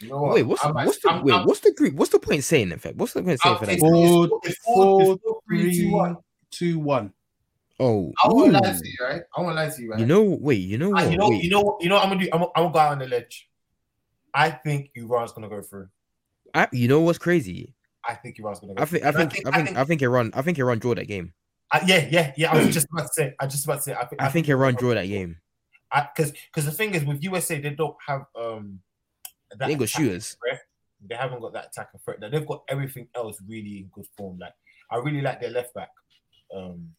[SPEAKER 1] You know what?
[SPEAKER 3] Wait, what's
[SPEAKER 1] I'm like-
[SPEAKER 3] what's the
[SPEAKER 1] I'm-
[SPEAKER 3] wait,
[SPEAKER 1] I'm-
[SPEAKER 3] what's the group? What's the point in saying in fact? What's the point in saying
[SPEAKER 1] I'll
[SPEAKER 3] for
[SPEAKER 1] take
[SPEAKER 3] that?
[SPEAKER 2] Four,
[SPEAKER 1] it. It's four- it's
[SPEAKER 2] four,
[SPEAKER 1] four, three, two,
[SPEAKER 2] Three,
[SPEAKER 1] one.
[SPEAKER 2] two, one.
[SPEAKER 3] Oh,
[SPEAKER 1] I won't
[SPEAKER 3] ooh.
[SPEAKER 1] lie to you, right? I won't lie to you, right?
[SPEAKER 3] you know, wait, you know
[SPEAKER 1] Ah,
[SPEAKER 3] what?
[SPEAKER 1] you know,
[SPEAKER 3] wait.
[SPEAKER 1] you know, what- you know. What I'm gonna do. I'm, gonna- I'm gonna go out on the ledge. I think Iran's gonna go through.
[SPEAKER 3] I, you know what's crazy?
[SPEAKER 1] I think Iran's gonna go.
[SPEAKER 3] I think,
[SPEAKER 1] through.
[SPEAKER 3] I
[SPEAKER 1] And
[SPEAKER 3] think, I think, I think Iran, I think Iran draw that game.
[SPEAKER 1] I- yeah, yeah, yeah. I was just about to say. I just about to say. I think.
[SPEAKER 3] I think Iran draw that game.
[SPEAKER 1] Because because the thing is with USA they don't have um. That
[SPEAKER 3] They ain't got
[SPEAKER 1] attack.
[SPEAKER 3] shooters.
[SPEAKER 1] they haven't got that attack and threat. Like, they've got everything else really in good form. Like I really like their left back. Um,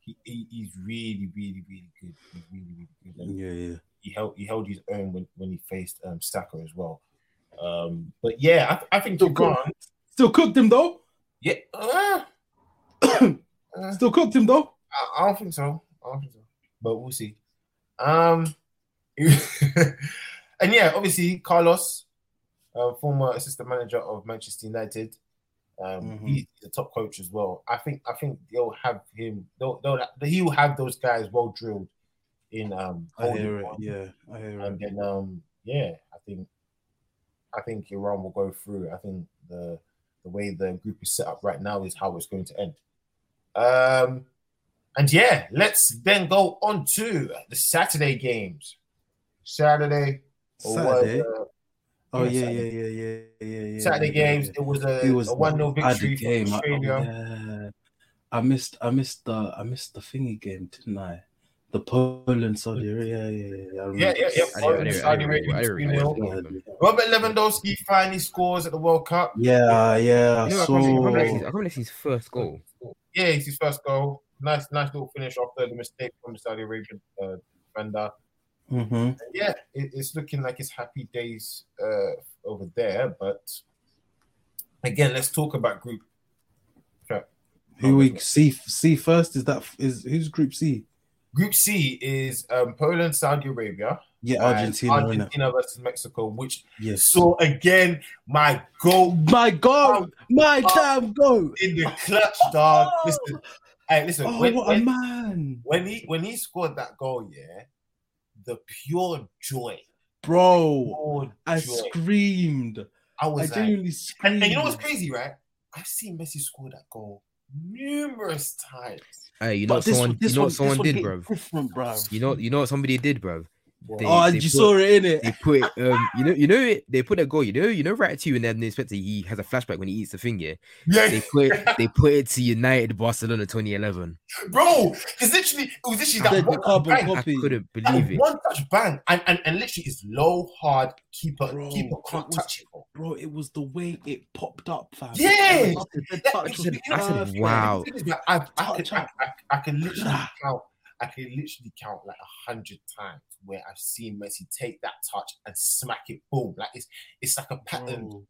[SPEAKER 1] he, he he's really really really good. He's really really good. And
[SPEAKER 2] Yeah, yeah.
[SPEAKER 1] he held he held his own when, when he faced um Saka as well. Um, but yeah, I, I think
[SPEAKER 2] Still cool.
[SPEAKER 1] Iran.
[SPEAKER 2] Still cooked him though.
[SPEAKER 1] Yeah, uh, uh,
[SPEAKER 2] Still cooked him though.
[SPEAKER 1] I, I don't think so. I don't think so. But we'll see. Um, and yeah, obviously Carlos, uh, former assistant manager of Manchester United, um,
[SPEAKER 2] Mhm.
[SPEAKER 1] he's the top coach as well. I think I think they'll have him. They'll, they'll he will have those guys well drilled in um.
[SPEAKER 2] I
[SPEAKER 1] holding
[SPEAKER 2] hear it.
[SPEAKER 1] on.
[SPEAKER 2] Yeah, I hear
[SPEAKER 1] And
[SPEAKER 2] it.
[SPEAKER 1] then um yeah, I think I think Iran will go through. I think the the way the group is set up right now is how it's going to end. Um and yeah, let's then go on to the Saturday games. Saturday or
[SPEAKER 2] Saturday.
[SPEAKER 1] was, uh,
[SPEAKER 2] Oh
[SPEAKER 1] yeah,
[SPEAKER 2] yeah, yeah,
[SPEAKER 1] Saturday.
[SPEAKER 2] yeah, yeah, yeah, yeah.
[SPEAKER 1] uh, Saturday
[SPEAKER 2] yeah, yeah,
[SPEAKER 1] games,
[SPEAKER 2] yeah.
[SPEAKER 1] it was a,
[SPEAKER 2] It was
[SPEAKER 1] a one 0
[SPEAKER 2] I had
[SPEAKER 1] victory
[SPEAKER 2] the game.
[SPEAKER 1] for
[SPEAKER 2] I,
[SPEAKER 1] Australia.
[SPEAKER 2] yeah. I missed I missed the I missed the thingy game, didn't I? the Poland Saudi Arabia. Yeah, yeah, yeah. I remember.
[SPEAKER 1] Yeah, yeah, yeah.
[SPEAKER 3] I
[SPEAKER 1] Poland,
[SPEAKER 3] don't- I
[SPEAKER 1] Saudi
[SPEAKER 3] don't-
[SPEAKER 1] Arabia,
[SPEAKER 3] I don't- I
[SPEAKER 1] 2-0.
[SPEAKER 3] don't- I don't-
[SPEAKER 1] Robert Lewandowski finally scores at the World Cup.
[SPEAKER 2] Yeah, yeah. I
[SPEAKER 3] You know, I
[SPEAKER 2] saw.
[SPEAKER 3] can't believe- I can't believe- I can't believe his first goal.
[SPEAKER 1] Yeah, it's his first goal. Nice, nice little finish after the mistake from the Saudi Arabian uh, defender.
[SPEAKER 3] Oh,
[SPEAKER 2] Mhm.
[SPEAKER 1] And yeah, it, it's looking like it's happy days uh, over there. But again, let's talk about group.
[SPEAKER 2] Who we see see first is that is who's Group C?
[SPEAKER 1] Group C is um, Poland, Saudi Arabia,
[SPEAKER 2] Yeah,
[SPEAKER 1] and
[SPEAKER 2] Argentina. Argentina.
[SPEAKER 1] Argentina versus Mexico. Which
[SPEAKER 2] Yes.
[SPEAKER 1] so again, my goal
[SPEAKER 2] My God, my
[SPEAKER 1] Oh.
[SPEAKER 2] damn go!
[SPEAKER 1] in the clutch, dog. Listen, hey, listen.
[SPEAKER 2] Oh,
[SPEAKER 1] when-
[SPEAKER 2] what
[SPEAKER 1] when-
[SPEAKER 2] a man,
[SPEAKER 1] when he when he scored that goal, yeah, the pure joy,
[SPEAKER 2] bro!
[SPEAKER 1] pure
[SPEAKER 2] Oh, I
[SPEAKER 1] joy.
[SPEAKER 2] screamed.
[SPEAKER 1] I
[SPEAKER 2] I
[SPEAKER 1] was like,
[SPEAKER 2] genuinely
[SPEAKER 1] and,
[SPEAKER 2] screamed.
[SPEAKER 1] and you know what's crazy, right? I've seen Messi score that goal numerous times.
[SPEAKER 3] Hey, you know
[SPEAKER 2] But
[SPEAKER 3] what
[SPEAKER 2] this
[SPEAKER 3] someone,
[SPEAKER 2] one- this
[SPEAKER 3] you know
[SPEAKER 2] one-
[SPEAKER 3] what
[SPEAKER 2] this
[SPEAKER 3] someone
[SPEAKER 2] one
[SPEAKER 3] did,
[SPEAKER 2] hit
[SPEAKER 3] bruv.
[SPEAKER 2] Different, bro.
[SPEAKER 3] You know, you know what somebody did, bruv. They-
[SPEAKER 2] Oh, and
[SPEAKER 3] they
[SPEAKER 2] you
[SPEAKER 3] put-
[SPEAKER 2] saw it in it.
[SPEAKER 3] They put, um, you know, you know, it, they put a goal. You know, you know, right to you, and then the inspector he has a flashback when he eats the thing. Yeah,
[SPEAKER 1] Yeah,
[SPEAKER 3] they put, they put it to United Barcelona 2011.
[SPEAKER 1] bro, it's literally it was literally
[SPEAKER 2] The-
[SPEAKER 1] that
[SPEAKER 2] the
[SPEAKER 1] one touch
[SPEAKER 2] carbon
[SPEAKER 1] bang,
[SPEAKER 2] copy.
[SPEAKER 3] I
[SPEAKER 2] Copy.
[SPEAKER 3] couldn't
[SPEAKER 1] that
[SPEAKER 3] believe it.
[SPEAKER 1] one touch bang, and, and and literally it's low hard keeper
[SPEAKER 2] Bro,
[SPEAKER 1] keeper can't
[SPEAKER 2] that was-
[SPEAKER 1] touch it. bro.
[SPEAKER 2] Bro, it was the way it popped up, fam.
[SPEAKER 1] Yeah.
[SPEAKER 2] It
[SPEAKER 1] That-
[SPEAKER 2] touched
[SPEAKER 1] you
[SPEAKER 2] the
[SPEAKER 1] know-
[SPEAKER 3] I said,
[SPEAKER 2] earth,
[SPEAKER 3] wow.
[SPEAKER 1] The thing is that I, I, can, I, I, I can literally
[SPEAKER 2] Nah.
[SPEAKER 1] count. I can literally count like a hundred times where I've seen Messi take that touch and smack it. Boom! Like it's it's like a
[SPEAKER 2] bro.
[SPEAKER 1] pattern.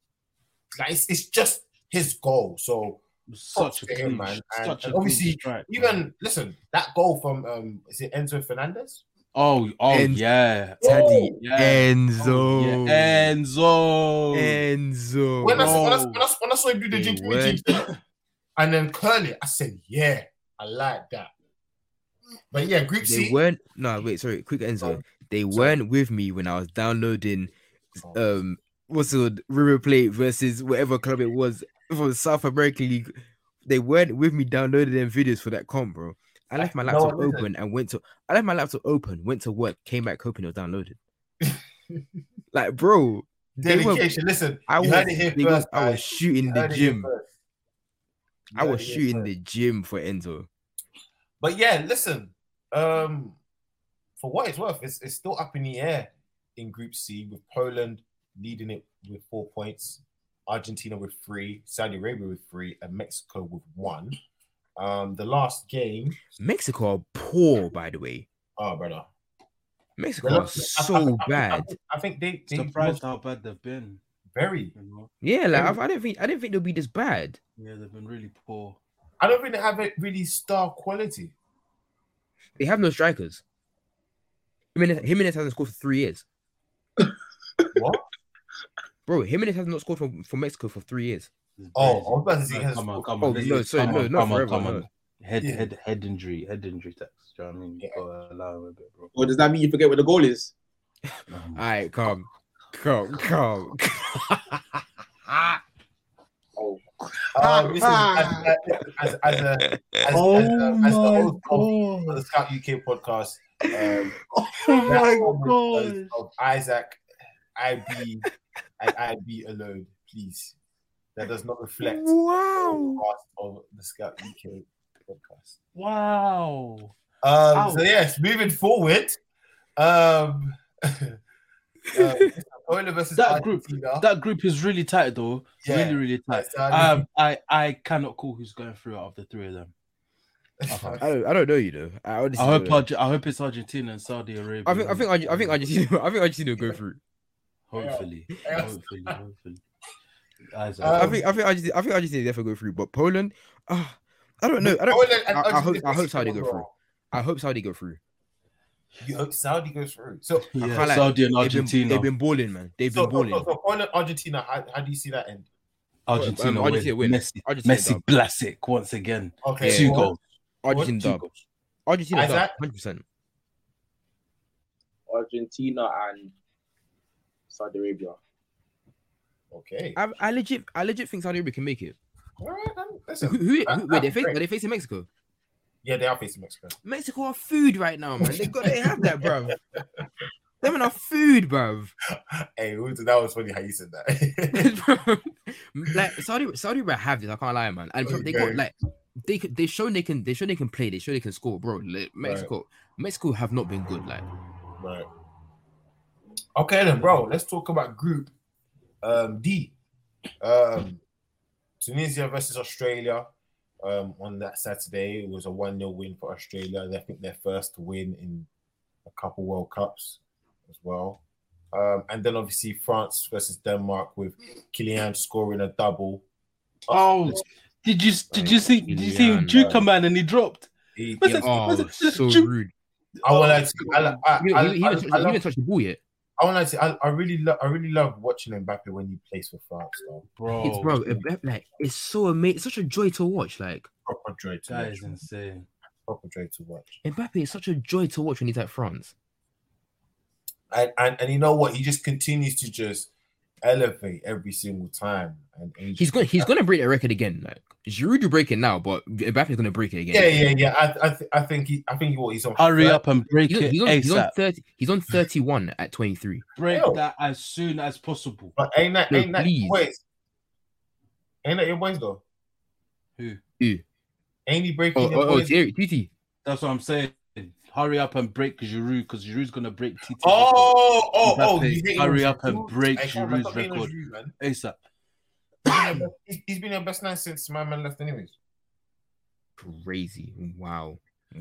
[SPEAKER 1] Like it's, it's just his goal. So
[SPEAKER 2] It was such a
[SPEAKER 1] Fuck
[SPEAKER 2] clean,
[SPEAKER 1] him, man. And-
[SPEAKER 2] such
[SPEAKER 1] and
[SPEAKER 2] a
[SPEAKER 1] obviously,
[SPEAKER 2] clean strike, bro.
[SPEAKER 1] even listen that goal from um is it Enzo Fernandez?
[SPEAKER 2] oh, oh
[SPEAKER 3] And-
[SPEAKER 2] yeah,
[SPEAKER 3] Teddy
[SPEAKER 1] Oh,
[SPEAKER 2] yeah. Oh,
[SPEAKER 3] Enzo,
[SPEAKER 2] yeah, Enzo.
[SPEAKER 3] Enzo.
[SPEAKER 1] When I, saw- when, I,
[SPEAKER 2] Whoa.
[SPEAKER 1] when, I, when I saw him do the
[SPEAKER 3] They
[SPEAKER 1] jig,
[SPEAKER 3] Oh, went.
[SPEAKER 1] jig- and then curl it, I said, "Yeah, I like that." But yeah, Group
[SPEAKER 3] they
[SPEAKER 1] C.
[SPEAKER 3] weren't no wait sorry quick Enzo
[SPEAKER 1] Sorry.
[SPEAKER 3] they
[SPEAKER 1] Oh, Sorry.
[SPEAKER 3] weren't with me when I was downloading
[SPEAKER 1] Oh,
[SPEAKER 3] um what's it called River Plate versus whatever club it was from South American League they weren't with me downloading them videos for that comp bro I left my
[SPEAKER 1] No,
[SPEAKER 3] laptop
[SPEAKER 1] I wasn't.
[SPEAKER 3] open and went to I left my laptop open went to work came back hoping it was downloaded like bro they were-
[SPEAKER 1] dedication. listen,
[SPEAKER 3] I
[SPEAKER 1] you
[SPEAKER 3] was
[SPEAKER 1] heard it here
[SPEAKER 3] they
[SPEAKER 1] first.
[SPEAKER 3] was- I was
[SPEAKER 1] guys.
[SPEAKER 3] shooting
[SPEAKER 1] You
[SPEAKER 3] the
[SPEAKER 1] heard it here
[SPEAKER 3] gym
[SPEAKER 1] first. You
[SPEAKER 3] I
[SPEAKER 1] heard
[SPEAKER 3] was
[SPEAKER 1] it here
[SPEAKER 3] shooting
[SPEAKER 1] first.
[SPEAKER 3] the gym for Enzo
[SPEAKER 1] But yeah, listen. Um, for what it's worth, it's, it's still up in the air in Group C with Poland leading it with four points, Argentina with three, Saudi Arabia with three, and Mexico with one. Um, the last game.
[SPEAKER 3] Mexico are poor by the way
[SPEAKER 1] Oh, brother.
[SPEAKER 3] Mexico
[SPEAKER 1] The
[SPEAKER 3] are
[SPEAKER 1] last- I- I- I-
[SPEAKER 3] so
[SPEAKER 1] I- I-
[SPEAKER 3] bad
[SPEAKER 1] I, think they they lost
[SPEAKER 2] Surprised how bad they've been.
[SPEAKER 1] very.
[SPEAKER 2] You know?
[SPEAKER 3] yeah like
[SPEAKER 1] Yeah.
[SPEAKER 3] I've- I don't think I don't think they'll be this bad
[SPEAKER 2] Yeah, they've been really poor.
[SPEAKER 1] I don't think they have a really star quality.
[SPEAKER 3] They have no strikers. Jimenez, Jimenez hasn't scored for three years.
[SPEAKER 1] What?
[SPEAKER 3] Bro, Jimenez has not scored for, for Mexico for three years.
[SPEAKER 2] It's
[SPEAKER 1] oh, I
[SPEAKER 2] crazy.
[SPEAKER 1] was about to say he has-
[SPEAKER 2] come on, come
[SPEAKER 3] Oh,
[SPEAKER 2] on.
[SPEAKER 3] no, sorry,
[SPEAKER 2] come
[SPEAKER 3] no,
[SPEAKER 2] on,
[SPEAKER 3] not
[SPEAKER 2] come on,
[SPEAKER 3] forever,
[SPEAKER 2] come
[SPEAKER 3] no.
[SPEAKER 2] on. Head,
[SPEAKER 1] Yeah.
[SPEAKER 2] head, head injury, head injury tax. Do you know what I mean? You
[SPEAKER 1] Yeah.
[SPEAKER 2] gotta allow him a bit, bro.
[SPEAKER 4] Or does that mean you forget what the goal is?
[SPEAKER 2] Um,
[SPEAKER 3] All right, come, come, come.
[SPEAKER 1] Uh, this is as, as, as a as, as,
[SPEAKER 2] Oh
[SPEAKER 1] as, a- as the host of for
[SPEAKER 2] god!
[SPEAKER 1] the Scout UK podcast. Um,
[SPEAKER 2] Oh
[SPEAKER 1] that moment Of, of Isaac, I be, and I be alone, please. That does not reflect the
[SPEAKER 2] Wow!
[SPEAKER 1] past of the Scout UK podcast.
[SPEAKER 2] Wow!
[SPEAKER 1] Um,
[SPEAKER 2] Ouch.
[SPEAKER 1] so yes, moving forward. Um, um, Ola versus
[SPEAKER 2] That group-
[SPEAKER 1] Argentina.
[SPEAKER 2] That group is really tight, though.
[SPEAKER 1] Yeah.
[SPEAKER 2] Really, really tight.
[SPEAKER 1] That's how
[SPEAKER 2] Um, I, I cannot call who's going through out of the three of them.
[SPEAKER 3] I don't, I don't know you though. I, honestly
[SPEAKER 2] I hope,
[SPEAKER 3] don't know.
[SPEAKER 2] Arge- I hope it's Argentina and Saudi Arabia.
[SPEAKER 3] I think I think Arge- I think Argentina I think Argentina will go through.
[SPEAKER 2] Hopefully, hopefully, hopefully. Isaac,
[SPEAKER 1] Um,
[SPEAKER 3] I think I think Argentina I think Argentina definitely go through. But Poland, uh, I don't know. I don't.
[SPEAKER 1] Poland and
[SPEAKER 3] I- I hope-
[SPEAKER 1] Argentina
[SPEAKER 3] I hope Saudi go
[SPEAKER 1] overall.
[SPEAKER 3] through. I hope Saudi go through.
[SPEAKER 1] You hope Saudi goes through. So,
[SPEAKER 2] yeah,
[SPEAKER 3] can't lie.
[SPEAKER 2] Saudi
[SPEAKER 3] They've
[SPEAKER 2] and
[SPEAKER 3] been,
[SPEAKER 2] Argentina.
[SPEAKER 3] they've been balling, man. They've
[SPEAKER 1] so, so,
[SPEAKER 3] been
[SPEAKER 1] so,
[SPEAKER 3] balling.
[SPEAKER 1] so Poland, Argentina. How, how do you see that end?
[SPEAKER 2] Argentina,
[SPEAKER 3] Um, Argentina
[SPEAKER 2] win.
[SPEAKER 3] win.
[SPEAKER 2] Messi,
[SPEAKER 3] Argentina
[SPEAKER 2] Messi,
[SPEAKER 3] dub.
[SPEAKER 2] Blasic once again.
[SPEAKER 1] Okay,
[SPEAKER 2] Two
[SPEAKER 1] well,
[SPEAKER 2] goals.
[SPEAKER 3] Argentina
[SPEAKER 2] Two
[SPEAKER 3] dub.
[SPEAKER 2] goals.
[SPEAKER 3] Argentina dub.
[SPEAKER 1] Isaac?
[SPEAKER 3] Hundred percent.
[SPEAKER 4] Argentina and Saudi Arabia.
[SPEAKER 1] Okay.
[SPEAKER 3] I I legit I legit think Saudi Arabia can make it.
[SPEAKER 1] All right, then,
[SPEAKER 3] Who,
[SPEAKER 1] listen. I-
[SPEAKER 3] who, who, wait,
[SPEAKER 1] I'm
[SPEAKER 3] they face,
[SPEAKER 1] great.
[SPEAKER 3] are they facing Mexico?
[SPEAKER 1] Yeah, they are facing Mexico.
[SPEAKER 3] Mexico are food right now, man. They got they have that, bruv. Them men are food, bruv.
[SPEAKER 1] Hey, who- that was funny how you said that.
[SPEAKER 3] like Saudi Saudi Arabia have this. I can't lie, man. And they
[SPEAKER 1] Okay.
[SPEAKER 3] got like they could they show they can they show they can play, they show they can score, bro. Like, Mexico Mexico have not been good. Like
[SPEAKER 1] Right. Okay then, bro. Let's talk about Group um, D. Um, Tunisia versus Australia um, on that Saturday. It was a one 0 win for Australia. I think their first win in a couple World Cups as well. Um, and then obviously France versus Denmark with Kylian scoring a double.
[SPEAKER 2] Oh, did you did you see did you see him
[SPEAKER 3] Kylian,
[SPEAKER 2] juke a man and he dropped?
[SPEAKER 1] He-
[SPEAKER 2] What's
[SPEAKER 1] yeah,
[SPEAKER 2] that-
[SPEAKER 3] oh
[SPEAKER 2] was it-
[SPEAKER 3] so
[SPEAKER 2] Ju-
[SPEAKER 3] rude.
[SPEAKER 1] I want to. I, I,
[SPEAKER 3] He, he,
[SPEAKER 1] I,
[SPEAKER 3] he,
[SPEAKER 1] I,
[SPEAKER 3] even
[SPEAKER 1] I
[SPEAKER 3] touched- he
[SPEAKER 1] love-
[SPEAKER 3] even touched the ball yet.
[SPEAKER 1] I want to say I, I really love I really love watching Mbappe when he plays for France. Though.
[SPEAKER 2] Bro,
[SPEAKER 3] It's bro, it- like it's so amazing, such a joy to watch. Like
[SPEAKER 1] Proper joy to
[SPEAKER 2] that
[SPEAKER 1] watch.
[SPEAKER 2] is insane.
[SPEAKER 1] Proper joy to watch.
[SPEAKER 3] Mbappe is such a joy to watch when he's at France.
[SPEAKER 1] And, and and you know what? He just continues to just elevate every single time. And, and
[SPEAKER 3] He's going he's gonna break that record again. Like Giroud will break it now, but Mbappe's gonna break it again.
[SPEAKER 1] yeah, yeah, yeah. I I, th- I think he I think he, what, he's on.
[SPEAKER 2] Hurry up and break
[SPEAKER 3] He's on,
[SPEAKER 2] it
[SPEAKER 3] he's on- he's on
[SPEAKER 2] ASAP.
[SPEAKER 3] 30 he's on 31 at 23.
[SPEAKER 2] Break
[SPEAKER 1] Yo.
[SPEAKER 2] that as soon as possible.
[SPEAKER 1] But ain't that
[SPEAKER 3] No,
[SPEAKER 1] ain't that your
[SPEAKER 3] please.
[SPEAKER 1] boys? Ain't that your boys though?
[SPEAKER 2] Who?
[SPEAKER 3] Who?
[SPEAKER 1] Ain't he breaking
[SPEAKER 3] Oh,
[SPEAKER 1] your
[SPEAKER 3] oh, oh
[SPEAKER 1] boys?
[SPEAKER 3] Thierry, Titi.
[SPEAKER 2] That's what I'm saying. Hurry up and break Giroud because Giroud's gonna break TT.
[SPEAKER 1] Oh, oh, oh!
[SPEAKER 2] Mbappe,
[SPEAKER 1] you hate
[SPEAKER 2] hurry
[SPEAKER 1] him.
[SPEAKER 2] up and break
[SPEAKER 1] Hey, Cameron,
[SPEAKER 2] Giroud's
[SPEAKER 1] stop hating on
[SPEAKER 2] record.
[SPEAKER 1] Giroud, man.
[SPEAKER 2] ASAP.
[SPEAKER 1] He's- He's been your best man since my man left, anyways.
[SPEAKER 3] Crazy. Wow.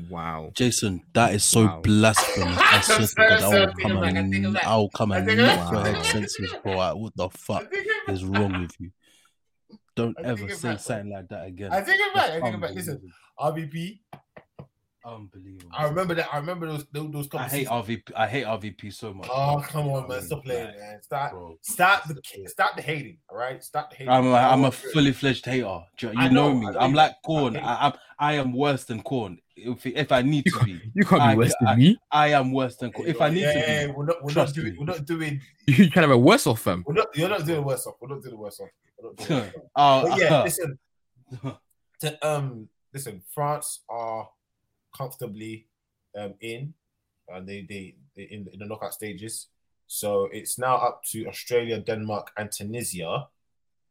[SPEAKER 3] Wow.
[SPEAKER 2] Jason, that is so
[SPEAKER 3] Wow.
[SPEAKER 2] blasphemous. I swear to God, I will
[SPEAKER 1] Think
[SPEAKER 2] come
[SPEAKER 1] of that, think of
[SPEAKER 2] and
[SPEAKER 1] that.
[SPEAKER 2] I will come and
[SPEAKER 1] Think of
[SPEAKER 2] knock
[SPEAKER 1] that.
[SPEAKER 2] your head senses, bro. Like, what the fuck is wrong with you? Don't
[SPEAKER 1] I think
[SPEAKER 2] ever
[SPEAKER 1] of
[SPEAKER 2] say
[SPEAKER 1] that.
[SPEAKER 2] something like that again.
[SPEAKER 1] I think of
[SPEAKER 2] That's
[SPEAKER 1] that. I think of that. Listen, RVP.
[SPEAKER 2] unbelievable.
[SPEAKER 1] I remember that. I remember those those, those couple
[SPEAKER 2] I hate
[SPEAKER 1] seasons.
[SPEAKER 2] RVP. I hate RVP so much.
[SPEAKER 1] Oh
[SPEAKER 2] bro.
[SPEAKER 1] come on, man!
[SPEAKER 2] Like,
[SPEAKER 1] Stop playing, man. Stop,
[SPEAKER 2] bro.
[SPEAKER 1] stop the
[SPEAKER 2] Stop it.
[SPEAKER 1] stop the hating. All right, stop the hating.
[SPEAKER 2] I'm a, I'm a
[SPEAKER 1] Stop it.
[SPEAKER 2] fully fledged hater. Do You, you
[SPEAKER 1] Oh, I
[SPEAKER 2] know,
[SPEAKER 1] know,
[SPEAKER 2] me.
[SPEAKER 1] I know
[SPEAKER 2] I'm
[SPEAKER 1] you.
[SPEAKER 2] like corn.
[SPEAKER 1] I hate
[SPEAKER 2] I, I'm I am worse than corn. If if I need to be,
[SPEAKER 3] You can't be
[SPEAKER 2] I-
[SPEAKER 3] worse than
[SPEAKER 2] I-
[SPEAKER 3] me.
[SPEAKER 2] I am worse than corn. If I need
[SPEAKER 1] yeah,
[SPEAKER 2] to be,
[SPEAKER 1] we're not we're
[SPEAKER 2] trust
[SPEAKER 1] not doing
[SPEAKER 2] me.
[SPEAKER 1] we're not doing
[SPEAKER 3] You kind of a worse off um, them.
[SPEAKER 1] we're not you're not doing worse off. We're not doing worse off. We're not doing worse off.
[SPEAKER 2] oh
[SPEAKER 1] But yeah, listen. To, um, listen. France are comfortably um in, and they they, they in, in the knockout stages. So it's now up to Australia, Denmark, and Tunisia.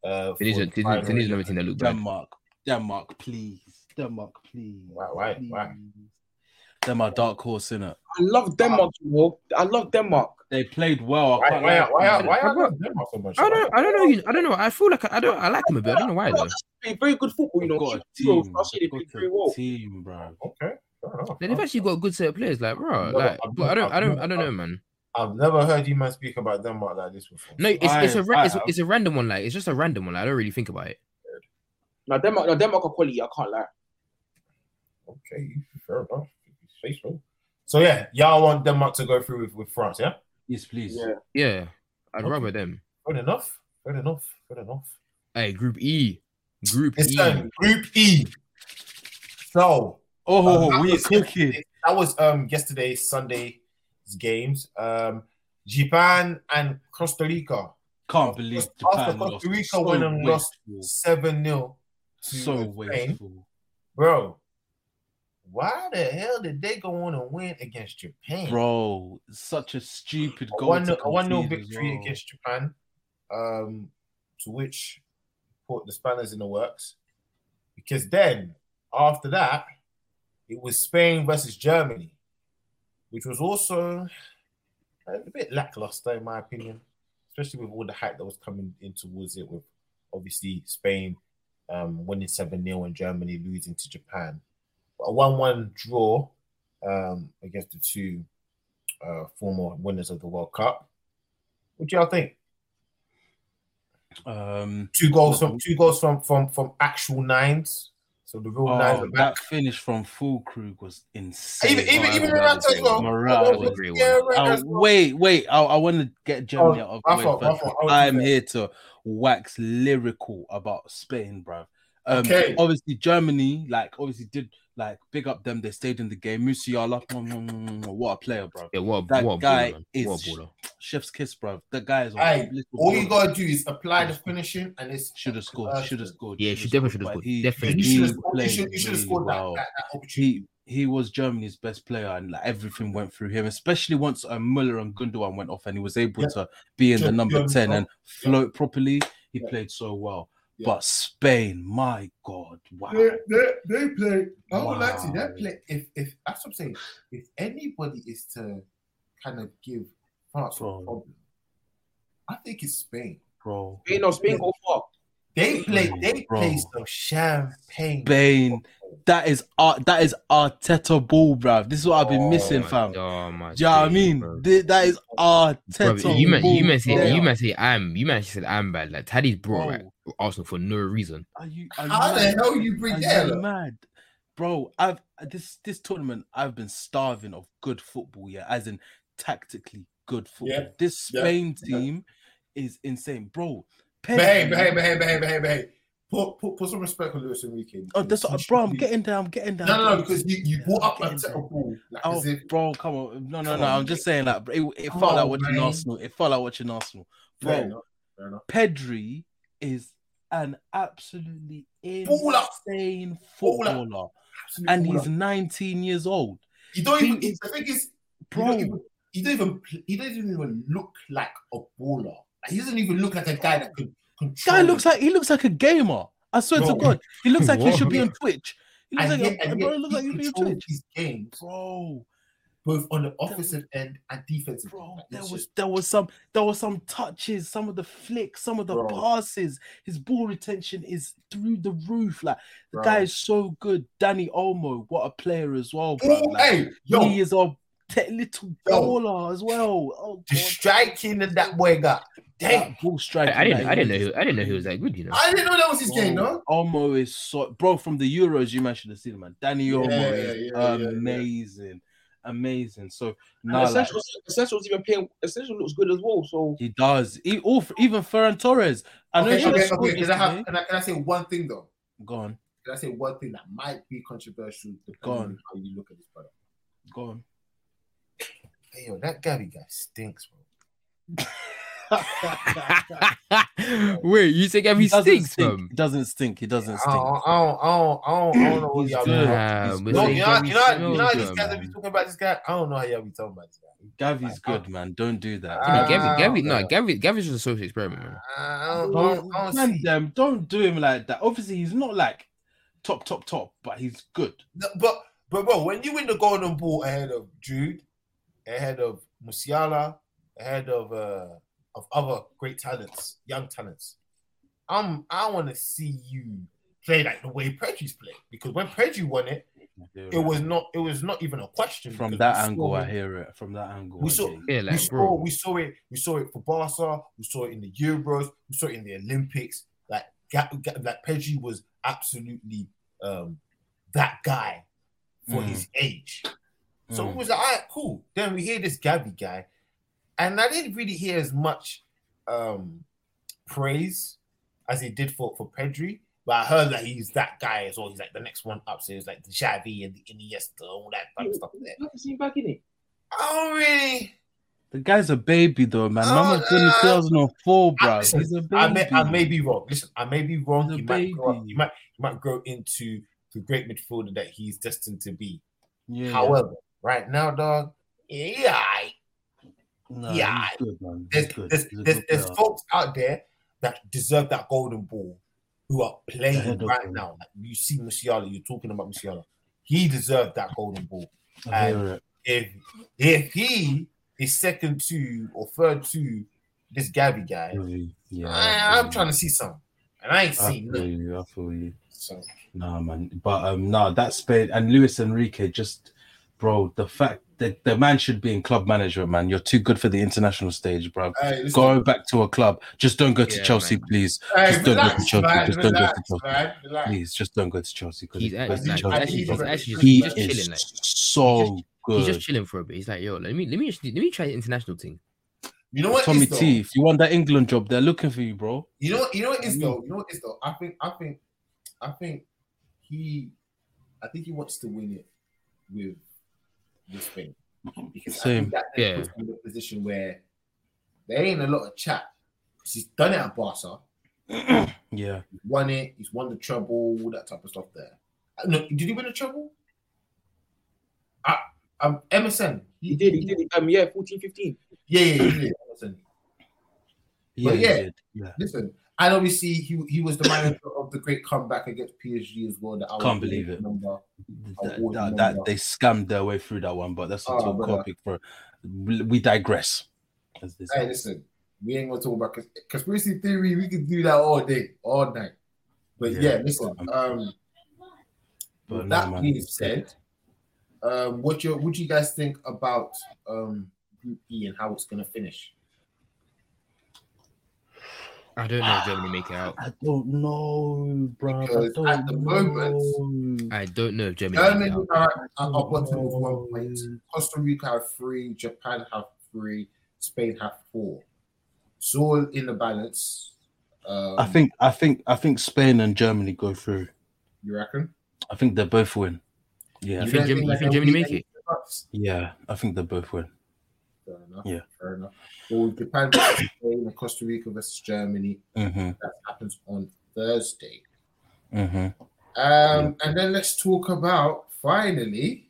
[SPEAKER 1] Uh, for
[SPEAKER 3] Tunisia,
[SPEAKER 1] the
[SPEAKER 3] Tunisia,
[SPEAKER 1] final.
[SPEAKER 3] Tunisia never seen that look bad.
[SPEAKER 2] Denmark, Denmark, please, Denmark, please.
[SPEAKER 1] Why- why- why?
[SPEAKER 2] please. They're my dark horse in it.
[SPEAKER 4] I love Denmark, you know. I love Denmark.
[SPEAKER 2] They played well. I
[SPEAKER 1] Why,
[SPEAKER 2] can't
[SPEAKER 1] why,
[SPEAKER 2] lie.
[SPEAKER 1] why, why, are you on Denmark so much?
[SPEAKER 3] I don't, I don't know. You, I don't know. I feel like I, I don't. I like him a bit. I don't know why though.
[SPEAKER 4] Play very good football, you
[SPEAKER 2] They've
[SPEAKER 4] know.
[SPEAKER 2] got a
[SPEAKER 4] Zero,
[SPEAKER 2] team.
[SPEAKER 4] I see
[SPEAKER 2] They've
[SPEAKER 4] they play
[SPEAKER 2] got
[SPEAKER 4] very
[SPEAKER 2] a
[SPEAKER 4] well.
[SPEAKER 2] team, bro.
[SPEAKER 1] Okay, fair enough.
[SPEAKER 3] They've actually got a good set of players, like bro.
[SPEAKER 1] No,
[SPEAKER 3] Like,
[SPEAKER 1] I've
[SPEAKER 3] but I don't,
[SPEAKER 1] not-
[SPEAKER 3] I don't,
[SPEAKER 1] I've
[SPEAKER 3] I don't
[SPEAKER 1] not-
[SPEAKER 3] know, man.
[SPEAKER 1] I've never heard you man speak about Denmark like this before.
[SPEAKER 3] No, it's it's a
[SPEAKER 2] I-
[SPEAKER 3] ra- it's,
[SPEAKER 2] I-
[SPEAKER 3] it's a random one. Like, it's just a random one. Like, I don't really think about it.
[SPEAKER 4] Now Denmark, now Denmark are quality. I can't lie.
[SPEAKER 1] Okay, fair enough. You Say so. So yeah, y'all want Denmark to go through with, with France, yeah?
[SPEAKER 2] Yes, please.
[SPEAKER 4] Yeah.
[SPEAKER 3] Yeah, I'd
[SPEAKER 1] Okay.
[SPEAKER 3] rather them.
[SPEAKER 1] Fair enough. Fair enough. Fair enough.
[SPEAKER 3] Hey, Group E, Group
[SPEAKER 1] It's
[SPEAKER 3] E.
[SPEAKER 1] um, Group E. So
[SPEAKER 2] Oh,
[SPEAKER 1] that
[SPEAKER 2] we're
[SPEAKER 1] was-
[SPEAKER 2] cooking.
[SPEAKER 1] that was um yesterday Sunday's games. Um, Japan and Costa Rica.
[SPEAKER 2] Can't believe
[SPEAKER 1] After
[SPEAKER 2] Japan lost.
[SPEAKER 1] Costa Rica
[SPEAKER 2] So
[SPEAKER 1] went and lost
[SPEAKER 2] wasteful.
[SPEAKER 1] seven 0
[SPEAKER 2] So wasteful.
[SPEAKER 1] bro. Why the hell did they go on and win against Japan?
[SPEAKER 2] Bro, such a stupid
[SPEAKER 1] a
[SPEAKER 2] goal.
[SPEAKER 1] one,
[SPEAKER 2] to
[SPEAKER 1] a one nil
[SPEAKER 2] concede as
[SPEAKER 1] victory
[SPEAKER 2] well.
[SPEAKER 1] against Japan, um, to which put the Spanners in the works. Because then after that, it was Spain versus Germany, which was also a bit lackluster in my opinion, especially with all the hype that was coming in towards it with obviously Spain um, winning 7 0 and Germany losing to Japan. But a 1 1 draw um, against the two uh, former winners of the World Cup. What do y'all think?
[SPEAKER 2] Um,
[SPEAKER 1] Two goals from two goals from from from actual nines. So the real nines
[SPEAKER 2] oh,
[SPEAKER 1] are back.
[SPEAKER 2] that finish from full Krug was insane.
[SPEAKER 1] even even even Ronaldo
[SPEAKER 3] Morata was
[SPEAKER 1] as well.
[SPEAKER 2] Morata
[SPEAKER 1] Ronaldo
[SPEAKER 2] was
[SPEAKER 1] as
[SPEAKER 3] great
[SPEAKER 1] well. Yeah,
[SPEAKER 2] Oh,
[SPEAKER 1] Ronaldo as well.
[SPEAKER 2] wait, wait. I, I want to get Germany out of
[SPEAKER 1] Oh, my
[SPEAKER 2] the way
[SPEAKER 1] fault, my
[SPEAKER 2] first.
[SPEAKER 1] fault.
[SPEAKER 2] because
[SPEAKER 1] I was
[SPEAKER 2] I'm
[SPEAKER 1] just
[SPEAKER 2] here to wax lyrical about Spain, bruv. Um,
[SPEAKER 1] Okay.
[SPEAKER 2] Obviously, Germany, like, obviously did, like, big up them. They stayed in the game. Musiala, mm, mm, mm, mm, what a player, bruv.
[SPEAKER 3] Yeah, what a,
[SPEAKER 2] That
[SPEAKER 3] what a
[SPEAKER 2] guy
[SPEAKER 3] baller, man.
[SPEAKER 2] is-
[SPEAKER 3] What a baller.
[SPEAKER 2] Chef's kiss, bruv. That guy is a
[SPEAKER 1] Aye,
[SPEAKER 2] little
[SPEAKER 1] All you
[SPEAKER 2] baller.
[SPEAKER 1] gotta do is apply the finishing, and it's
[SPEAKER 2] Should have scored.
[SPEAKER 1] Uh,
[SPEAKER 2] Should have scored.
[SPEAKER 3] Yeah,
[SPEAKER 2] shoulda
[SPEAKER 3] she definitely shoulda
[SPEAKER 2] but
[SPEAKER 3] scored,
[SPEAKER 2] He,
[SPEAKER 1] Yeah,
[SPEAKER 3] definitely.
[SPEAKER 1] you
[SPEAKER 2] he
[SPEAKER 1] should have scored, you
[SPEAKER 2] played
[SPEAKER 1] should, you should have
[SPEAKER 2] really
[SPEAKER 1] scored
[SPEAKER 2] well.
[SPEAKER 1] that, that, that opportunity.
[SPEAKER 2] He he was Germany's best player, and like, everything went through him. Especially once uh, Muller and Gundogan went off, and he was able
[SPEAKER 1] Yeah.
[SPEAKER 2] to be in
[SPEAKER 1] Sure,
[SPEAKER 2] the number
[SPEAKER 1] yeah,
[SPEAKER 2] ten
[SPEAKER 1] no,
[SPEAKER 2] and float properly. He
[SPEAKER 1] Yeah.
[SPEAKER 2] played so well.
[SPEAKER 1] Yeah.
[SPEAKER 2] But Spain, my God, wow.
[SPEAKER 1] They, they, they play. I would
[SPEAKER 2] Wow.
[SPEAKER 1] like to. They play. If if that's what I'm saying. If anybody is to kind of give France a
[SPEAKER 2] Bro.
[SPEAKER 1] problem, I think it's Spain.
[SPEAKER 2] Bro.
[SPEAKER 4] Spain or Spain go far.
[SPEAKER 1] They play. They
[SPEAKER 2] Bro.
[SPEAKER 1] play some champagne.
[SPEAKER 2] Spain, that is art. That is Arteta ball, bruv. This is what I've been
[SPEAKER 1] Oh
[SPEAKER 2] missing,
[SPEAKER 3] my-
[SPEAKER 2] fam.
[SPEAKER 3] Oh my.
[SPEAKER 2] Do you know what I
[SPEAKER 3] days,
[SPEAKER 2] mean?
[SPEAKER 3] bro.
[SPEAKER 2] Th- That is
[SPEAKER 3] Bro,
[SPEAKER 2] Arteta.
[SPEAKER 3] you meant you
[SPEAKER 2] ball,
[SPEAKER 3] meant say
[SPEAKER 2] bruv.
[SPEAKER 3] you meant say I'm you meant said I'm bad. Like Taddy's brought
[SPEAKER 2] Bro.
[SPEAKER 3] like, Arsenal for no reason.
[SPEAKER 2] Are you? Are you
[SPEAKER 1] How
[SPEAKER 2] mad?
[SPEAKER 1] the hell you bring
[SPEAKER 2] Are
[SPEAKER 1] that?
[SPEAKER 2] you
[SPEAKER 1] up?
[SPEAKER 2] mad, bro? I've this this tournament. I've been starving of good football. Yeah, as in tactically good football.
[SPEAKER 1] Yeah,
[SPEAKER 2] This
[SPEAKER 1] yeah,
[SPEAKER 2] Spain
[SPEAKER 1] yeah.
[SPEAKER 2] team is insane, bro.
[SPEAKER 1] Behave, behave, behave, behave, behave, behave. Put, put, put some respect on Luis Enrique.
[SPEAKER 2] Oh, that's what, bro. I'm getting there. I'm getting there.
[SPEAKER 1] No,
[SPEAKER 2] I'm
[SPEAKER 1] no, no,
[SPEAKER 2] getting
[SPEAKER 1] because
[SPEAKER 2] there.
[SPEAKER 1] you, you brought up a
[SPEAKER 2] Getting there.
[SPEAKER 1] technical. Like,
[SPEAKER 2] Oh,
[SPEAKER 1] as if,
[SPEAKER 2] bro, come on. No, no,
[SPEAKER 1] Come
[SPEAKER 2] no.
[SPEAKER 1] on,
[SPEAKER 2] I'm just saying that. bro. It, it
[SPEAKER 1] Come
[SPEAKER 2] felt like
[SPEAKER 1] on,
[SPEAKER 2] watching
[SPEAKER 1] man.
[SPEAKER 2] Arsenal. It felt like watching Arsenal, bro.
[SPEAKER 1] Fair enough, fair enough.
[SPEAKER 2] Pedri is an absolutely
[SPEAKER 1] Baller.
[SPEAKER 2] insane footballer,
[SPEAKER 1] Absolute
[SPEAKER 2] and
[SPEAKER 1] baller.
[SPEAKER 2] he's 19 years old,
[SPEAKER 1] You don't even.
[SPEAKER 2] He-
[SPEAKER 1] The thing is, you
[SPEAKER 2] bro.
[SPEAKER 1] don't even. You don't even. pl- He doesn't even look like a baller. Like, he doesn't even look like a guy that can control.
[SPEAKER 2] Guy looks like he looks like a gamer. I swear
[SPEAKER 1] Bro.
[SPEAKER 2] to God, he looks like he
[SPEAKER 3] Whoa.
[SPEAKER 2] should be on Twitch. He looks
[SPEAKER 1] And
[SPEAKER 2] like,
[SPEAKER 1] yet,
[SPEAKER 2] a,
[SPEAKER 1] and
[SPEAKER 2] bro,
[SPEAKER 1] yet
[SPEAKER 2] he looks like
[SPEAKER 1] he
[SPEAKER 2] he'd be on
[SPEAKER 1] controls
[SPEAKER 2] Twitch,
[SPEAKER 1] his games
[SPEAKER 2] bro.
[SPEAKER 1] both on the offensive end and defensive.
[SPEAKER 2] Bro,
[SPEAKER 1] end.
[SPEAKER 2] there
[SPEAKER 1] It's
[SPEAKER 2] was
[SPEAKER 1] just-
[SPEAKER 2] there was some there was some touches, some of the flicks, some of the
[SPEAKER 1] Bro.
[SPEAKER 2] passes. His ball retention is through the roof. Like the
[SPEAKER 1] Bro.
[SPEAKER 2] guy is so good. Danny Olmo, what a player as well. Bro.
[SPEAKER 1] Oh,
[SPEAKER 2] Like,
[SPEAKER 1] hey, yo,
[SPEAKER 2] he is a te- little
[SPEAKER 1] Yo.
[SPEAKER 2] baller as well. Oh
[SPEAKER 1] the
[SPEAKER 2] God,
[SPEAKER 1] striking that that boy got. Damn,
[SPEAKER 2] that ball strike.
[SPEAKER 3] I, I didn't I didn't know he, I didn't know he was that good. You know.
[SPEAKER 1] I didn't know that was his game, no.
[SPEAKER 2] Bro, Olmo Oh, is so bro from the Euros. You man should have seen him, man. Danny
[SPEAKER 1] Yeah,
[SPEAKER 2] Olmo
[SPEAKER 1] yeah,
[SPEAKER 2] is
[SPEAKER 1] yeah, yeah.
[SPEAKER 2] amazing, amazing. So
[SPEAKER 4] And
[SPEAKER 2] now like,
[SPEAKER 4] Essentials, Essentials even playing. Essential looks good as well. So
[SPEAKER 2] he does. He, all, even Ferran Torres. I know
[SPEAKER 1] Okay,
[SPEAKER 2] he
[SPEAKER 1] okay,
[SPEAKER 2] scored
[SPEAKER 1] okay. Can I have?
[SPEAKER 2] yesterday.
[SPEAKER 1] Can I, can I say one thing though?
[SPEAKER 2] eh? Go on,
[SPEAKER 1] Can I say one thing that might be controversial
[SPEAKER 2] Go
[SPEAKER 1] depending
[SPEAKER 2] on.
[SPEAKER 1] on how you look at this brother?
[SPEAKER 2] go on.
[SPEAKER 1] Hey, yo, that Gabby guy stinks, bro.
[SPEAKER 3] Wait, you think every
[SPEAKER 2] doesn't
[SPEAKER 3] stinks
[SPEAKER 2] stink.
[SPEAKER 3] from?
[SPEAKER 2] He doesn't stink. He doesn't
[SPEAKER 1] I
[SPEAKER 2] stink.
[SPEAKER 1] don't, I don't, I don't, I don't, I don't know what
[SPEAKER 2] He's
[SPEAKER 1] y'all
[SPEAKER 2] good.
[SPEAKER 1] be
[SPEAKER 3] Nah,
[SPEAKER 2] He's
[SPEAKER 3] but
[SPEAKER 1] No,
[SPEAKER 2] good.
[SPEAKER 3] they
[SPEAKER 1] you know,
[SPEAKER 3] very
[SPEAKER 1] you know, you know how
[SPEAKER 3] similar,
[SPEAKER 1] these guys that
[SPEAKER 3] man.
[SPEAKER 1] be talking about this guy. I don't know how y'all be talking about this guy.
[SPEAKER 2] Gavi's good, man. Don't do that.
[SPEAKER 1] Ah,
[SPEAKER 3] No,
[SPEAKER 2] Don't do
[SPEAKER 3] Gavin,
[SPEAKER 2] that.
[SPEAKER 3] Gavin,
[SPEAKER 1] yeah.
[SPEAKER 3] no, Gavin, Gavin's just a social experiment, man.
[SPEAKER 1] I I Uh, don't, I
[SPEAKER 2] Don't,
[SPEAKER 1] don't, I don't
[SPEAKER 2] man,
[SPEAKER 1] see.
[SPEAKER 2] them, don't do him like that. Obviously, he's not like top, top, top, but he's good.
[SPEAKER 1] No, But, but, bro, when you win the golden ball ahead of Jude, ahead of Musiala, ahead of uh, of other great talents, young talents, I'm, I want to see you play like the way Pedri's played because when Pedri won it, it was not, it was not even a question.
[SPEAKER 2] from
[SPEAKER 1] because
[SPEAKER 2] that
[SPEAKER 1] we saw
[SPEAKER 2] angle. I
[SPEAKER 1] him-
[SPEAKER 2] hear it from that angle.
[SPEAKER 1] We
[SPEAKER 2] I
[SPEAKER 1] saw-
[SPEAKER 2] hear you.
[SPEAKER 3] Yeah,
[SPEAKER 1] we
[SPEAKER 3] like,
[SPEAKER 1] saw
[SPEAKER 3] bro.
[SPEAKER 1] we saw it we saw it for Barca, we saw it in the Euros, we saw it in the Olympics. Like Ga- Ga- like Pedri was absolutely um that guy for
[SPEAKER 2] Mm.
[SPEAKER 1] his age. So it
[SPEAKER 2] Mm.
[SPEAKER 1] was like, all right, cool. Then we hear this Gavi guy, and I didn't really hear as much um praise as he did for for Pedri. But I heard that he's that guy as well. He's like the next one up. So it's like the Xavi and the Iniesta, all that kind of stuff. There.
[SPEAKER 4] I can see him back in it.
[SPEAKER 1] I don't really.
[SPEAKER 2] The guy's a baby though, man.
[SPEAKER 1] Oh,
[SPEAKER 2] Mama's born in
[SPEAKER 1] nah.
[SPEAKER 2] 2004,
[SPEAKER 1] I-
[SPEAKER 2] bro.
[SPEAKER 1] listen,
[SPEAKER 2] He's a baby.
[SPEAKER 1] I may, I may be wrong. Listen, I may be wrong.
[SPEAKER 2] He's a
[SPEAKER 1] He might, grow up,
[SPEAKER 2] baby.
[SPEAKER 1] he might he might grow into the great midfielder that he's destined to be.
[SPEAKER 2] yeah,
[SPEAKER 1] However, right now, dog, yeah, I-
[SPEAKER 2] Nah,
[SPEAKER 1] yeah,
[SPEAKER 2] he's good, man. He's
[SPEAKER 1] there's
[SPEAKER 2] good.
[SPEAKER 1] there's,
[SPEAKER 2] He's a
[SPEAKER 1] there's,
[SPEAKER 2] good uh,
[SPEAKER 1] there's
[SPEAKER 2] player.
[SPEAKER 1] folks out there that deserve that golden ball who are playing
[SPEAKER 2] Ahead of
[SPEAKER 1] right
[SPEAKER 2] them.
[SPEAKER 1] now. Like you see Musiala, you're talking about Musiala. He deserved that golden ball.
[SPEAKER 2] I hear it.
[SPEAKER 1] If if he is second to or third to this Gabby guy,
[SPEAKER 2] Yeah,
[SPEAKER 1] I, I'm trying to see something, and I ain't
[SPEAKER 2] I
[SPEAKER 1] seen
[SPEAKER 2] feel
[SPEAKER 1] nothing.
[SPEAKER 2] you. I feel you.
[SPEAKER 1] So.
[SPEAKER 2] Nah, man. But um, nah, that's Spain and Luis Enrique. Just, bro, the fact that the man should be in club management, man. You're too good for the international stage, bro.
[SPEAKER 1] Hey, listen.
[SPEAKER 2] Go back to a club. Just don't go to
[SPEAKER 3] Yeah,
[SPEAKER 2] Chelsea,
[SPEAKER 3] man.
[SPEAKER 2] please.
[SPEAKER 1] Hey,
[SPEAKER 2] Just don't go
[SPEAKER 1] relax,
[SPEAKER 2] to Chelsea.
[SPEAKER 1] man,
[SPEAKER 2] Just don't go
[SPEAKER 1] relax,
[SPEAKER 2] to Chelsea.
[SPEAKER 1] man, relax.
[SPEAKER 2] Please, just don't go to Chelsea because
[SPEAKER 3] He's actually,
[SPEAKER 1] I
[SPEAKER 3] like, he's
[SPEAKER 1] think- I
[SPEAKER 3] actually,
[SPEAKER 1] think
[SPEAKER 3] he's
[SPEAKER 1] he's
[SPEAKER 3] actually just,
[SPEAKER 2] he
[SPEAKER 3] he's just
[SPEAKER 2] is
[SPEAKER 3] chilling. Like
[SPEAKER 2] so
[SPEAKER 3] just-
[SPEAKER 2] good.
[SPEAKER 3] he's just chilling for a bit. He's like, yo, let me, let me, just- let me try the international thing.
[SPEAKER 1] You know what
[SPEAKER 2] Tommy
[SPEAKER 1] is, though?
[SPEAKER 2] T, if you want that England job, they're looking for you, bro.
[SPEAKER 1] You know what you know what is
[SPEAKER 2] Mm.
[SPEAKER 1] though? You know what is though? I think I think I think he I think he wants to win it with this thing.
[SPEAKER 4] Mm-hmm.
[SPEAKER 1] Because I
[SPEAKER 2] Same.
[SPEAKER 1] think that
[SPEAKER 3] Yeah.
[SPEAKER 1] puts him in a position where there ain't a lot of chat. 'Cause He's done it at Barca,
[SPEAKER 2] Yeah,
[SPEAKER 1] he's won it, he's won the treble, all that type of stuff there. Uh, No, did he win the treble? I, um, MSN.
[SPEAKER 4] He did. He did. Um, yeah, 14, 15.
[SPEAKER 1] Yeah, yeah, yeah. yeah, MSN. yeah.
[SPEAKER 2] yeah, he did. yeah.
[SPEAKER 1] Listen, And obviously, he, he was the manager of the great comeback against PSG as well. That I
[SPEAKER 2] Can't believe it.
[SPEAKER 1] Remember.
[SPEAKER 2] That, that, that- they scammed their way through that one, but that's a
[SPEAKER 1] Oh,
[SPEAKER 2] top
[SPEAKER 1] brother.
[SPEAKER 2] topic for. We digress. As they
[SPEAKER 1] Hey,
[SPEAKER 2] say.
[SPEAKER 1] listen, we ain't gonna talk about cons- conspiracy theory. We can do that all day, all night. But yeah,
[SPEAKER 2] Yeah.
[SPEAKER 1] listen. Um,
[SPEAKER 2] But
[SPEAKER 1] with
[SPEAKER 2] no,
[SPEAKER 1] that
[SPEAKER 2] man.
[SPEAKER 1] being said, um, what you what do you guys think about um Group E and how it's gonna finish?
[SPEAKER 3] I don't know if Germany make it out.
[SPEAKER 2] I don't know, bro.
[SPEAKER 1] Because
[SPEAKER 2] I don't
[SPEAKER 1] at the
[SPEAKER 2] know.
[SPEAKER 3] I don't know if Germany. make it
[SPEAKER 1] Germany
[SPEAKER 3] out.
[SPEAKER 1] are at our bottom with one point. Costa Rica have three. Japan have three. Spain have four. It's all in the balance. Um,
[SPEAKER 2] I think, I think, I think Spain and Germany go through.
[SPEAKER 1] you reckon.
[SPEAKER 2] I think they both win. Yeah,
[SPEAKER 1] don't
[SPEAKER 3] You think Germany, you
[SPEAKER 1] like
[SPEAKER 3] think
[SPEAKER 1] they'll
[SPEAKER 3] Germany
[SPEAKER 1] beat
[SPEAKER 3] make it?
[SPEAKER 1] us?
[SPEAKER 2] yeah. I think they both win.
[SPEAKER 1] Fair enough.
[SPEAKER 2] Yeah.
[SPEAKER 1] Fair enough. Well, Japan versus Spain and Costa Rica versus Germany.
[SPEAKER 2] Mm-hmm.
[SPEAKER 1] That happens on Thursday.
[SPEAKER 2] Mm-hmm.
[SPEAKER 1] Um, and then let's talk about finally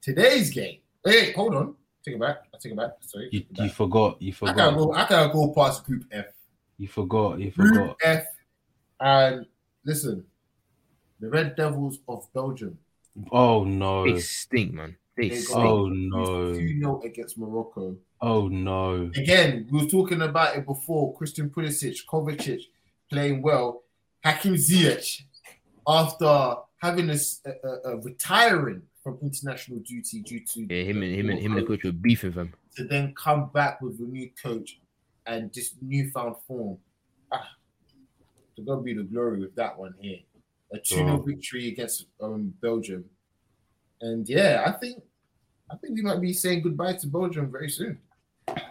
[SPEAKER 1] today's game. Hey, hold on. Take it back. I take it back. Sorry.
[SPEAKER 2] You,
[SPEAKER 1] take it
[SPEAKER 2] you
[SPEAKER 1] back.
[SPEAKER 2] forgot. You
[SPEAKER 1] I gotta
[SPEAKER 2] forgot.
[SPEAKER 1] go. I gotta go past Group F.
[SPEAKER 2] You forgot. You
[SPEAKER 1] Group
[SPEAKER 2] forgot.
[SPEAKER 1] F. And listen, the Red Devils of Belgium.
[SPEAKER 2] Oh no.
[SPEAKER 3] They stink, man. They
[SPEAKER 1] They
[SPEAKER 3] stink.
[SPEAKER 1] got-
[SPEAKER 2] Oh no.
[SPEAKER 1] 2 0 against Morocco.
[SPEAKER 2] Oh no.
[SPEAKER 1] Again, we were talking about it before. Christian Pulisic, Kovacic playing well. Hakim Ziyech, after having a, s- a- a- a retiring from international duty due to
[SPEAKER 3] Yeah, him and him and
[SPEAKER 2] Oh.
[SPEAKER 3] him and the coach were beefing them.
[SPEAKER 1] to then come back with a new coach and this newfound form. Ah, to God be the glory with that one here. A 2 0
[SPEAKER 2] Oh.
[SPEAKER 1] victory against um, Belgium. And yeah, I think I think we might be saying goodbye to Belgium very soon.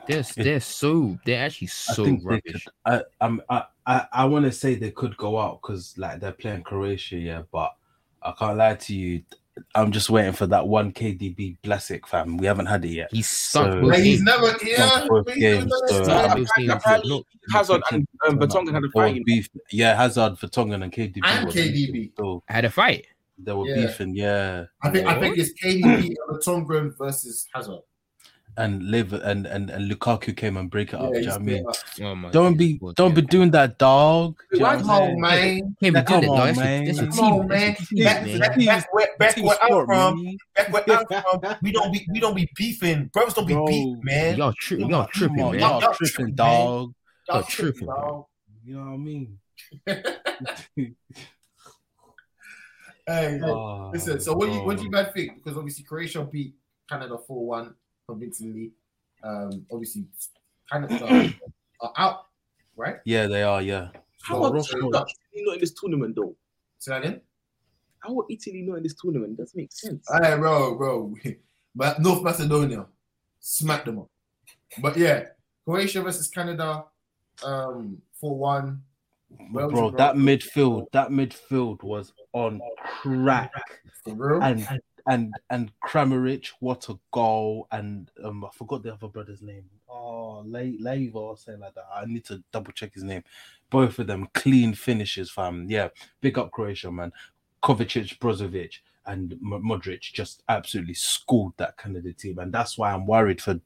[SPEAKER 3] They're they're so they're actually
[SPEAKER 2] I
[SPEAKER 3] so
[SPEAKER 2] think they could.
[SPEAKER 3] rubbish.
[SPEAKER 2] I um I I, I want to say they could go out because like they're playing Croatia, yeah. But I can't lie to you. I'm just waiting for that one KDB Blasic fam. We haven't had it yet.
[SPEAKER 3] He's stunk.
[SPEAKER 2] So-
[SPEAKER 3] both
[SPEAKER 1] Like, he's
[SPEAKER 3] games.
[SPEAKER 1] never, yeah,
[SPEAKER 2] Fourth
[SPEAKER 1] but he's never
[SPEAKER 2] game,
[SPEAKER 1] done this
[SPEAKER 2] so,
[SPEAKER 1] to us.
[SPEAKER 2] um,
[SPEAKER 3] Both games.
[SPEAKER 4] apparently-
[SPEAKER 3] Not-
[SPEAKER 4] Hazard and um, Vertonghen had a
[SPEAKER 2] They were
[SPEAKER 4] fight. you know.
[SPEAKER 2] beef. Yeah, Hazard, Vertonghen, and KDB.
[SPEAKER 1] And
[SPEAKER 2] were
[SPEAKER 1] KDB.
[SPEAKER 2] beefing, So
[SPEAKER 3] I had a fight.
[SPEAKER 2] they were
[SPEAKER 1] Yeah.
[SPEAKER 2] beefing, yeah.
[SPEAKER 1] I think I think it's KDB and Tongren versus Hazard.
[SPEAKER 2] And live and, and and Lukaku came and break it up. do you
[SPEAKER 1] he's
[SPEAKER 2] know what I mean?
[SPEAKER 1] been up.
[SPEAKER 3] Oh my
[SPEAKER 2] Don't
[SPEAKER 3] days,
[SPEAKER 2] be
[SPEAKER 3] God,
[SPEAKER 2] don't
[SPEAKER 3] yeah.
[SPEAKER 2] be doing that, dog. Do you know
[SPEAKER 4] Why
[SPEAKER 2] what I'm
[SPEAKER 1] Come
[SPEAKER 2] saying?
[SPEAKER 1] on, man.
[SPEAKER 3] Can't be
[SPEAKER 2] Now,
[SPEAKER 3] doing
[SPEAKER 2] come
[SPEAKER 3] it. No,
[SPEAKER 2] on,
[SPEAKER 3] that's your-
[SPEAKER 2] man.
[SPEAKER 3] that's your
[SPEAKER 1] Come on,
[SPEAKER 3] team.
[SPEAKER 1] man.
[SPEAKER 3] That's your
[SPEAKER 1] Back,
[SPEAKER 3] team, man.
[SPEAKER 1] back, back where, back
[SPEAKER 2] Team
[SPEAKER 1] where I'm
[SPEAKER 2] sport,
[SPEAKER 1] from,
[SPEAKER 2] man.
[SPEAKER 1] back where I'm from, we don't be we don't be beefing. Brothers don't be
[SPEAKER 2] Bro.
[SPEAKER 1] beefing, man.
[SPEAKER 3] Y'all tripping.
[SPEAKER 2] Come
[SPEAKER 3] Y'all
[SPEAKER 2] on,
[SPEAKER 3] tripping,
[SPEAKER 2] come on,
[SPEAKER 3] man.
[SPEAKER 2] Y'all
[SPEAKER 1] Y'all
[SPEAKER 2] tripping,
[SPEAKER 1] tripping,
[SPEAKER 2] dog.
[SPEAKER 1] Y'all
[SPEAKER 3] y'all tripping,
[SPEAKER 1] dog.
[SPEAKER 2] You know what I mean?
[SPEAKER 1] Hey,
[SPEAKER 2] Oh,
[SPEAKER 1] listen. So what do you what do you
[SPEAKER 2] bro.
[SPEAKER 1] guys think? Because obviously Croatia beat Canada four one convincingly. Um, obviously Canada are out, right?
[SPEAKER 2] Yeah, they are. Yeah.
[SPEAKER 4] How
[SPEAKER 2] Well,
[SPEAKER 4] are
[SPEAKER 2] Ross-
[SPEAKER 4] Italy not in this tournament though?
[SPEAKER 1] So then,
[SPEAKER 4] How are Italy not in this tournament? Doesn't make sense.
[SPEAKER 1] hey, bro, bro, but North Macedonia smacked them up. But yeah, Croatia versus Canada, um, four one. Well,
[SPEAKER 2] bro,
[SPEAKER 1] bro.
[SPEAKER 2] that midfield, that midfield was on crack,
[SPEAKER 1] For real,
[SPEAKER 2] and and and Kramaric, what a goal! And um, I forgot the other brother's name. Oh, Le- Leiva or something like that. I need to double check his name. Both of them clean finishes, fam. Yeah, big up Croatia, man. Kovacic, Brozovic, and M- Modric just absolutely schooled that Canada team, and that's why I'm worried for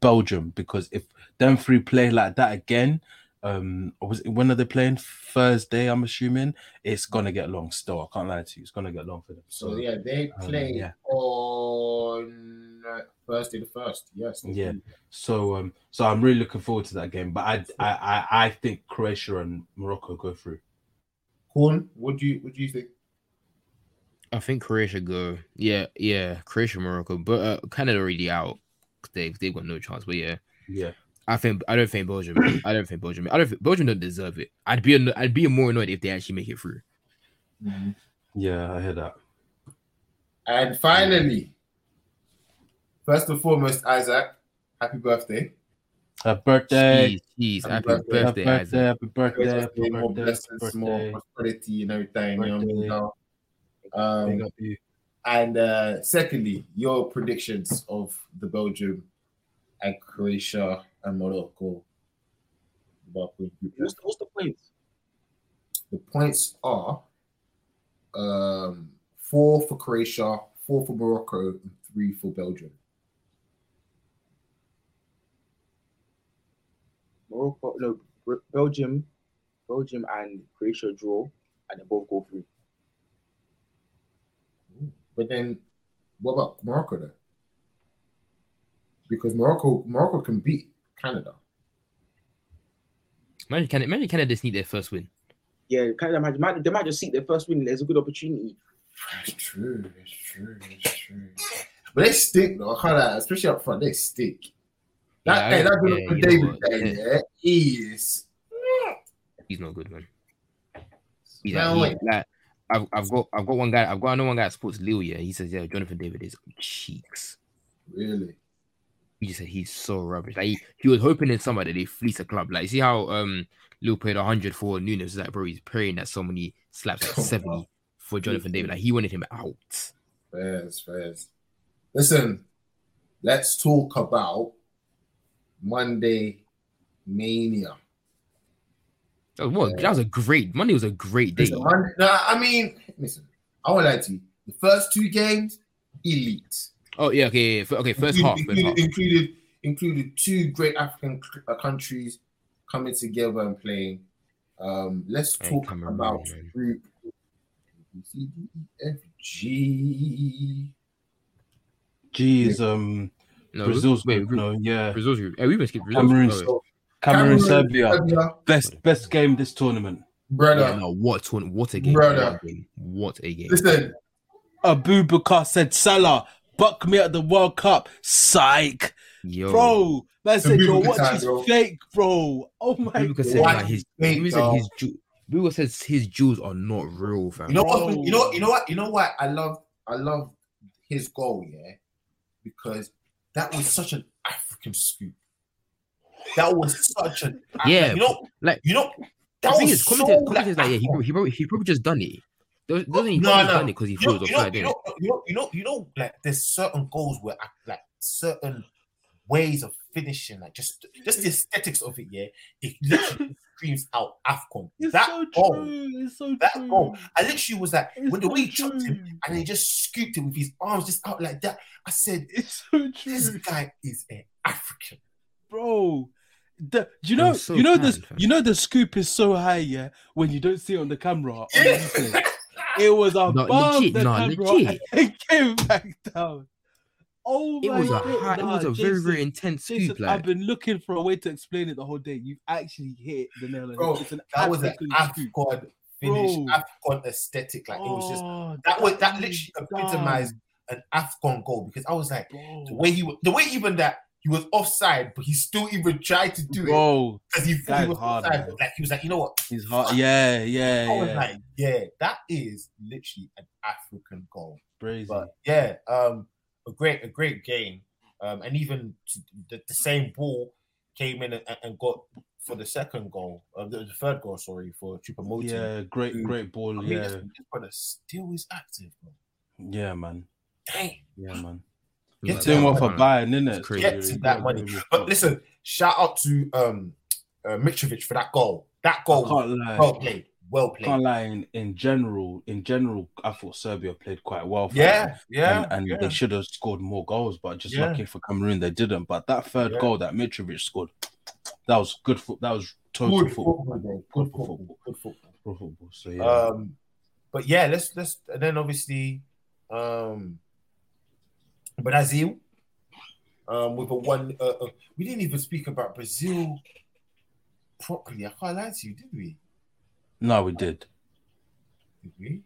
[SPEAKER 2] Belgium because if them three play like that again, um, was it, when are they playing Thursday? I'm assuming it's gonna get long. Still, I can't lie to you, it's gonna get long for them.
[SPEAKER 1] So yeah, they
[SPEAKER 2] Um,
[SPEAKER 1] play
[SPEAKER 2] yeah.
[SPEAKER 1] on uh, Thursday the first. Yes. they
[SPEAKER 2] Yeah.
[SPEAKER 1] do.
[SPEAKER 2] So um, so I'm really looking forward to that game. But I I I, I think Croatia and Morocco go through.
[SPEAKER 1] Corn, what do you what do you think?
[SPEAKER 3] I think Croatia go. Yeah, yeah. Croatia, Morocco, but uh, Canada already out. They they got no chance. But yeah,
[SPEAKER 2] Yeah.
[SPEAKER 3] I think I don't think Belgium. I don't think Belgium. I don't think Belgium don't deserve it. I'd be anno- I'd be more annoyed if they actually make it through.
[SPEAKER 2] Yeah, I hear that.
[SPEAKER 1] And finally, first and foremost, Isaac, happy birthday.
[SPEAKER 2] Happy birthday.
[SPEAKER 3] Jeez, jeez,
[SPEAKER 1] Happy
[SPEAKER 3] happy
[SPEAKER 1] birthday,
[SPEAKER 3] birthday,
[SPEAKER 2] Happy birthday,
[SPEAKER 3] Isaac.
[SPEAKER 2] happy birthday, happy
[SPEAKER 1] more
[SPEAKER 2] birthday,
[SPEAKER 1] blessings,
[SPEAKER 2] happy
[SPEAKER 1] more
[SPEAKER 2] birthday.
[SPEAKER 1] prosperity and everything. You know what I mean?
[SPEAKER 2] Big
[SPEAKER 1] Um,
[SPEAKER 2] up you.
[SPEAKER 1] and uh, secondly, your predictions of the Belgium and Croatia and Morocco. Morocco group.
[SPEAKER 4] What's, the, what's the point?
[SPEAKER 1] The points are um, four for Croatia, four for Morocco, and three for Belgium.
[SPEAKER 4] Morocco, no, Br- Belgium, Belgium and Croatia draw, and they both go through.
[SPEAKER 1] But then, what about Morocco then? Because Morocco, Morocco can beat Canada.
[SPEAKER 3] Imagine Canada, imagine Canada just need their first win.
[SPEAKER 4] Yeah, Canada might, might they might just seek their first win. There's a good opportunity.
[SPEAKER 1] It's true. It's true. It's true. But they stink though. I can't lie, especially up front. They stink. That
[SPEAKER 3] Yeah,
[SPEAKER 1] day, that
[SPEAKER 3] yeah,
[SPEAKER 1] good
[SPEAKER 3] you know
[SPEAKER 1] David
[SPEAKER 3] what,
[SPEAKER 1] day,
[SPEAKER 3] yeah.
[SPEAKER 1] yeah, he is.
[SPEAKER 3] He's not good, man. He's
[SPEAKER 1] No
[SPEAKER 3] like,
[SPEAKER 1] way.
[SPEAKER 3] he- like, I've, I've got I've got one guy I've got another one guy at Sports Leo. Yeah, he says yeah, Jonathan David is cheeks.
[SPEAKER 1] Really?
[SPEAKER 3] He just said he's so rubbish. Like he, he was hoping in summer that they fleece a club. Like you see how um Leo played 100 for Nunes. It's Like bro, he's praying that somebody slaps like
[SPEAKER 1] Oh,
[SPEAKER 3] 70
[SPEAKER 1] wow.
[SPEAKER 3] for Jonathan David. Like he wanted him out.
[SPEAKER 1] Fairs, fairs. Listen, let's talk about Monday Mania.
[SPEAKER 3] That was, what, that was a great Monday was a great day.
[SPEAKER 1] Listen, Monday, nah, I mean, listen, I won't lie to you. The first two games, elite.
[SPEAKER 3] Oh yeah, okay, yeah, yeah. okay. First half,
[SPEAKER 1] included,
[SPEAKER 3] first half.
[SPEAKER 1] included, included included two great African c- uh, countries coming together and playing. Um, let's
[SPEAKER 3] Hey,
[SPEAKER 1] talk
[SPEAKER 3] Cameroon,
[SPEAKER 1] about
[SPEAKER 3] man.
[SPEAKER 1] group C, D, E, F, G.
[SPEAKER 2] G is um
[SPEAKER 3] No,
[SPEAKER 2] Brazil's
[SPEAKER 3] wait,
[SPEAKER 2] group.
[SPEAKER 3] Brazil-
[SPEAKER 2] No, yeah.
[SPEAKER 3] Brazil's group. Hey, we must skip Brazil's
[SPEAKER 2] Cameroon,
[SPEAKER 3] group.
[SPEAKER 2] Cameroon, Serbia.
[SPEAKER 1] Serbia,
[SPEAKER 2] Best best game this tournament.
[SPEAKER 3] Oh, yeah,
[SPEAKER 1] brother.
[SPEAKER 3] no, what a what a game!
[SPEAKER 1] Brother.
[SPEAKER 3] What a game! What a game.
[SPEAKER 1] Listen,
[SPEAKER 2] Abubakar said Salah buck me at the World Cup. Psych,
[SPEAKER 3] Yo,
[SPEAKER 2] bro. Man said your
[SPEAKER 1] Abubakar,
[SPEAKER 2] watch is
[SPEAKER 1] bro.
[SPEAKER 2] fake, bro. Oh my
[SPEAKER 3] Luka said
[SPEAKER 1] Why
[SPEAKER 3] like,
[SPEAKER 2] god.
[SPEAKER 1] do you
[SPEAKER 3] his
[SPEAKER 1] think,
[SPEAKER 3] Luka said
[SPEAKER 1] dog?
[SPEAKER 3] his Jew- Luka says his jewels are not real, fam.
[SPEAKER 1] You know what? You know. You know what? You know what? I love. I love his goal. Yeah, because that was such an African scoop. That was such an Af-
[SPEAKER 3] Yeah,
[SPEAKER 1] You know,
[SPEAKER 3] like-
[SPEAKER 1] you know.
[SPEAKER 3] the
[SPEAKER 1] That
[SPEAKER 3] thing
[SPEAKER 1] was
[SPEAKER 3] is,
[SPEAKER 1] so,
[SPEAKER 3] commentators,
[SPEAKER 1] like,
[SPEAKER 3] commentators like, yeah, he
[SPEAKER 1] Afro.
[SPEAKER 3] probably, he probably, he probably just done it. Doesn't doesn't he?
[SPEAKER 1] No,
[SPEAKER 3] probably
[SPEAKER 1] no.
[SPEAKER 3] done it because he
[SPEAKER 1] you know,
[SPEAKER 3] feels
[SPEAKER 1] you know,
[SPEAKER 3] offside.
[SPEAKER 1] you know, you know, you know, you know, like there's certain goals where I, like certain ways of finishing, like just just the aesthetics of it. Yeah, it literally screams out Afcon.
[SPEAKER 2] It's
[SPEAKER 1] that
[SPEAKER 2] so
[SPEAKER 1] goal,
[SPEAKER 2] true. It's so
[SPEAKER 1] that
[SPEAKER 2] true.
[SPEAKER 1] goal. I literally was like,
[SPEAKER 2] It's
[SPEAKER 1] when the
[SPEAKER 2] so
[SPEAKER 1] way he chucked him,
[SPEAKER 2] true.
[SPEAKER 1] and he just scooped him with his arms just out like that. I said,
[SPEAKER 2] It's so
[SPEAKER 1] This
[SPEAKER 2] true,
[SPEAKER 1] guy is an African.
[SPEAKER 2] bro. The, do you know?
[SPEAKER 3] I'm so
[SPEAKER 2] you know this.
[SPEAKER 3] glad, fam.
[SPEAKER 2] You know the scoop is so high, yeah. When you don't see it on the camera, on the
[SPEAKER 1] Yeah.
[SPEAKER 2] replay. it was above
[SPEAKER 3] legit,
[SPEAKER 2] the
[SPEAKER 3] no,
[SPEAKER 2] camera.
[SPEAKER 3] legit.
[SPEAKER 2] and It came back down. Oh
[SPEAKER 3] It
[SPEAKER 2] my
[SPEAKER 3] was a
[SPEAKER 2] god!
[SPEAKER 3] high, it
[SPEAKER 2] nah,
[SPEAKER 3] was a very,
[SPEAKER 2] Jason.
[SPEAKER 3] very intense
[SPEAKER 2] Jason,
[SPEAKER 3] scoop.
[SPEAKER 2] I've
[SPEAKER 3] Like,
[SPEAKER 2] been looking for a way to explain it the whole day. You've actually hit the nail on the
[SPEAKER 1] Bro,
[SPEAKER 2] head. It's an
[SPEAKER 1] That was an
[SPEAKER 2] African scoop.
[SPEAKER 1] Afcon finish,
[SPEAKER 2] Bro.
[SPEAKER 1] Afcon aesthetic. Like it was just
[SPEAKER 2] Oh,
[SPEAKER 1] that was that
[SPEAKER 2] is
[SPEAKER 1] literally epitomized an Afcon goal because I was like
[SPEAKER 2] dumb,
[SPEAKER 1] the
[SPEAKER 2] Bro,
[SPEAKER 1] way he wa- the way even that he was offside, but he still even tried to do it
[SPEAKER 2] bro
[SPEAKER 1] because he thought
[SPEAKER 2] guy's
[SPEAKER 1] he was
[SPEAKER 2] hard,
[SPEAKER 1] offside.
[SPEAKER 2] man.
[SPEAKER 1] but, like he was like, you know what?
[SPEAKER 2] he's hot. Yeah, yeah,
[SPEAKER 1] I was
[SPEAKER 2] yeah.
[SPEAKER 1] like, yeah, that is literally an African goal.
[SPEAKER 2] Crazy.
[SPEAKER 1] But yeah, um, a great, a great game. Um, and even t- the, the same ball came in and, and got for the second goal, uh, the, the third goal, sorry, for Chupamoting.
[SPEAKER 2] yeah, great,
[SPEAKER 1] Dude,
[SPEAKER 2] great
[SPEAKER 1] Mm. I
[SPEAKER 2] ball.
[SPEAKER 1] mean,
[SPEAKER 2] yeah,
[SPEAKER 1] this, this brother still is active. Bro.
[SPEAKER 2] yeah, man.
[SPEAKER 1] Dang.
[SPEAKER 2] Yeah, man.
[SPEAKER 1] Get
[SPEAKER 3] like,
[SPEAKER 1] to him
[SPEAKER 2] Doing well
[SPEAKER 1] off
[SPEAKER 2] for
[SPEAKER 3] man.
[SPEAKER 2] Bayern, isn't
[SPEAKER 3] It's
[SPEAKER 2] it?
[SPEAKER 3] crazy.
[SPEAKER 1] Get to that money. But listen, shout out to um, uh, Mitrovic for that goal. That
[SPEAKER 2] I
[SPEAKER 1] goal, was
[SPEAKER 2] can't lie.
[SPEAKER 1] well played, well
[SPEAKER 2] can't
[SPEAKER 1] played.
[SPEAKER 2] lie. In, in general, in general, I thought Serbia played quite well. for them.
[SPEAKER 1] Yeah, yeah,
[SPEAKER 2] and, and
[SPEAKER 1] yeah.
[SPEAKER 2] they should have scored more goals, but just
[SPEAKER 1] Yeah.
[SPEAKER 2] lucky for Cameroon, they didn't. But that third
[SPEAKER 1] Yeah.
[SPEAKER 2] goal that Mitrovic scored, that was good. Fo- that was total
[SPEAKER 1] Good
[SPEAKER 2] football.
[SPEAKER 1] football, bro.
[SPEAKER 2] Good
[SPEAKER 1] Good
[SPEAKER 2] football.
[SPEAKER 1] football. Good football.
[SPEAKER 2] Pro football. So yeah,
[SPEAKER 1] Um, but yeah, let's let's and then obviously, um, Brazil, um, with a one. Uh, uh, we didn't even speak about Brazil properly. I can't lie to you, did we?
[SPEAKER 2] no, we did.
[SPEAKER 1] Did we?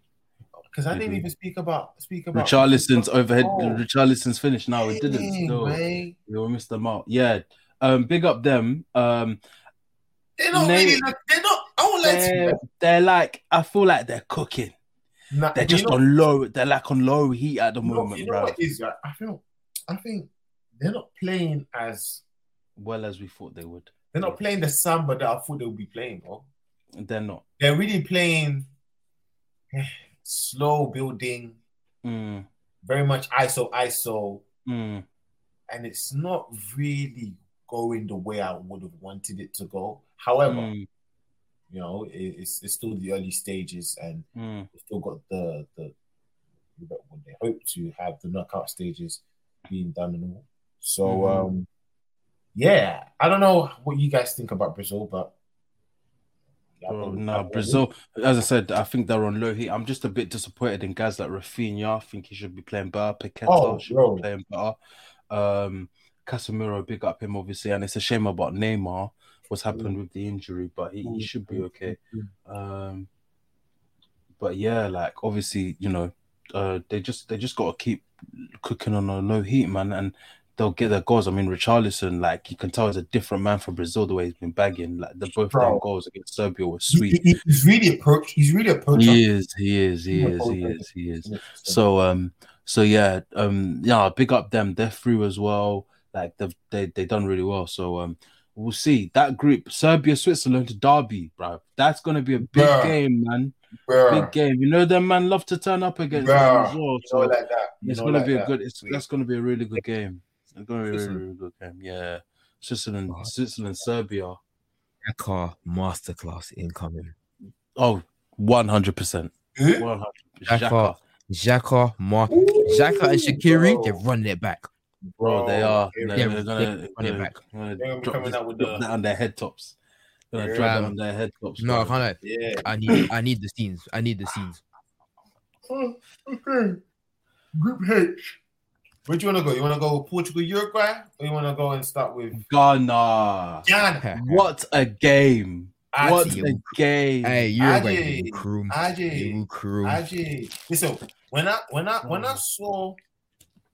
[SPEAKER 1] Because I
[SPEAKER 2] Did
[SPEAKER 1] didn't
[SPEAKER 2] we?
[SPEAKER 1] even speak about speak about
[SPEAKER 2] Richarlison's overhead.
[SPEAKER 1] Oh.
[SPEAKER 2] Richarlison's finish. No, we didn't.
[SPEAKER 1] Dang,
[SPEAKER 2] Still,
[SPEAKER 1] man.
[SPEAKER 2] we missed them out. Yeah. Um, big up them. Um,
[SPEAKER 1] They're not
[SPEAKER 2] Nate-
[SPEAKER 1] really. look- They're not. I won't lie to you.
[SPEAKER 2] they're, they're like I feel like they're cooking.
[SPEAKER 1] Nah,
[SPEAKER 2] They're
[SPEAKER 1] you
[SPEAKER 2] just
[SPEAKER 1] know-
[SPEAKER 2] on low. They're like on low heat at the
[SPEAKER 1] you know-
[SPEAKER 2] moment,
[SPEAKER 1] You know
[SPEAKER 2] bruv.
[SPEAKER 1] what it is? right? I feel. I think they're not playing as
[SPEAKER 2] Well as we thought they would.
[SPEAKER 1] they're not playing the samba that I thought they would be playing, bro.
[SPEAKER 2] They're not.
[SPEAKER 1] they're really playing eh, slow building,
[SPEAKER 2] Mm,
[SPEAKER 1] very much ISO ISO,
[SPEAKER 2] mm.
[SPEAKER 1] and it's not really going the way I would have wanted it to go. However,
[SPEAKER 2] mm,
[SPEAKER 1] you know, it, it's it's still the early stages, and
[SPEAKER 2] mm.
[SPEAKER 1] we've still got the the what they hope to have the knockout stages being done and all. So
[SPEAKER 2] Mhm.
[SPEAKER 1] um, yeah, I don't know what you guys think about Brazil, but I
[SPEAKER 2] Bro,
[SPEAKER 1] don't-
[SPEAKER 2] Oh, nah,
[SPEAKER 1] I don't-
[SPEAKER 2] Brazil. As I said, I think they're on low heat. I'm just a bit disappointed in guys like Rafinha. I think he should be playing better. Paqueta
[SPEAKER 1] Oh,
[SPEAKER 2] should
[SPEAKER 1] bro.
[SPEAKER 2] be playing better. Um, Casemiro, big up him obviously, and it's a shame about Neymar. What's
[SPEAKER 1] Mm.
[SPEAKER 2] happened with the injury, but he, he should be okay. Um, but yeah, like obviously, you know, uh, they just they just got to keep cooking on a low heat, man, and they'll get their goals. I mean, Richarlison, like you can tell, is a different man from Brazil the way he's been bagging. Like the both
[SPEAKER 1] Bro.
[SPEAKER 2] them goals against Serbia were
[SPEAKER 1] He-
[SPEAKER 2] sweet.
[SPEAKER 1] he- He's really approach. He's really approaching.
[SPEAKER 2] He is, he is, he is, he is, he is. So um, so yeah, um, yeah, big up them. They're through as well. Like they've they they done really well. So um, we'll see that group Serbia, Switzerland, Derby, bro. That's gonna be a big
[SPEAKER 1] Bruh.
[SPEAKER 2] game, man.
[SPEAKER 1] Bruh,
[SPEAKER 2] Big game. You know them man love to turn up against them
[SPEAKER 1] Bruh.
[SPEAKER 2] as well.
[SPEAKER 1] you
[SPEAKER 2] So
[SPEAKER 1] know, like that. You
[SPEAKER 2] it's
[SPEAKER 1] know,
[SPEAKER 2] gonna
[SPEAKER 1] like
[SPEAKER 2] be a
[SPEAKER 1] that.
[SPEAKER 2] good. It's that's gonna be a really good game. It's gonna be a really,
[SPEAKER 3] Switzerland.
[SPEAKER 2] really good game. Yeah, Switzerland, Switzerland, Serbia.
[SPEAKER 3] Dakar masterclass incoming.
[SPEAKER 2] Oh, 100 percent.
[SPEAKER 1] Huh?
[SPEAKER 2] 100.
[SPEAKER 3] Xhaka. Xhaka, Mar- Xhaka and Shakiri, they're running it back.
[SPEAKER 2] Bro, they are.
[SPEAKER 1] they're
[SPEAKER 3] Oh, Yeah,
[SPEAKER 2] They're, they're gonna,
[SPEAKER 3] they're
[SPEAKER 2] they're
[SPEAKER 3] running back.
[SPEAKER 1] They're
[SPEAKER 2] gonna
[SPEAKER 1] gonna be
[SPEAKER 2] drop
[SPEAKER 1] coming
[SPEAKER 2] this-
[SPEAKER 1] out with
[SPEAKER 2] drop
[SPEAKER 1] the-
[SPEAKER 2] that on their head tops. Gonna
[SPEAKER 1] Yeah.
[SPEAKER 2] drop that
[SPEAKER 3] Um,
[SPEAKER 2] on their head tops.
[SPEAKER 3] No, I
[SPEAKER 2] bro.
[SPEAKER 3] can't. lie.
[SPEAKER 1] Yeah.
[SPEAKER 3] I need, I need the scenes. I need the scenes.
[SPEAKER 1] Oh, okay. Group H. Where do you want to go? You want to go with Portugal, Uruguay, or you want to go and start with
[SPEAKER 2] Ghana.
[SPEAKER 1] Ghana?
[SPEAKER 2] What a game! What
[SPEAKER 1] Aji,
[SPEAKER 2] a game!
[SPEAKER 3] Hey, Uruguay,
[SPEAKER 1] Ajay.
[SPEAKER 3] you crew,
[SPEAKER 1] Ajay.
[SPEAKER 3] you crew.
[SPEAKER 1] Aji. Listen, when I when I when I
[SPEAKER 3] Um,
[SPEAKER 1] saw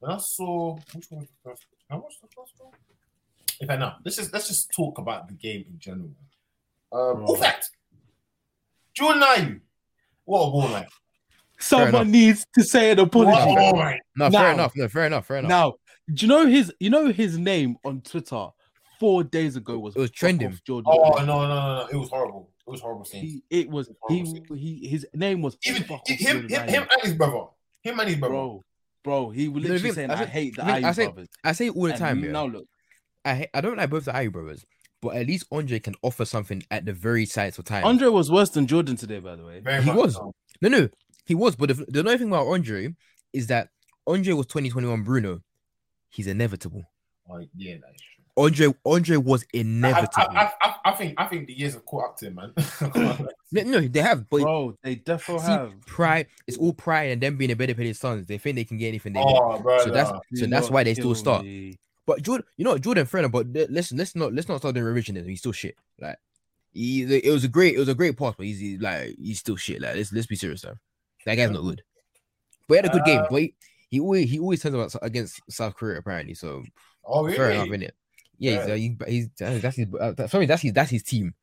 [SPEAKER 1] when I saw which one was the first? How much the first one? If I know, let's just let's just talk about the game in general. Um, in
[SPEAKER 2] Right.
[SPEAKER 1] fact, Jordan Ayew, what a ball night!
[SPEAKER 3] enough.
[SPEAKER 2] Someone needs to say an
[SPEAKER 1] What a
[SPEAKER 2] apology.
[SPEAKER 1] ball night!
[SPEAKER 3] No,
[SPEAKER 2] Now.
[SPEAKER 3] fair enough. No, fair enough. Fair enough.
[SPEAKER 2] Now, do you know his? You know his name on Twitter four days ago was
[SPEAKER 3] It was
[SPEAKER 2] fuck
[SPEAKER 3] trending.
[SPEAKER 2] off Jordan.
[SPEAKER 1] Oh no no no no! It was horrible. It was horrible. Scene.
[SPEAKER 2] He, it was he, he. His name was
[SPEAKER 1] Oh, Even
[SPEAKER 2] fuck off
[SPEAKER 1] him, him,
[SPEAKER 2] Jordan
[SPEAKER 1] him,
[SPEAKER 2] Ayew.
[SPEAKER 1] and his brother. Him and his brother.
[SPEAKER 2] bro, bro. He was
[SPEAKER 3] No,
[SPEAKER 2] literally
[SPEAKER 3] Vim,
[SPEAKER 2] saying,
[SPEAKER 3] I
[SPEAKER 2] "I
[SPEAKER 3] said-
[SPEAKER 2] hate the
[SPEAKER 3] Vim, I
[SPEAKER 2] Ayew
[SPEAKER 3] said-
[SPEAKER 2] brothers."
[SPEAKER 3] I say it all the
[SPEAKER 2] And
[SPEAKER 3] time. yeah.
[SPEAKER 2] Now look,
[SPEAKER 3] I ha- I don't like both the Ayew brothers, but at least Andre can offer something at the very size of time.
[SPEAKER 2] Andre was worse than Jordan today, by the way.
[SPEAKER 1] Very
[SPEAKER 3] he
[SPEAKER 1] much
[SPEAKER 3] was.
[SPEAKER 1] so.
[SPEAKER 3] no, no, he was. But the, the annoying thing about Andre is that Andre was 2021 Bruno. He's inevitable.
[SPEAKER 1] Like, yeah, that is true.
[SPEAKER 3] Andre Andre was
[SPEAKER 1] I,
[SPEAKER 3] inevitable.
[SPEAKER 1] I, I, I, I think I think the years have caught up to him, man.
[SPEAKER 3] No, no, they have, but
[SPEAKER 2] Bro, they defo
[SPEAKER 3] See,
[SPEAKER 2] have.
[SPEAKER 3] pride. It's all pride and them being a better paid sons. They think they can get anything they want.
[SPEAKER 1] oh, bro.
[SPEAKER 3] So that's so
[SPEAKER 2] Do
[SPEAKER 3] that's
[SPEAKER 2] not
[SPEAKER 3] why they still
[SPEAKER 2] kill
[SPEAKER 3] start.
[SPEAKER 2] me.
[SPEAKER 3] But Jordan, you know Jordan Frenner. But th- listen, let's not let's not start doing revisionism. He's still shit. Like he, it was a great it was a great pass, but he's, he's like he's still shit. Like let's let's be serious though. That guy's not good. But he had a good
[SPEAKER 1] Uh,
[SPEAKER 3] game. But he, he always he always turns about against South Korea apparently. So
[SPEAKER 1] oh, really?
[SPEAKER 3] fair enough, innit? Yeah, he's,
[SPEAKER 1] Yeah.
[SPEAKER 3] uh, he- but he's uh, that's his. Uh, that- sorry, that's his that's his team.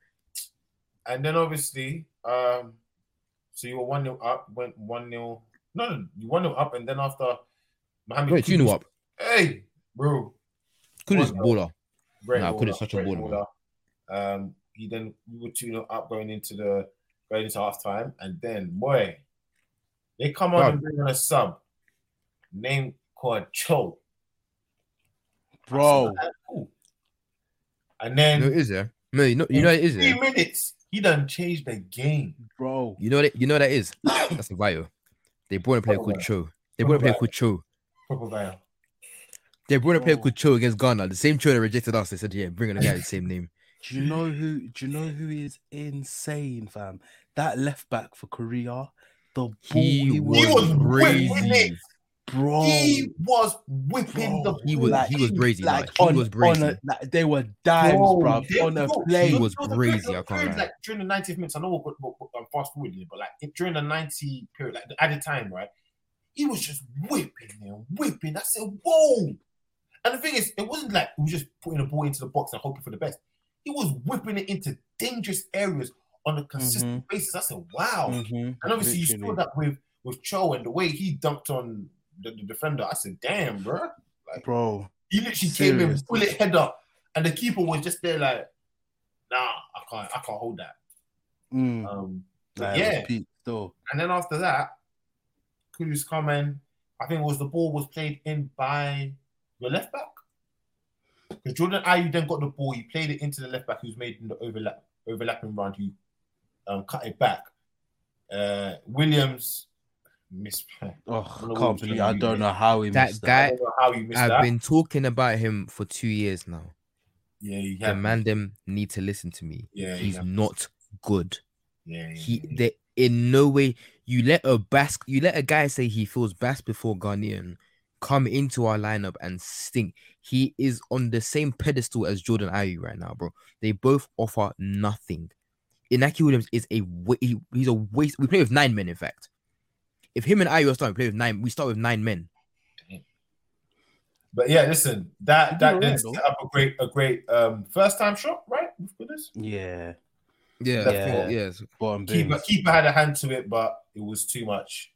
[SPEAKER 1] And then obviously, um, so you were one 0 up, went one 0 No, no, you one 0 up, and then after Mohamed,
[SPEAKER 3] Wait, you know what?
[SPEAKER 1] Hey, bro,
[SPEAKER 3] Kudus
[SPEAKER 1] One nil.
[SPEAKER 3] baller.
[SPEAKER 1] great
[SPEAKER 3] Nah,
[SPEAKER 1] baller,
[SPEAKER 3] Kudus such a
[SPEAKER 1] great
[SPEAKER 3] baller, man.
[SPEAKER 1] baller. Um, he then we were two 0 up going into the going into half time, and then boy, they come on
[SPEAKER 3] Bro.
[SPEAKER 1] and bring on a sub named called Cho.
[SPEAKER 2] Bro,
[SPEAKER 1] Cool. And then
[SPEAKER 3] No, it is there. No, you know you know it is
[SPEAKER 1] three
[SPEAKER 3] there.
[SPEAKER 1] minutes, he done changed the game.
[SPEAKER 2] bro.
[SPEAKER 3] You know that you know what that is. That's a bio. They brought a player called
[SPEAKER 1] Probably.
[SPEAKER 3] Cho. They brought a player called Cho.
[SPEAKER 1] Proper guy.
[SPEAKER 3] They brought a player
[SPEAKER 2] Oh.
[SPEAKER 3] called Cho against Ghana. The same Cho that rejected us. They said, "Yeah, bring on a guy with the same name."
[SPEAKER 2] Do you know who? Do you know who is insane, fam? That left back for Korea, the ball
[SPEAKER 3] He, was,
[SPEAKER 1] was
[SPEAKER 3] crazy.
[SPEAKER 1] whipping it.
[SPEAKER 2] bro.
[SPEAKER 1] He was whipping
[SPEAKER 2] Bro,
[SPEAKER 1] the
[SPEAKER 3] he was
[SPEAKER 1] ball.
[SPEAKER 3] he was crazy. Like,
[SPEAKER 2] like
[SPEAKER 3] he
[SPEAKER 2] on,
[SPEAKER 3] was
[SPEAKER 2] on
[SPEAKER 3] crazy.
[SPEAKER 2] a, like, they were dimes,
[SPEAKER 1] Bro,
[SPEAKER 2] bro.
[SPEAKER 1] they-
[SPEAKER 2] On a
[SPEAKER 1] bro,
[SPEAKER 2] play,
[SPEAKER 3] He
[SPEAKER 1] there
[SPEAKER 3] was
[SPEAKER 1] there
[SPEAKER 3] crazy,
[SPEAKER 1] there was
[SPEAKER 3] I can't
[SPEAKER 1] periods,
[SPEAKER 3] lie.
[SPEAKER 1] Like during the 90th minutes, I know we're, we're, we're- I'm fast forwarding, it, but like if- during the 90 period, like the added time, right? He was just whipping and whipping. I said, whoa. And the thing is, it wasn't like he was just putting the ball into the box and hoping for the best. He was whipping it into dangerous areas on a consistent
[SPEAKER 3] Mm-hmm.
[SPEAKER 1] basis. I said, wow.
[SPEAKER 2] Mhm,
[SPEAKER 1] And obviously, you saw
[SPEAKER 2] Mm-hmm, literally.
[SPEAKER 1] that with with Cho and the way he dumped on the, the defender. I said, "Damn, bro!"
[SPEAKER 2] bro.
[SPEAKER 1] He literally came in
[SPEAKER 2] Seriously.
[SPEAKER 1] bullet head up, and the keeper was just there like, "Nah, I can't, I can't hold that."
[SPEAKER 2] Mm,
[SPEAKER 1] Um,
[SPEAKER 2] nah,
[SPEAKER 1] but
[SPEAKER 2] it was
[SPEAKER 1] yeah,
[SPEAKER 2] peak still.
[SPEAKER 1] and then after that, Kudus come in. I think it was the ball was played in by your left back. Because Jordan Ayew then got the ball, he played it into the left back who's made in the overlap overlapping round who um, cut it back. Uh, Williams missed. I
[SPEAKER 2] Oh,
[SPEAKER 1] know
[SPEAKER 2] I
[SPEAKER 1] what
[SPEAKER 2] can't
[SPEAKER 1] was
[SPEAKER 2] believe
[SPEAKER 1] going
[SPEAKER 2] I
[SPEAKER 1] on,
[SPEAKER 2] don't
[SPEAKER 1] mate.
[SPEAKER 2] know how he
[SPEAKER 3] That
[SPEAKER 2] missed
[SPEAKER 3] guy-
[SPEAKER 1] don't know how he missed
[SPEAKER 3] I've
[SPEAKER 1] that.
[SPEAKER 3] been talking about him for two years now.
[SPEAKER 1] yeah, he
[SPEAKER 3] The
[SPEAKER 1] had.
[SPEAKER 3] man them need to listen to me.
[SPEAKER 1] Yeah, he
[SPEAKER 3] He's
[SPEAKER 1] had.
[SPEAKER 3] not good.
[SPEAKER 1] Yeah, yeah,
[SPEAKER 3] He
[SPEAKER 1] yeah.
[SPEAKER 3] they in no way you let a Basque you let a guy say he feels Basque before Ghanaian come into our lineup and stink. He is on the same pedestal as Jordan Ayew right now, bro. They both offer nothing. Inaki Williams is a wa- he, he's a waste. We play with nine men, in fact. If him and Ayew are starting, we play with nine. We start with nine men.
[SPEAKER 1] But yeah, listen, that that
[SPEAKER 2] You're
[SPEAKER 1] then
[SPEAKER 2] right,
[SPEAKER 1] set up a great a great um first time shot, right? With Goodness.
[SPEAKER 2] Yeah,
[SPEAKER 3] Yeah,
[SPEAKER 2] Yeah.
[SPEAKER 3] yes.
[SPEAKER 2] bottom bins.
[SPEAKER 1] Keeper keeper had a hand to it, but it was too much,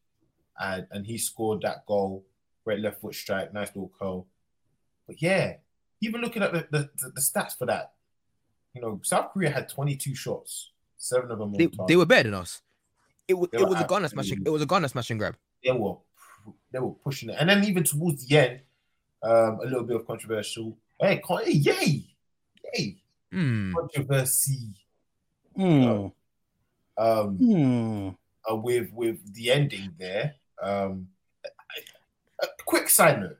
[SPEAKER 1] and and he scored that goal. Great left foot strike, nice little curl. But yeah, even looking at the the, the, the stats for that, you know, South Korea had 22 shots, seven of them were
[SPEAKER 3] They, they were better than us. It, wa-
[SPEAKER 1] They
[SPEAKER 3] it
[SPEAKER 1] were
[SPEAKER 3] was a Ghana smashing.
[SPEAKER 1] absolutely-
[SPEAKER 3] It was a Ghana smashing grab.
[SPEAKER 1] they were they were pushing it, and then even towards the end, um, a little bit of controversial. Hey, con- hey, yay, yay,
[SPEAKER 3] Hmm.
[SPEAKER 1] controversy.
[SPEAKER 2] Hmm,
[SPEAKER 1] Um,
[SPEAKER 2] hmm.
[SPEAKER 1] uh, with with the ending there. Um, a, a quick side note,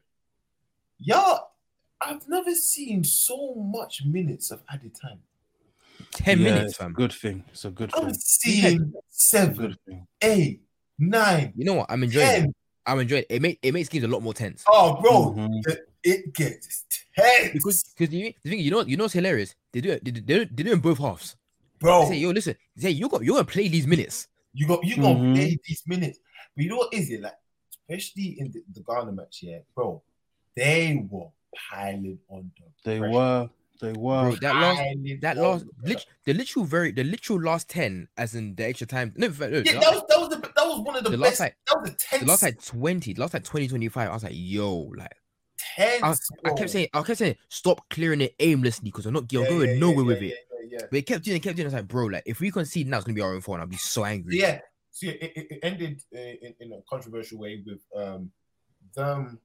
[SPEAKER 1] y'all, I've never seen so much minutes of added time.
[SPEAKER 3] Ten
[SPEAKER 2] Yeah,
[SPEAKER 3] minutes,
[SPEAKER 2] it's a
[SPEAKER 3] fam.
[SPEAKER 2] good thing. It's a good
[SPEAKER 1] I'm
[SPEAKER 2] thing.
[SPEAKER 1] seeing
[SPEAKER 2] It's a
[SPEAKER 1] seven,
[SPEAKER 2] good thing.
[SPEAKER 1] eight, nine,
[SPEAKER 3] You know what? I'm enjoying. It.
[SPEAKER 1] ten.
[SPEAKER 3] I'm enjoying. It, it make it makes games a lot more tense.
[SPEAKER 1] Oh, bro,
[SPEAKER 2] Mhm.
[SPEAKER 1] it gets tense,
[SPEAKER 3] Because because you, the thing you know you know what's hilarious? They do it. They do, they do, they do it in both halves. They
[SPEAKER 1] bro.
[SPEAKER 3] say yo, listen. They say you got you're gonna play these minutes.
[SPEAKER 1] You got you gonna
[SPEAKER 2] Mhm.
[SPEAKER 1] play these minutes. But you know what is it like, especially in the, the Ghana match, yeah, bro. They were piling on the
[SPEAKER 2] They
[SPEAKER 1] pressure.
[SPEAKER 2] were. They
[SPEAKER 1] Oh,
[SPEAKER 2] were.
[SPEAKER 3] Bro, that last
[SPEAKER 1] Piling
[SPEAKER 3] that
[SPEAKER 1] on
[SPEAKER 3] last
[SPEAKER 1] the pressure.
[SPEAKER 3] lit, the literal very the literal last ten as in the extra time. No, in fact, no, the
[SPEAKER 1] Yeah,
[SPEAKER 3] last-
[SPEAKER 1] that was that was the that was one of the,
[SPEAKER 3] The
[SPEAKER 1] best.
[SPEAKER 3] last like-
[SPEAKER 1] that was the tense.
[SPEAKER 3] the last like 20, the last like 20, 25, I was like, yo, like
[SPEAKER 1] tense.
[SPEAKER 3] I
[SPEAKER 1] bro.
[SPEAKER 3] kept saying, I kept saying, stop clearing it aimlessly because I'm not you're
[SPEAKER 1] Oh. Yeah,
[SPEAKER 3] going
[SPEAKER 1] yeah,
[SPEAKER 3] nowhere
[SPEAKER 1] yeah,
[SPEAKER 3] with
[SPEAKER 1] yeah,
[SPEAKER 3] it.
[SPEAKER 1] Yeah, yeah.
[SPEAKER 3] But it kept doing, it kept doing. I was like, bro, like if we concede now, it's gonna be our own fault. and I'll be so angry.
[SPEAKER 1] yeah. See, it, it, it ended uh, in, in a controversial way with um them.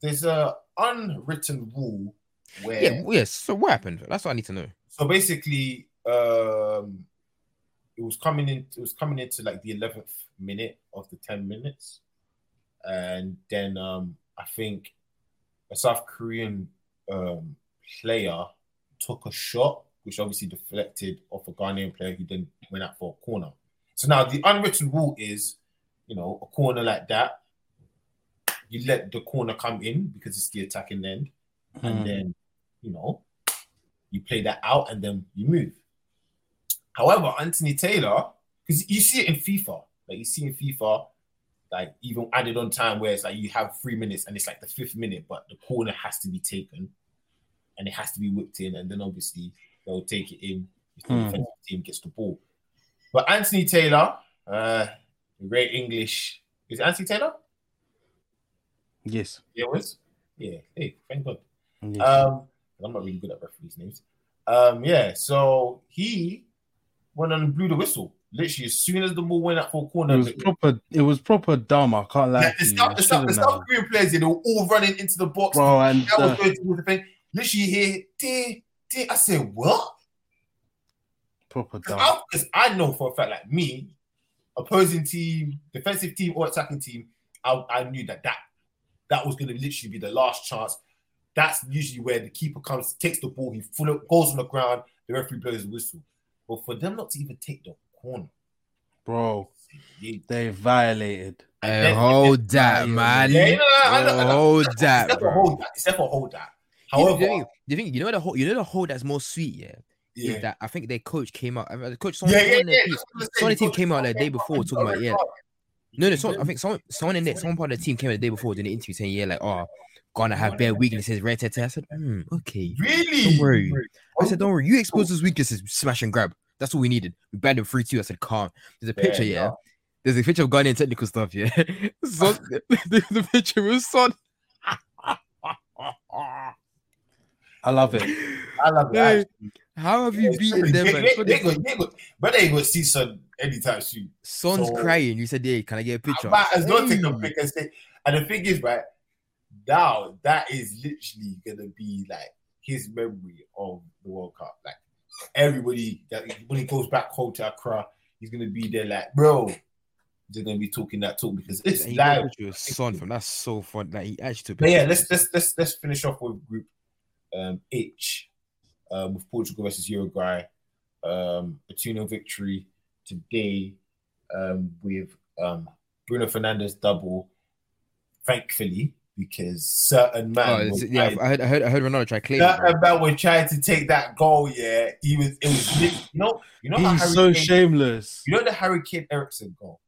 [SPEAKER 1] There's a unwritten rule where
[SPEAKER 3] yeah, well, yeah. So what happened? That's what I need to know.
[SPEAKER 1] so basically um it was coming in it was coming into like the 11th minute of the 10 minutes and then um i think a south korean um player took a shot which obviously deflected off a ghanaian player who then went out for a corner so now the unwritten rule is you know a corner like that you let the corner come in because it's the attacking end and
[SPEAKER 2] Hmm.
[SPEAKER 1] then you know you play that out and then you move. However, Anthony Taylor, because you see it in FIFA, like you see in FIFA, like even added on time where it's like you have three minutes and it's like the fifth minute, but the corner has to be taken and it has to be whipped in, and then obviously they'll take it in if the
[SPEAKER 2] Hmm.
[SPEAKER 1] defensive team gets the ball. But Anthony Taylor, uh, great English, is it Anthony Taylor?
[SPEAKER 2] Yes.
[SPEAKER 1] Yeah, it was. Yeah, hey, thank God.
[SPEAKER 2] Yes.
[SPEAKER 1] Um, I'm not really good at referees' names. Um, yeah, so he went and blew the whistle. Literally, as soon as the ball went out for a
[SPEAKER 2] it
[SPEAKER 1] corner,
[SPEAKER 2] was proper. It was proper dumb. I can't lie.
[SPEAKER 1] yeah,
[SPEAKER 2] to
[SPEAKER 1] the,
[SPEAKER 2] you. I
[SPEAKER 1] South, the, South, the
[SPEAKER 2] shouldn't
[SPEAKER 1] South
[SPEAKER 2] have.
[SPEAKER 1] Korean players, yeah, they were all running into the box.
[SPEAKER 2] Bro, and
[SPEAKER 1] that
[SPEAKER 2] uh,
[SPEAKER 1] was
[SPEAKER 2] the-
[SPEAKER 1] going towards the thing. Literally, you hear, dear, dear. I said, what?
[SPEAKER 2] proper dumb.
[SPEAKER 1] Because I know for a fact, like me, opposing team, defensive team, or attacking team, I, I knew that that that was going to literally be the last chance. That's usually where the keeper comes, takes the ball, he full goes on the ground, the referee blows the whistle. But for them not to even take the corner,
[SPEAKER 2] Bro,
[SPEAKER 1] yeah,
[SPEAKER 2] they violated.
[SPEAKER 3] Hey,
[SPEAKER 1] then-
[SPEAKER 3] hold that,
[SPEAKER 2] Yeah,
[SPEAKER 3] man.
[SPEAKER 1] yeah, no, no, I know- I know.
[SPEAKER 3] hold
[SPEAKER 1] it's
[SPEAKER 3] that,
[SPEAKER 1] never
[SPEAKER 3] bro.
[SPEAKER 1] hold that. It's never hold that.
[SPEAKER 3] You know,
[SPEAKER 1] However,
[SPEAKER 3] the thing, the thing- you know the whole, you know the whole that's more sweet, yeah.
[SPEAKER 1] yeah,
[SPEAKER 3] Is that I think their coach came out. I mean, the coach, someone,
[SPEAKER 1] yeah, yeah, yeah.
[SPEAKER 3] someone in their
[SPEAKER 1] that's
[SPEAKER 3] piece-
[SPEAKER 1] what I'm
[SPEAKER 3] Sony
[SPEAKER 1] saying.
[SPEAKER 3] team came out the day before talking about, yeah. No, no, someone, I think someone, someone in there, someone part of the team came out the day before doing an interview saying, yeah, like, oh, gonna have bare weaknesses, red tete. I said, hmm, okay.
[SPEAKER 1] Really?
[SPEAKER 3] Don't worry. Oh. I said, don't worry. You exposed those weaknesses, smash and grab. That's what we needed. We banned him free two. I said, calm. There's a
[SPEAKER 1] Fair
[SPEAKER 3] picture, yeah.
[SPEAKER 1] enough.
[SPEAKER 3] There's a picture of Ghanaian technical stuff, yeah. Son, there's a picture with Son.
[SPEAKER 2] I love it.
[SPEAKER 1] I love it. I
[SPEAKER 3] Hey, How have you beaten them? man?
[SPEAKER 1] They- they- they go- they go- But they go see some anytime soon.
[SPEAKER 3] Son's
[SPEAKER 1] So-
[SPEAKER 3] crying. You said, "Yeah, can I get a picture?"
[SPEAKER 1] Might as well take a
[SPEAKER 3] Hey.
[SPEAKER 1] pic and say. And the thing is, right now, that is literally gonna be like his memory of the World Cup. Like everybody that when he goes back home to Accra, he's gonna be there. Like, bro, they're gonna be talking that talk because it's
[SPEAKER 3] And he got a
[SPEAKER 1] live.
[SPEAKER 3] picture with Son from that's so fun. Like he actually took.
[SPEAKER 1] But yeah, let's
[SPEAKER 3] pictures.
[SPEAKER 1] let's let's let's finish off with Group um, H um, with Portugal versus Uruguay, um, a 2 0 victory. today um, with um, Bruno Fernandez double, thankfully, because certain
[SPEAKER 3] Oh,
[SPEAKER 1] man, um,
[SPEAKER 3] is
[SPEAKER 1] was,
[SPEAKER 3] it- yeah,
[SPEAKER 1] trying-
[SPEAKER 3] I heard, I heard, I heard Ronaldo try claim. it, bro.
[SPEAKER 1] certain man was trying to take that goal. Yeah, he was. It was. lit- You know. You know. how
[SPEAKER 2] He's
[SPEAKER 1] Harry
[SPEAKER 2] so
[SPEAKER 1] Kane-
[SPEAKER 2] shameless.
[SPEAKER 1] You know the Hurricane Ericsson goal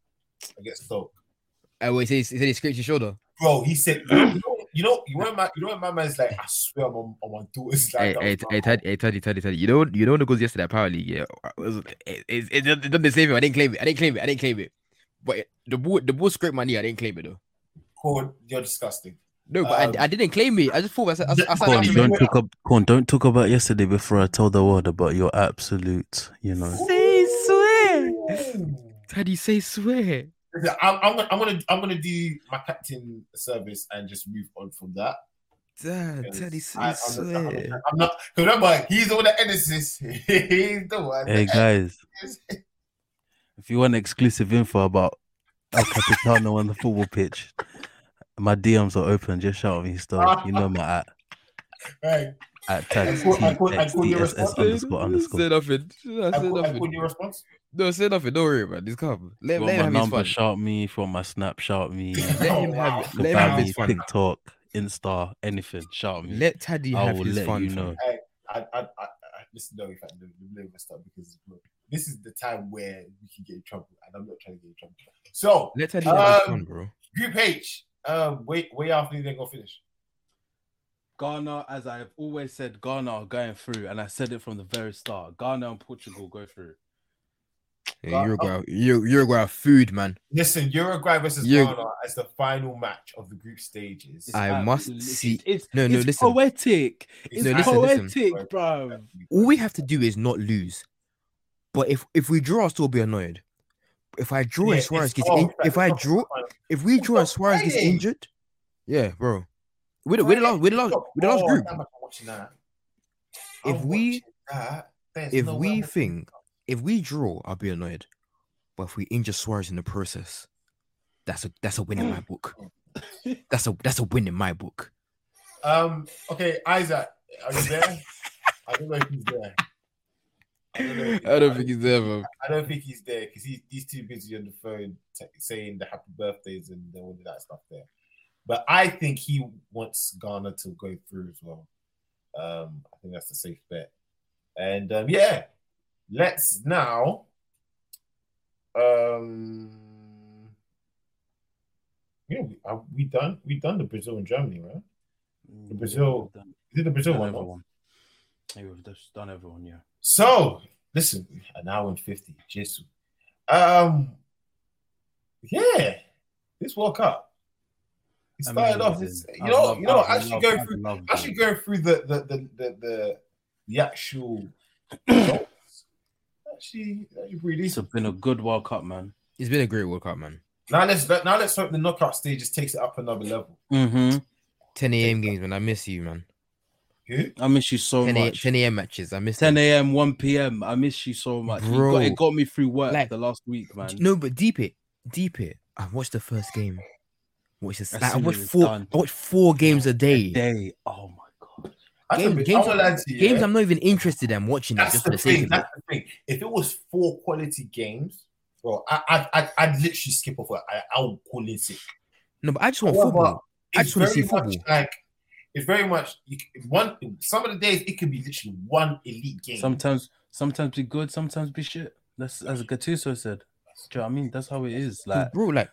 [SPEAKER 1] against Stoke.
[SPEAKER 3] Uh, wait, he, said- he said he scraped his shoulder.
[SPEAKER 1] bro. He said, you know, you know, you know, my, you know, my man's like, I swear, I'm on, on my daughter's
[SPEAKER 3] Hey,
[SPEAKER 1] like,
[SPEAKER 3] hey, t- hey, Teddy, hey, Teddy, Teddy, Teddy. You know, you know the goals yesterday at Power League. Yeah, I was- it, it, it, done- it done the same. I didn't claim it. I didn't claim it. I didn't claim it. But it- the ball, the ball scraped my knee. I didn't claim it though.
[SPEAKER 1] Corn, you're disgusting.
[SPEAKER 3] No, but
[SPEAKER 1] Um,
[SPEAKER 3] I, I didn't claim it. I just thought I said. I, said- I, said-
[SPEAKER 1] Go
[SPEAKER 3] I,
[SPEAKER 5] Corn,
[SPEAKER 1] on, you
[SPEAKER 3] said-
[SPEAKER 5] don't
[SPEAKER 1] remember-
[SPEAKER 5] talk up. Corn, don't talk about yesterday before I tell the world about your absolute. You know.
[SPEAKER 3] Say swear.
[SPEAKER 1] Ooh.
[SPEAKER 3] Teddy, say swear.
[SPEAKER 1] Listen, I'm, I'm, gonna, I'm gonna, I'm gonna do my captain service and just move on from that.
[SPEAKER 3] Damn,
[SPEAKER 1] because
[SPEAKER 3] Teddy, say
[SPEAKER 1] I understand- I
[SPEAKER 3] swear.
[SPEAKER 1] understand. I'm not. Cause remember, he's the one that edits this. he's the one.
[SPEAKER 5] Hey
[SPEAKER 1] that
[SPEAKER 5] guys,
[SPEAKER 1] edits this.
[SPEAKER 5] if you want exclusive info about El Capitano on the football pitch, my DMs are open. Just shout at me, still. You know my at
[SPEAKER 1] Right.
[SPEAKER 5] at tags
[SPEAKER 1] I call- I call- I call your
[SPEAKER 5] TXTSS
[SPEAKER 1] response.
[SPEAKER 5] underscore underscore.
[SPEAKER 3] Say nothing. No,
[SPEAKER 1] I
[SPEAKER 3] say
[SPEAKER 1] call, I
[SPEAKER 3] nothing.
[SPEAKER 1] call your response.
[SPEAKER 3] No, say nothing. Don't worry, man. This calm.
[SPEAKER 5] If you
[SPEAKER 3] Let, let
[SPEAKER 5] want my
[SPEAKER 3] him have his
[SPEAKER 5] number,
[SPEAKER 3] fun.
[SPEAKER 5] shout me. If you want my snap, shout me.
[SPEAKER 3] Let
[SPEAKER 1] Oh,
[SPEAKER 3] him
[SPEAKER 1] wow.
[SPEAKER 3] have it.
[SPEAKER 5] You can
[SPEAKER 3] Let him have
[SPEAKER 5] find
[SPEAKER 3] his
[SPEAKER 5] me
[SPEAKER 3] fun.
[SPEAKER 5] TikTok, Insta, anything. Shout me.
[SPEAKER 3] Let Teddy
[SPEAKER 5] I
[SPEAKER 3] have
[SPEAKER 5] will
[SPEAKER 3] his
[SPEAKER 5] let
[SPEAKER 3] fun.
[SPEAKER 5] you
[SPEAKER 3] fam.
[SPEAKER 5] know.
[SPEAKER 1] I, I, I, I listen, no, if I do, no, no, stop because look, this is the time where we can get in trouble, and I'm not trying to get in trouble. So,
[SPEAKER 3] Let Teddy have his fun,
[SPEAKER 1] Um,
[SPEAKER 3] bro.
[SPEAKER 1] Group H. Um, wait, wait after they're gonna finish.
[SPEAKER 2] Ghana, as I've always said, Ghana are going through, and I said it from the very start. Ghana and Portugal go through.
[SPEAKER 3] Yeah,
[SPEAKER 1] God,
[SPEAKER 3] Uruguay, Ur- Uruguay are food, man.
[SPEAKER 1] Listen, Uruguay versus
[SPEAKER 3] You-
[SPEAKER 1] Ghana as the final match of the group stages.
[SPEAKER 3] I must
[SPEAKER 2] absolutely-
[SPEAKER 3] see-
[SPEAKER 2] It's,
[SPEAKER 3] no, no,
[SPEAKER 2] it's
[SPEAKER 3] listen.
[SPEAKER 2] poetic. It's
[SPEAKER 3] No, listen,
[SPEAKER 2] poetic,
[SPEAKER 3] listen.
[SPEAKER 2] bro.
[SPEAKER 3] All we have to do is not lose. But if if we draw, I'll still be annoyed. If I draw
[SPEAKER 1] Yeah,
[SPEAKER 3] and Suarez
[SPEAKER 1] it's-
[SPEAKER 3] gets
[SPEAKER 1] oh,
[SPEAKER 3] in,
[SPEAKER 1] right,
[SPEAKER 3] if I
[SPEAKER 1] it's
[SPEAKER 3] draw, Oh,
[SPEAKER 1] not-
[SPEAKER 3] if we
[SPEAKER 1] It's
[SPEAKER 3] draw and
[SPEAKER 1] not
[SPEAKER 3] Suarez gets
[SPEAKER 1] Friday.
[SPEAKER 3] injured, yeah, bro. We're the, we're the last, we're the last, we're the last
[SPEAKER 1] Oh,
[SPEAKER 3] group.
[SPEAKER 1] damn, I'm watching that.
[SPEAKER 3] If
[SPEAKER 1] I'm watching
[SPEAKER 3] we-
[SPEAKER 1] that. There's
[SPEAKER 3] if
[SPEAKER 1] no way
[SPEAKER 3] we
[SPEAKER 1] I'm-
[SPEAKER 3] think if we draw, I'll be annoyed. But if we injure Suarez in the process, that's a that's a win in my book. That's a that's a win in my book.
[SPEAKER 1] um, okay, Isaac, are you there? I don't know if he's there. I don't, know if he's there.
[SPEAKER 3] he's ever.
[SPEAKER 1] I don't think he's there because he's, he's too busy on the phone t- saying the happy birthdays and all of that stuff there. But I think he wants Ghana to go through as well. Um, I think that's a safe bet. And um, yeah, let's now. Um, yeah, we, are we done. We done the Brazil and Germany, right? Brazil-
[SPEAKER 2] Done,
[SPEAKER 1] We did the Brazil
[SPEAKER 2] done
[SPEAKER 1] one. no?
[SPEAKER 2] everyone. Yeah, we've just done everyone. Yeah.
[SPEAKER 1] So listen, an hour and fifty, Jesus. Um, yeah, this World Cup. It started off. It's,
[SPEAKER 2] Amazing.
[SPEAKER 1] you
[SPEAKER 2] I
[SPEAKER 1] know,
[SPEAKER 2] love-
[SPEAKER 1] you know,
[SPEAKER 2] I
[SPEAKER 1] actually
[SPEAKER 2] love-
[SPEAKER 1] going
[SPEAKER 2] I
[SPEAKER 1] through,
[SPEAKER 2] love
[SPEAKER 1] actually
[SPEAKER 2] that.
[SPEAKER 1] going through the the the the, the, the actual. actually, actually pretty
[SPEAKER 2] It's
[SPEAKER 1] decent.
[SPEAKER 2] been a good World Cup, man.
[SPEAKER 3] It's been a great World Cup, man.
[SPEAKER 1] Now let's now let's hope the knockout stages takes it up another level.
[SPEAKER 2] Mm-hmm.
[SPEAKER 3] 10 a.m. games, man. I miss you, man.
[SPEAKER 1] Who?
[SPEAKER 2] I miss you so
[SPEAKER 3] 10 a.m.
[SPEAKER 2] much.
[SPEAKER 3] 10 a.m. matches. I miss
[SPEAKER 2] 10
[SPEAKER 3] you.
[SPEAKER 2] a.m., 1 p.m. I miss you so much. You
[SPEAKER 3] Bro.
[SPEAKER 2] got, it got me through work
[SPEAKER 3] Like-
[SPEAKER 2] the last week, man.
[SPEAKER 3] No, but deep it, deep it. I watched the first game. Watched this.
[SPEAKER 2] As
[SPEAKER 3] Like, I
[SPEAKER 2] soon as
[SPEAKER 3] watched
[SPEAKER 2] it's
[SPEAKER 3] four.
[SPEAKER 2] done.
[SPEAKER 3] I watched four games a day.
[SPEAKER 2] Day. Oh my god.
[SPEAKER 1] I
[SPEAKER 3] Game-
[SPEAKER 1] games,
[SPEAKER 3] games
[SPEAKER 1] I won't lie
[SPEAKER 3] are-
[SPEAKER 1] to you,
[SPEAKER 3] Games
[SPEAKER 1] yeah.
[SPEAKER 3] I'm not even interested in watching. That's
[SPEAKER 1] That's
[SPEAKER 3] just for
[SPEAKER 1] the
[SPEAKER 3] the sake
[SPEAKER 1] thing.
[SPEAKER 3] of it.
[SPEAKER 1] That's the thing. If it was four quality games, bro, I I I I'd literally skip off. I I'll call it sick.
[SPEAKER 3] No, but I just want
[SPEAKER 1] However,
[SPEAKER 3] football. I
[SPEAKER 1] it's
[SPEAKER 3] just wanna see
[SPEAKER 1] very much
[SPEAKER 3] football.
[SPEAKER 1] Like it's very much you, c- one. Some of the days it could be literally one elite game.
[SPEAKER 2] Sometimes, sometimes be good, sometimes be shit. That's as Gattuso said. Do you know what I mean? That's how it is. Like,
[SPEAKER 3] Like, bro, like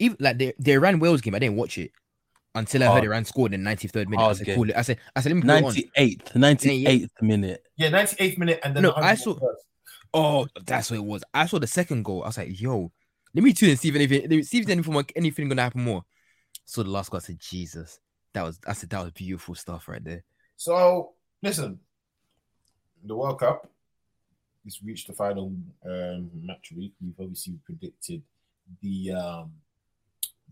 [SPEAKER 3] even like the, the Iran Wales game, I didn't watch it until I
[SPEAKER 2] Hard.
[SPEAKER 3] heard Iran scored in the 93rd minute. I
[SPEAKER 2] Hard
[SPEAKER 3] said,
[SPEAKER 2] game.
[SPEAKER 3] cool. I said, I said, let me put it on.
[SPEAKER 2] 98th, 98th minute.
[SPEAKER 1] yeah, ninety eighth minute and then
[SPEAKER 3] No,
[SPEAKER 1] the
[SPEAKER 3] I saw-
[SPEAKER 1] 101st.
[SPEAKER 3] Oh, that's what it was. I saw the second goal. I was like, yo, let me tune in see if anything, let me see if anything, anything gonna happen more. So the last goal, I said, Jesus, that was I said that was beautiful stuff right there.
[SPEAKER 1] So listen, the World Cup has reached the final um, match week. We've obviously predicted the um,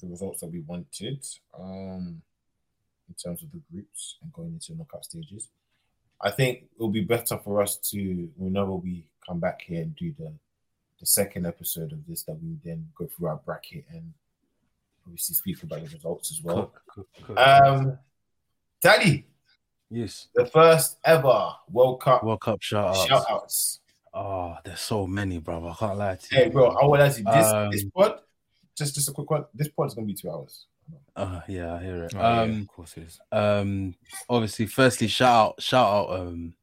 [SPEAKER 1] the results that we wanted um, in terms of the groups and going into knockout stages. I think it'll be better for us to whenever we come back here and do the the second episode of this that we then go through our bracket and obviously speak about the results as well.
[SPEAKER 2] Cook, cook, cook.
[SPEAKER 1] Um, Daddy,
[SPEAKER 2] yes.
[SPEAKER 1] the first ever World Cup
[SPEAKER 2] World Cup shout outs.
[SPEAKER 1] shout outs.
[SPEAKER 2] Oh, there's so many, bro. I can't lie to you.
[SPEAKER 1] Hey, bro, I want to ask you this,
[SPEAKER 2] Um,
[SPEAKER 1] this pod, just just a quick one. This pod's gonna be two hours.
[SPEAKER 2] Uh, yeah, I hear it.
[SPEAKER 5] Oh, yeah,
[SPEAKER 2] um,
[SPEAKER 5] of course it is.
[SPEAKER 2] um, obviously, firstly, shout out, shout out, um,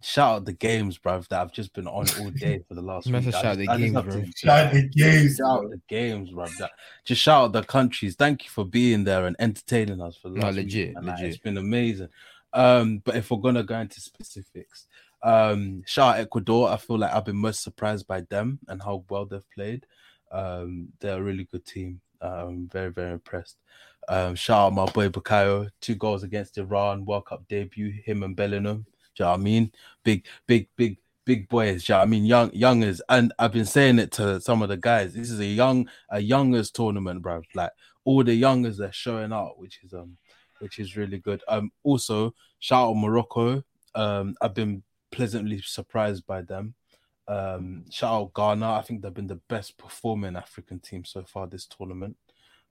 [SPEAKER 2] shout out the games, bro, that I've just been on all day for the last week.
[SPEAKER 3] Massive
[SPEAKER 2] I
[SPEAKER 3] shout out
[SPEAKER 2] just-
[SPEAKER 3] the
[SPEAKER 2] I just
[SPEAKER 3] games,
[SPEAKER 2] have to
[SPEAKER 3] bro.
[SPEAKER 1] Shout out the games,
[SPEAKER 2] Shout out the games, bro. That, just shout out the countries. Thank you for being there and entertaining us for the
[SPEAKER 3] No,
[SPEAKER 2] last
[SPEAKER 3] legit,
[SPEAKER 2] week, man. Like,
[SPEAKER 3] legit.
[SPEAKER 2] It's been amazing. Um, but if we're gonna go into specifics, um, shout out Ecuador. I feel like I've been most surprised by them and how well they've played. Um, they're a really good team. Um, very very impressed. Um, shout out my boy Bukayo, two goals against Iran, World Cup debut. Him and Bellingham. Do you know what I mean? Big big big big boys. Yeah, I mean young youngers, and I've been saying it to some of the guys. This is a young a youngers tournament, bro. Like all the youngers are showing out, which is um, which is really good. Um, also shout out Morocco. Um, I've been pleasantly surprised by them. Um, shout out Ghana. I think they've been the best performing African team so far this tournament.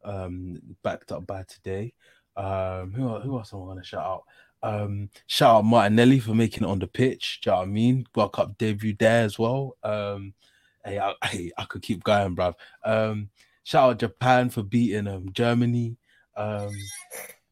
[SPEAKER 2] Um, backed up by today. Um, who, el- who else am I going to shout out? Um, shout out Martinelli for making it on the pitch. Do you know what I mean? World Cup debut there as well. Um, hey, I, hey, I could keep going, bruv. Um, shout out Japan for beating um Germany. Um,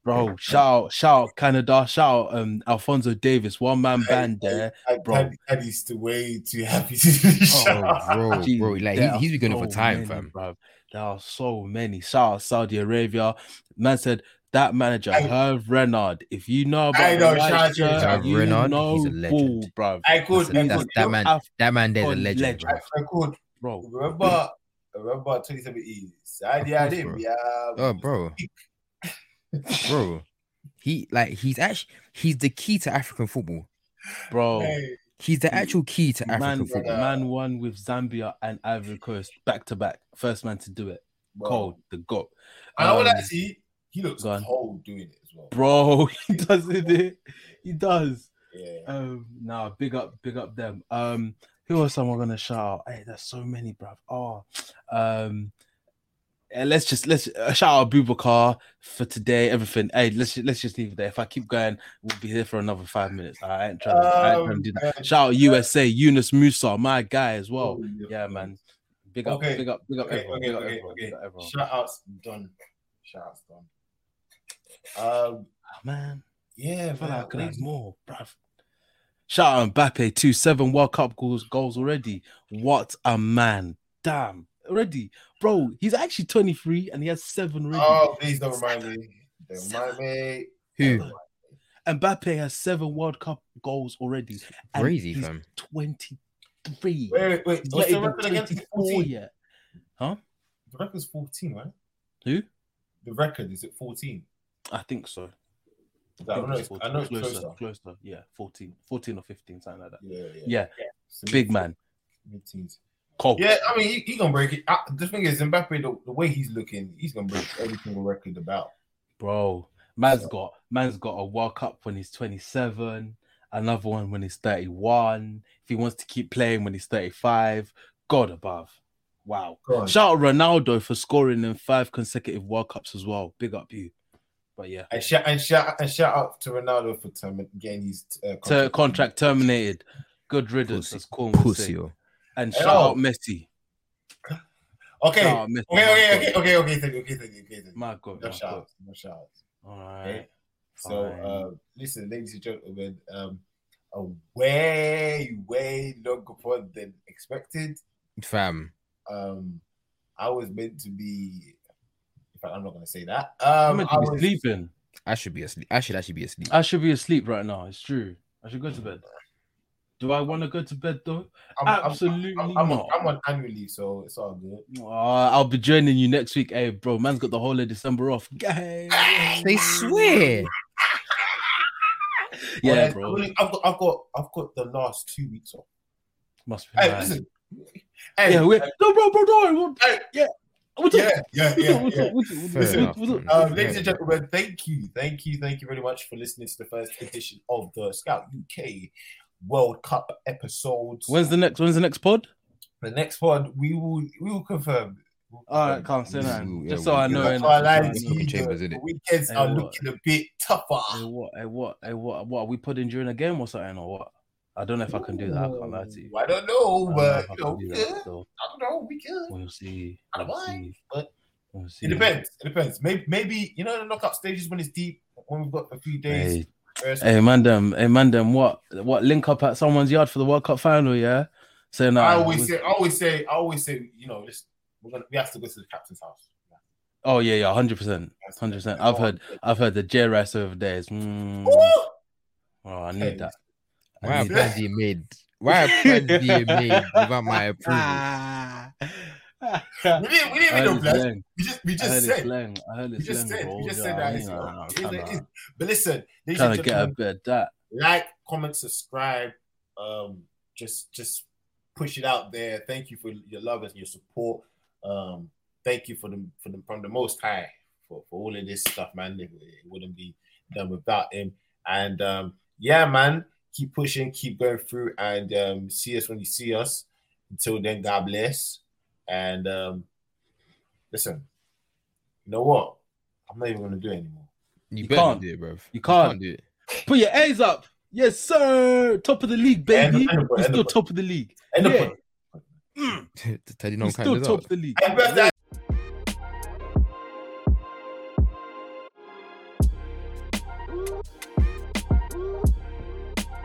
[SPEAKER 2] bro, shout out, shout out Canada. Shout out um Alfonso Davis, one man band there.
[SPEAKER 1] And
[SPEAKER 2] Bro. Oh,
[SPEAKER 1] Paddy- Paddy's too- way too happy to do this shout out.
[SPEAKER 3] Oh, bro,
[SPEAKER 2] Jeez,
[SPEAKER 3] bro, like
[SPEAKER 2] there
[SPEAKER 3] he, he's
[SPEAKER 2] are
[SPEAKER 3] been going
[SPEAKER 2] so
[SPEAKER 3] for time,
[SPEAKER 2] many,
[SPEAKER 3] fam.
[SPEAKER 2] bruv. There are so many. Shout out Saudi Arabia. Man said that manager,
[SPEAKER 1] Hey.
[SPEAKER 2] Herve Renard. If you know about
[SPEAKER 1] I
[SPEAKER 2] the
[SPEAKER 1] know,
[SPEAKER 2] white
[SPEAKER 1] shout out to
[SPEAKER 2] shirt,
[SPEAKER 1] Herve
[SPEAKER 2] you
[SPEAKER 3] Renard,
[SPEAKER 2] know
[SPEAKER 3] he's a legend.
[SPEAKER 2] ball, bruv.
[SPEAKER 1] I could,
[SPEAKER 3] That's-
[SPEAKER 1] I
[SPEAKER 3] that's-
[SPEAKER 1] could,
[SPEAKER 3] that man,
[SPEAKER 2] Af-
[SPEAKER 3] that man there's a
[SPEAKER 2] Oh,
[SPEAKER 3] legend,
[SPEAKER 2] legend.
[SPEAKER 3] bro.
[SPEAKER 1] I could.
[SPEAKER 2] bro.
[SPEAKER 1] Remember, remember 2017. Saudi
[SPEAKER 3] Of course,
[SPEAKER 1] Arabia.
[SPEAKER 2] Um,
[SPEAKER 3] Oh, bro, bro, he like he's actually he's the key to African football.
[SPEAKER 2] Bro,
[SPEAKER 1] Hey,
[SPEAKER 3] He's the actual key to African
[SPEAKER 2] man,
[SPEAKER 3] football.
[SPEAKER 2] man won with Zambia and Ivory Coast back to back. First man to do it.
[SPEAKER 1] bro.
[SPEAKER 2] Cold, the goat.
[SPEAKER 1] And I would
[SPEAKER 2] Um,
[SPEAKER 1] like to see he looks
[SPEAKER 2] go on.
[SPEAKER 1] cold doing it as well.
[SPEAKER 2] Bro, he does it. He does.
[SPEAKER 1] Yeah.
[SPEAKER 2] Um, nah, big up, big up them. Um, who else am I gonna shout out? Hey, there's so many, bruv. Oh, um, eh, let's just let's uh, shout out Bubakar for today. Everything. Hey, let's ju- let's just leave it there. If I keep going, we'll be here for another five minutes. I ain't trying. To, I ain't trying to do
[SPEAKER 1] Um,
[SPEAKER 2] that. Shout out USA, Eunice Musa, my guy as well. Yeah, man. Big up,
[SPEAKER 1] Okay.
[SPEAKER 2] big up, big up
[SPEAKER 1] Okay,
[SPEAKER 2] everyone.
[SPEAKER 1] okay,
[SPEAKER 2] big up
[SPEAKER 1] okay,
[SPEAKER 2] everyone. Big
[SPEAKER 1] okay.
[SPEAKER 2] up everyone.
[SPEAKER 1] Shout outs done. Shout outs done. Um,
[SPEAKER 2] Ah, man,
[SPEAKER 1] yeah,
[SPEAKER 2] I feel
[SPEAKER 1] man,
[SPEAKER 2] like I could have
[SPEAKER 1] amazing.
[SPEAKER 2] more, bruv. Shout out Mbappe, two seven World Cup goals goals already. What a man! Damn, already, bro. He's actually twenty three and he has seven already.
[SPEAKER 1] Oh, please don't remind me. Don't remind me.
[SPEAKER 3] Who
[SPEAKER 2] Mbappe has seven World Cup goals already. and
[SPEAKER 3] crazy,
[SPEAKER 2] he's
[SPEAKER 3] fam?
[SPEAKER 2] Twenty three.
[SPEAKER 1] Wait, wait, wait.
[SPEAKER 2] He's not
[SPEAKER 1] What's the
[SPEAKER 2] even
[SPEAKER 1] record against
[SPEAKER 2] 24
[SPEAKER 1] 14?
[SPEAKER 2] yet.
[SPEAKER 1] The record's 14, right?
[SPEAKER 2] Who?
[SPEAKER 1] The record is at 14.
[SPEAKER 2] I think so.
[SPEAKER 1] I
[SPEAKER 2] think
[SPEAKER 1] don't know.
[SPEAKER 2] it's
[SPEAKER 1] It's, I know it's
[SPEAKER 2] closer,
[SPEAKER 1] closer.
[SPEAKER 2] closer. Yeah, 14, 14 or fifteen, something like that.
[SPEAKER 1] Yeah, yeah.
[SPEAKER 2] Yeah,
[SPEAKER 1] So mid-
[SPEAKER 2] big Oh. man.
[SPEAKER 1] Mid-teens.
[SPEAKER 2] Cold.
[SPEAKER 1] Yeah, I mean, he, he gonna break it. I, the thing is, Mbappe, the, the way he's looking, he's gonna break every single record about.
[SPEAKER 2] bro. Man's got man's got a World Cup when he's 27, another one when he's 31. If he wants to keep playing when he's 35, God above. Wow.
[SPEAKER 1] God.
[SPEAKER 2] Shout out Ronaldo for scoring in five consecutive World Cups as well. Big up you. But yeah.
[SPEAKER 1] And shout and shout and shout out to Ronaldo for term, getting his uh,
[SPEAKER 2] Ter- contract terminated. Good riddance,
[SPEAKER 3] Pussy.
[SPEAKER 2] as Corn would
[SPEAKER 3] Pussy,
[SPEAKER 2] say.
[SPEAKER 3] yo.
[SPEAKER 2] And shout
[SPEAKER 1] Oh.
[SPEAKER 2] out Messi.
[SPEAKER 1] Okay.
[SPEAKER 2] Shout out Messi.
[SPEAKER 1] Okay, okay, okay, okay, okay, thank you, okay, thank you, okay, thank you.
[SPEAKER 2] Oh, My God.
[SPEAKER 1] No
[SPEAKER 2] My God.
[SPEAKER 1] shout outs, no shout outs.
[SPEAKER 2] All right.
[SPEAKER 1] So,
[SPEAKER 2] Fine.
[SPEAKER 1] uh, listen, ladies and gentlemen, um, a way, way longer pod than expected.
[SPEAKER 3] Fam,
[SPEAKER 1] Um, I was meant to be, in fact, I'm not going to say that. Um,
[SPEAKER 2] I'm meant
[SPEAKER 1] I
[SPEAKER 2] to be
[SPEAKER 1] was-
[SPEAKER 2] sleeping.
[SPEAKER 3] I should be asleep. I should actually be asleep.
[SPEAKER 2] I should be asleep right now. It's true. I should go to bed. Do I want to go to bed though?
[SPEAKER 1] I'm- I'm-
[SPEAKER 2] Absolutely
[SPEAKER 1] I'm, I'm,
[SPEAKER 2] not.
[SPEAKER 1] On, I'm on annual leave, so it's all good.
[SPEAKER 2] Aw, Uh, I'll be joining you next week. Hey, bro, man's got the whole of December off. Gang.
[SPEAKER 3] They swear.
[SPEAKER 2] Yeah,
[SPEAKER 1] Honest-
[SPEAKER 2] bro.
[SPEAKER 1] I've got, I've got, I've got the last two weeks off.
[SPEAKER 2] Must be.
[SPEAKER 1] Hey,
[SPEAKER 2] nice.
[SPEAKER 1] listen. Hey,
[SPEAKER 2] yeah, we're, no, bro, bro, don't worry. We'll,
[SPEAKER 1] Hey.
[SPEAKER 2] yeah, we'll talk.
[SPEAKER 1] yeah, yeah,
[SPEAKER 2] We'll talk,
[SPEAKER 1] yeah,
[SPEAKER 2] we'll
[SPEAKER 1] yeah.
[SPEAKER 2] talk, we'll talk, we'll
[SPEAKER 3] Fair
[SPEAKER 2] talk,
[SPEAKER 3] enough,
[SPEAKER 2] we'll talk.
[SPEAKER 3] man.
[SPEAKER 1] Um, ladies and gentlemen, thank you, thank you, thank you very much for listening to the first edition of the Scout UK World Cup episodes.
[SPEAKER 2] When's the next? When's the next pod?
[SPEAKER 1] the next one? We will, we will confirm.
[SPEAKER 2] All right, can't say
[SPEAKER 3] Yeah,
[SPEAKER 2] that.
[SPEAKER 3] we'll-
[SPEAKER 2] Just
[SPEAKER 3] yeah,
[SPEAKER 2] so
[SPEAKER 3] we'll
[SPEAKER 2] I
[SPEAKER 3] do
[SPEAKER 2] know.
[SPEAKER 3] that.
[SPEAKER 1] Can't
[SPEAKER 2] innit? Just so I
[SPEAKER 1] lie
[SPEAKER 2] know.
[SPEAKER 1] to
[SPEAKER 3] It's open
[SPEAKER 1] you,
[SPEAKER 3] chambers,
[SPEAKER 1] the
[SPEAKER 3] innit?
[SPEAKER 1] weekends
[SPEAKER 2] Hey,
[SPEAKER 1] are
[SPEAKER 2] what?
[SPEAKER 1] looking a bit tougher.
[SPEAKER 2] Eh, Hey, eh, what? Hey, what? Hey, what? What? Are we put in during a game or something or what? I don't know if I can do that. I can't lie to you.
[SPEAKER 1] I don't know,
[SPEAKER 2] I don't know
[SPEAKER 1] but
[SPEAKER 2] if I
[SPEAKER 1] you
[SPEAKER 2] can
[SPEAKER 1] know,
[SPEAKER 2] do
[SPEAKER 1] we
[SPEAKER 2] that
[SPEAKER 1] could.
[SPEAKER 2] still.
[SPEAKER 1] I don't know, we could.
[SPEAKER 2] We'll see.
[SPEAKER 1] I don't
[SPEAKER 2] We'll
[SPEAKER 1] mind,
[SPEAKER 2] see.
[SPEAKER 1] but-
[SPEAKER 2] We'll see.
[SPEAKER 1] It depends. It depends. Maybe, maybe you know the knockout stages when it's deep, when we've got a few days.
[SPEAKER 2] Hey,
[SPEAKER 1] rest.
[SPEAKER 2] hey, man, them, hey, man, them, what, what, link up at someone's yard for the World Cup final, yeah? So now,
[SPEAKER 1] I always say, I always say, I always say, you know, just we're gonna we have to go to the captain's house.
[SPEAKER 2] oh yeah, yeah, hundred percent, hundred percent. I've heard, um, I've heard the J Rice over there is, mm,
[SPEAKER 1] Ooh!
[SPEAKER 2] oh, I need that.
[SPEAKER 3] Why
[SPEAKER 2] I
[SPEAKER 3] are
[SPEAKER 2] need
[SPEAKER 3] plans being made? Why are plans being made without my approval?
[SPEAKER 2] Ah.
[SPEAKER 1] We didn't, we didn't
[SPEAKER 2] I
[SPEAKER 1] make
[SPEAKER 2] heard
[SPEAKER 1] no
[SPEAKER 2] it's
[SPEAKER 1] plans.
[SPEAKER 2] slang.
[SPEAKER 1] We just, we
[SPEAKER 2] I
[SPEAKER 1] just
[SPEAKER 2] heard it's
[SPEAKER 1] said,
[SPEAKER 2] slang. I heard
[SPEAKER 1] we
[SPEAKER 2] it's
[SPEAKER 1] just said,
[SPEAKER 2] slang,
[SPEAKER 1] we
[SPEAKER 2] bro.
[SPEAKER 1] just
[SPEAKER 2] Yeah,
[SPEAKER 1] said
[SPEAKER 2] I
[SPEAKER 1] that.
[SPEAKER 2] mean,
[SPEAKER 1] it's-
[SPEAKER 2] I'm
[SPEAKER 1] it is what it is.
[SPEAKER 2] kinda-
[SPEAKER 1] But listen, ladies
[SPEAKER 2] Trying
[SPEAKER 1] and
[SPEAKER 2] to get a
[SPEAKER 1] gentlemen,
[SPEAKER 2] bit of that.
[SPEAKER 1] like, comment, subscribe. Um, just just push it out there. Thank you for your love and your support. Um, thank you for the for the from the Most High for, for all of this stuff, man. It, it wouldn't be done without him. And um, yeah, man, keep pushing, keep going through, and um, see us when you see us. Until then, God bless. And um, listen, you know what? I'm not even gonna do it anymore.
[SPEAKER 3] You,
[SPEAKER 2] You
[SPEAKER 3] better
[SPEAKER 2] can't.
[SPEAKER 3] do it, bro.
[SPEAKER 2] You can't.
[SPEAKER 3] do it.
[SPEAKER 2] Put your A's up. Yes, sir. Top of the league, baby.
[SPEAKER 1] And- and-
[SPEAKER 2] We're still
[SPEAKER 1] and-
[SPEAKER 2] top of the league.
[SPEAKER 1] End
[SPEAKER 2] Yeah.
[SPEAKER 1] the point.
[SPEAKER 2] Mm.
[SPEAKER 3] Tell you no
[SPEAKER 2] We're
[SPEAKER 3] one
[SPEAKER 2] still
[SPEAKER 3] counting
[SPEAKER 2] top of the league.
[SPEAKER 1] Happy birthday,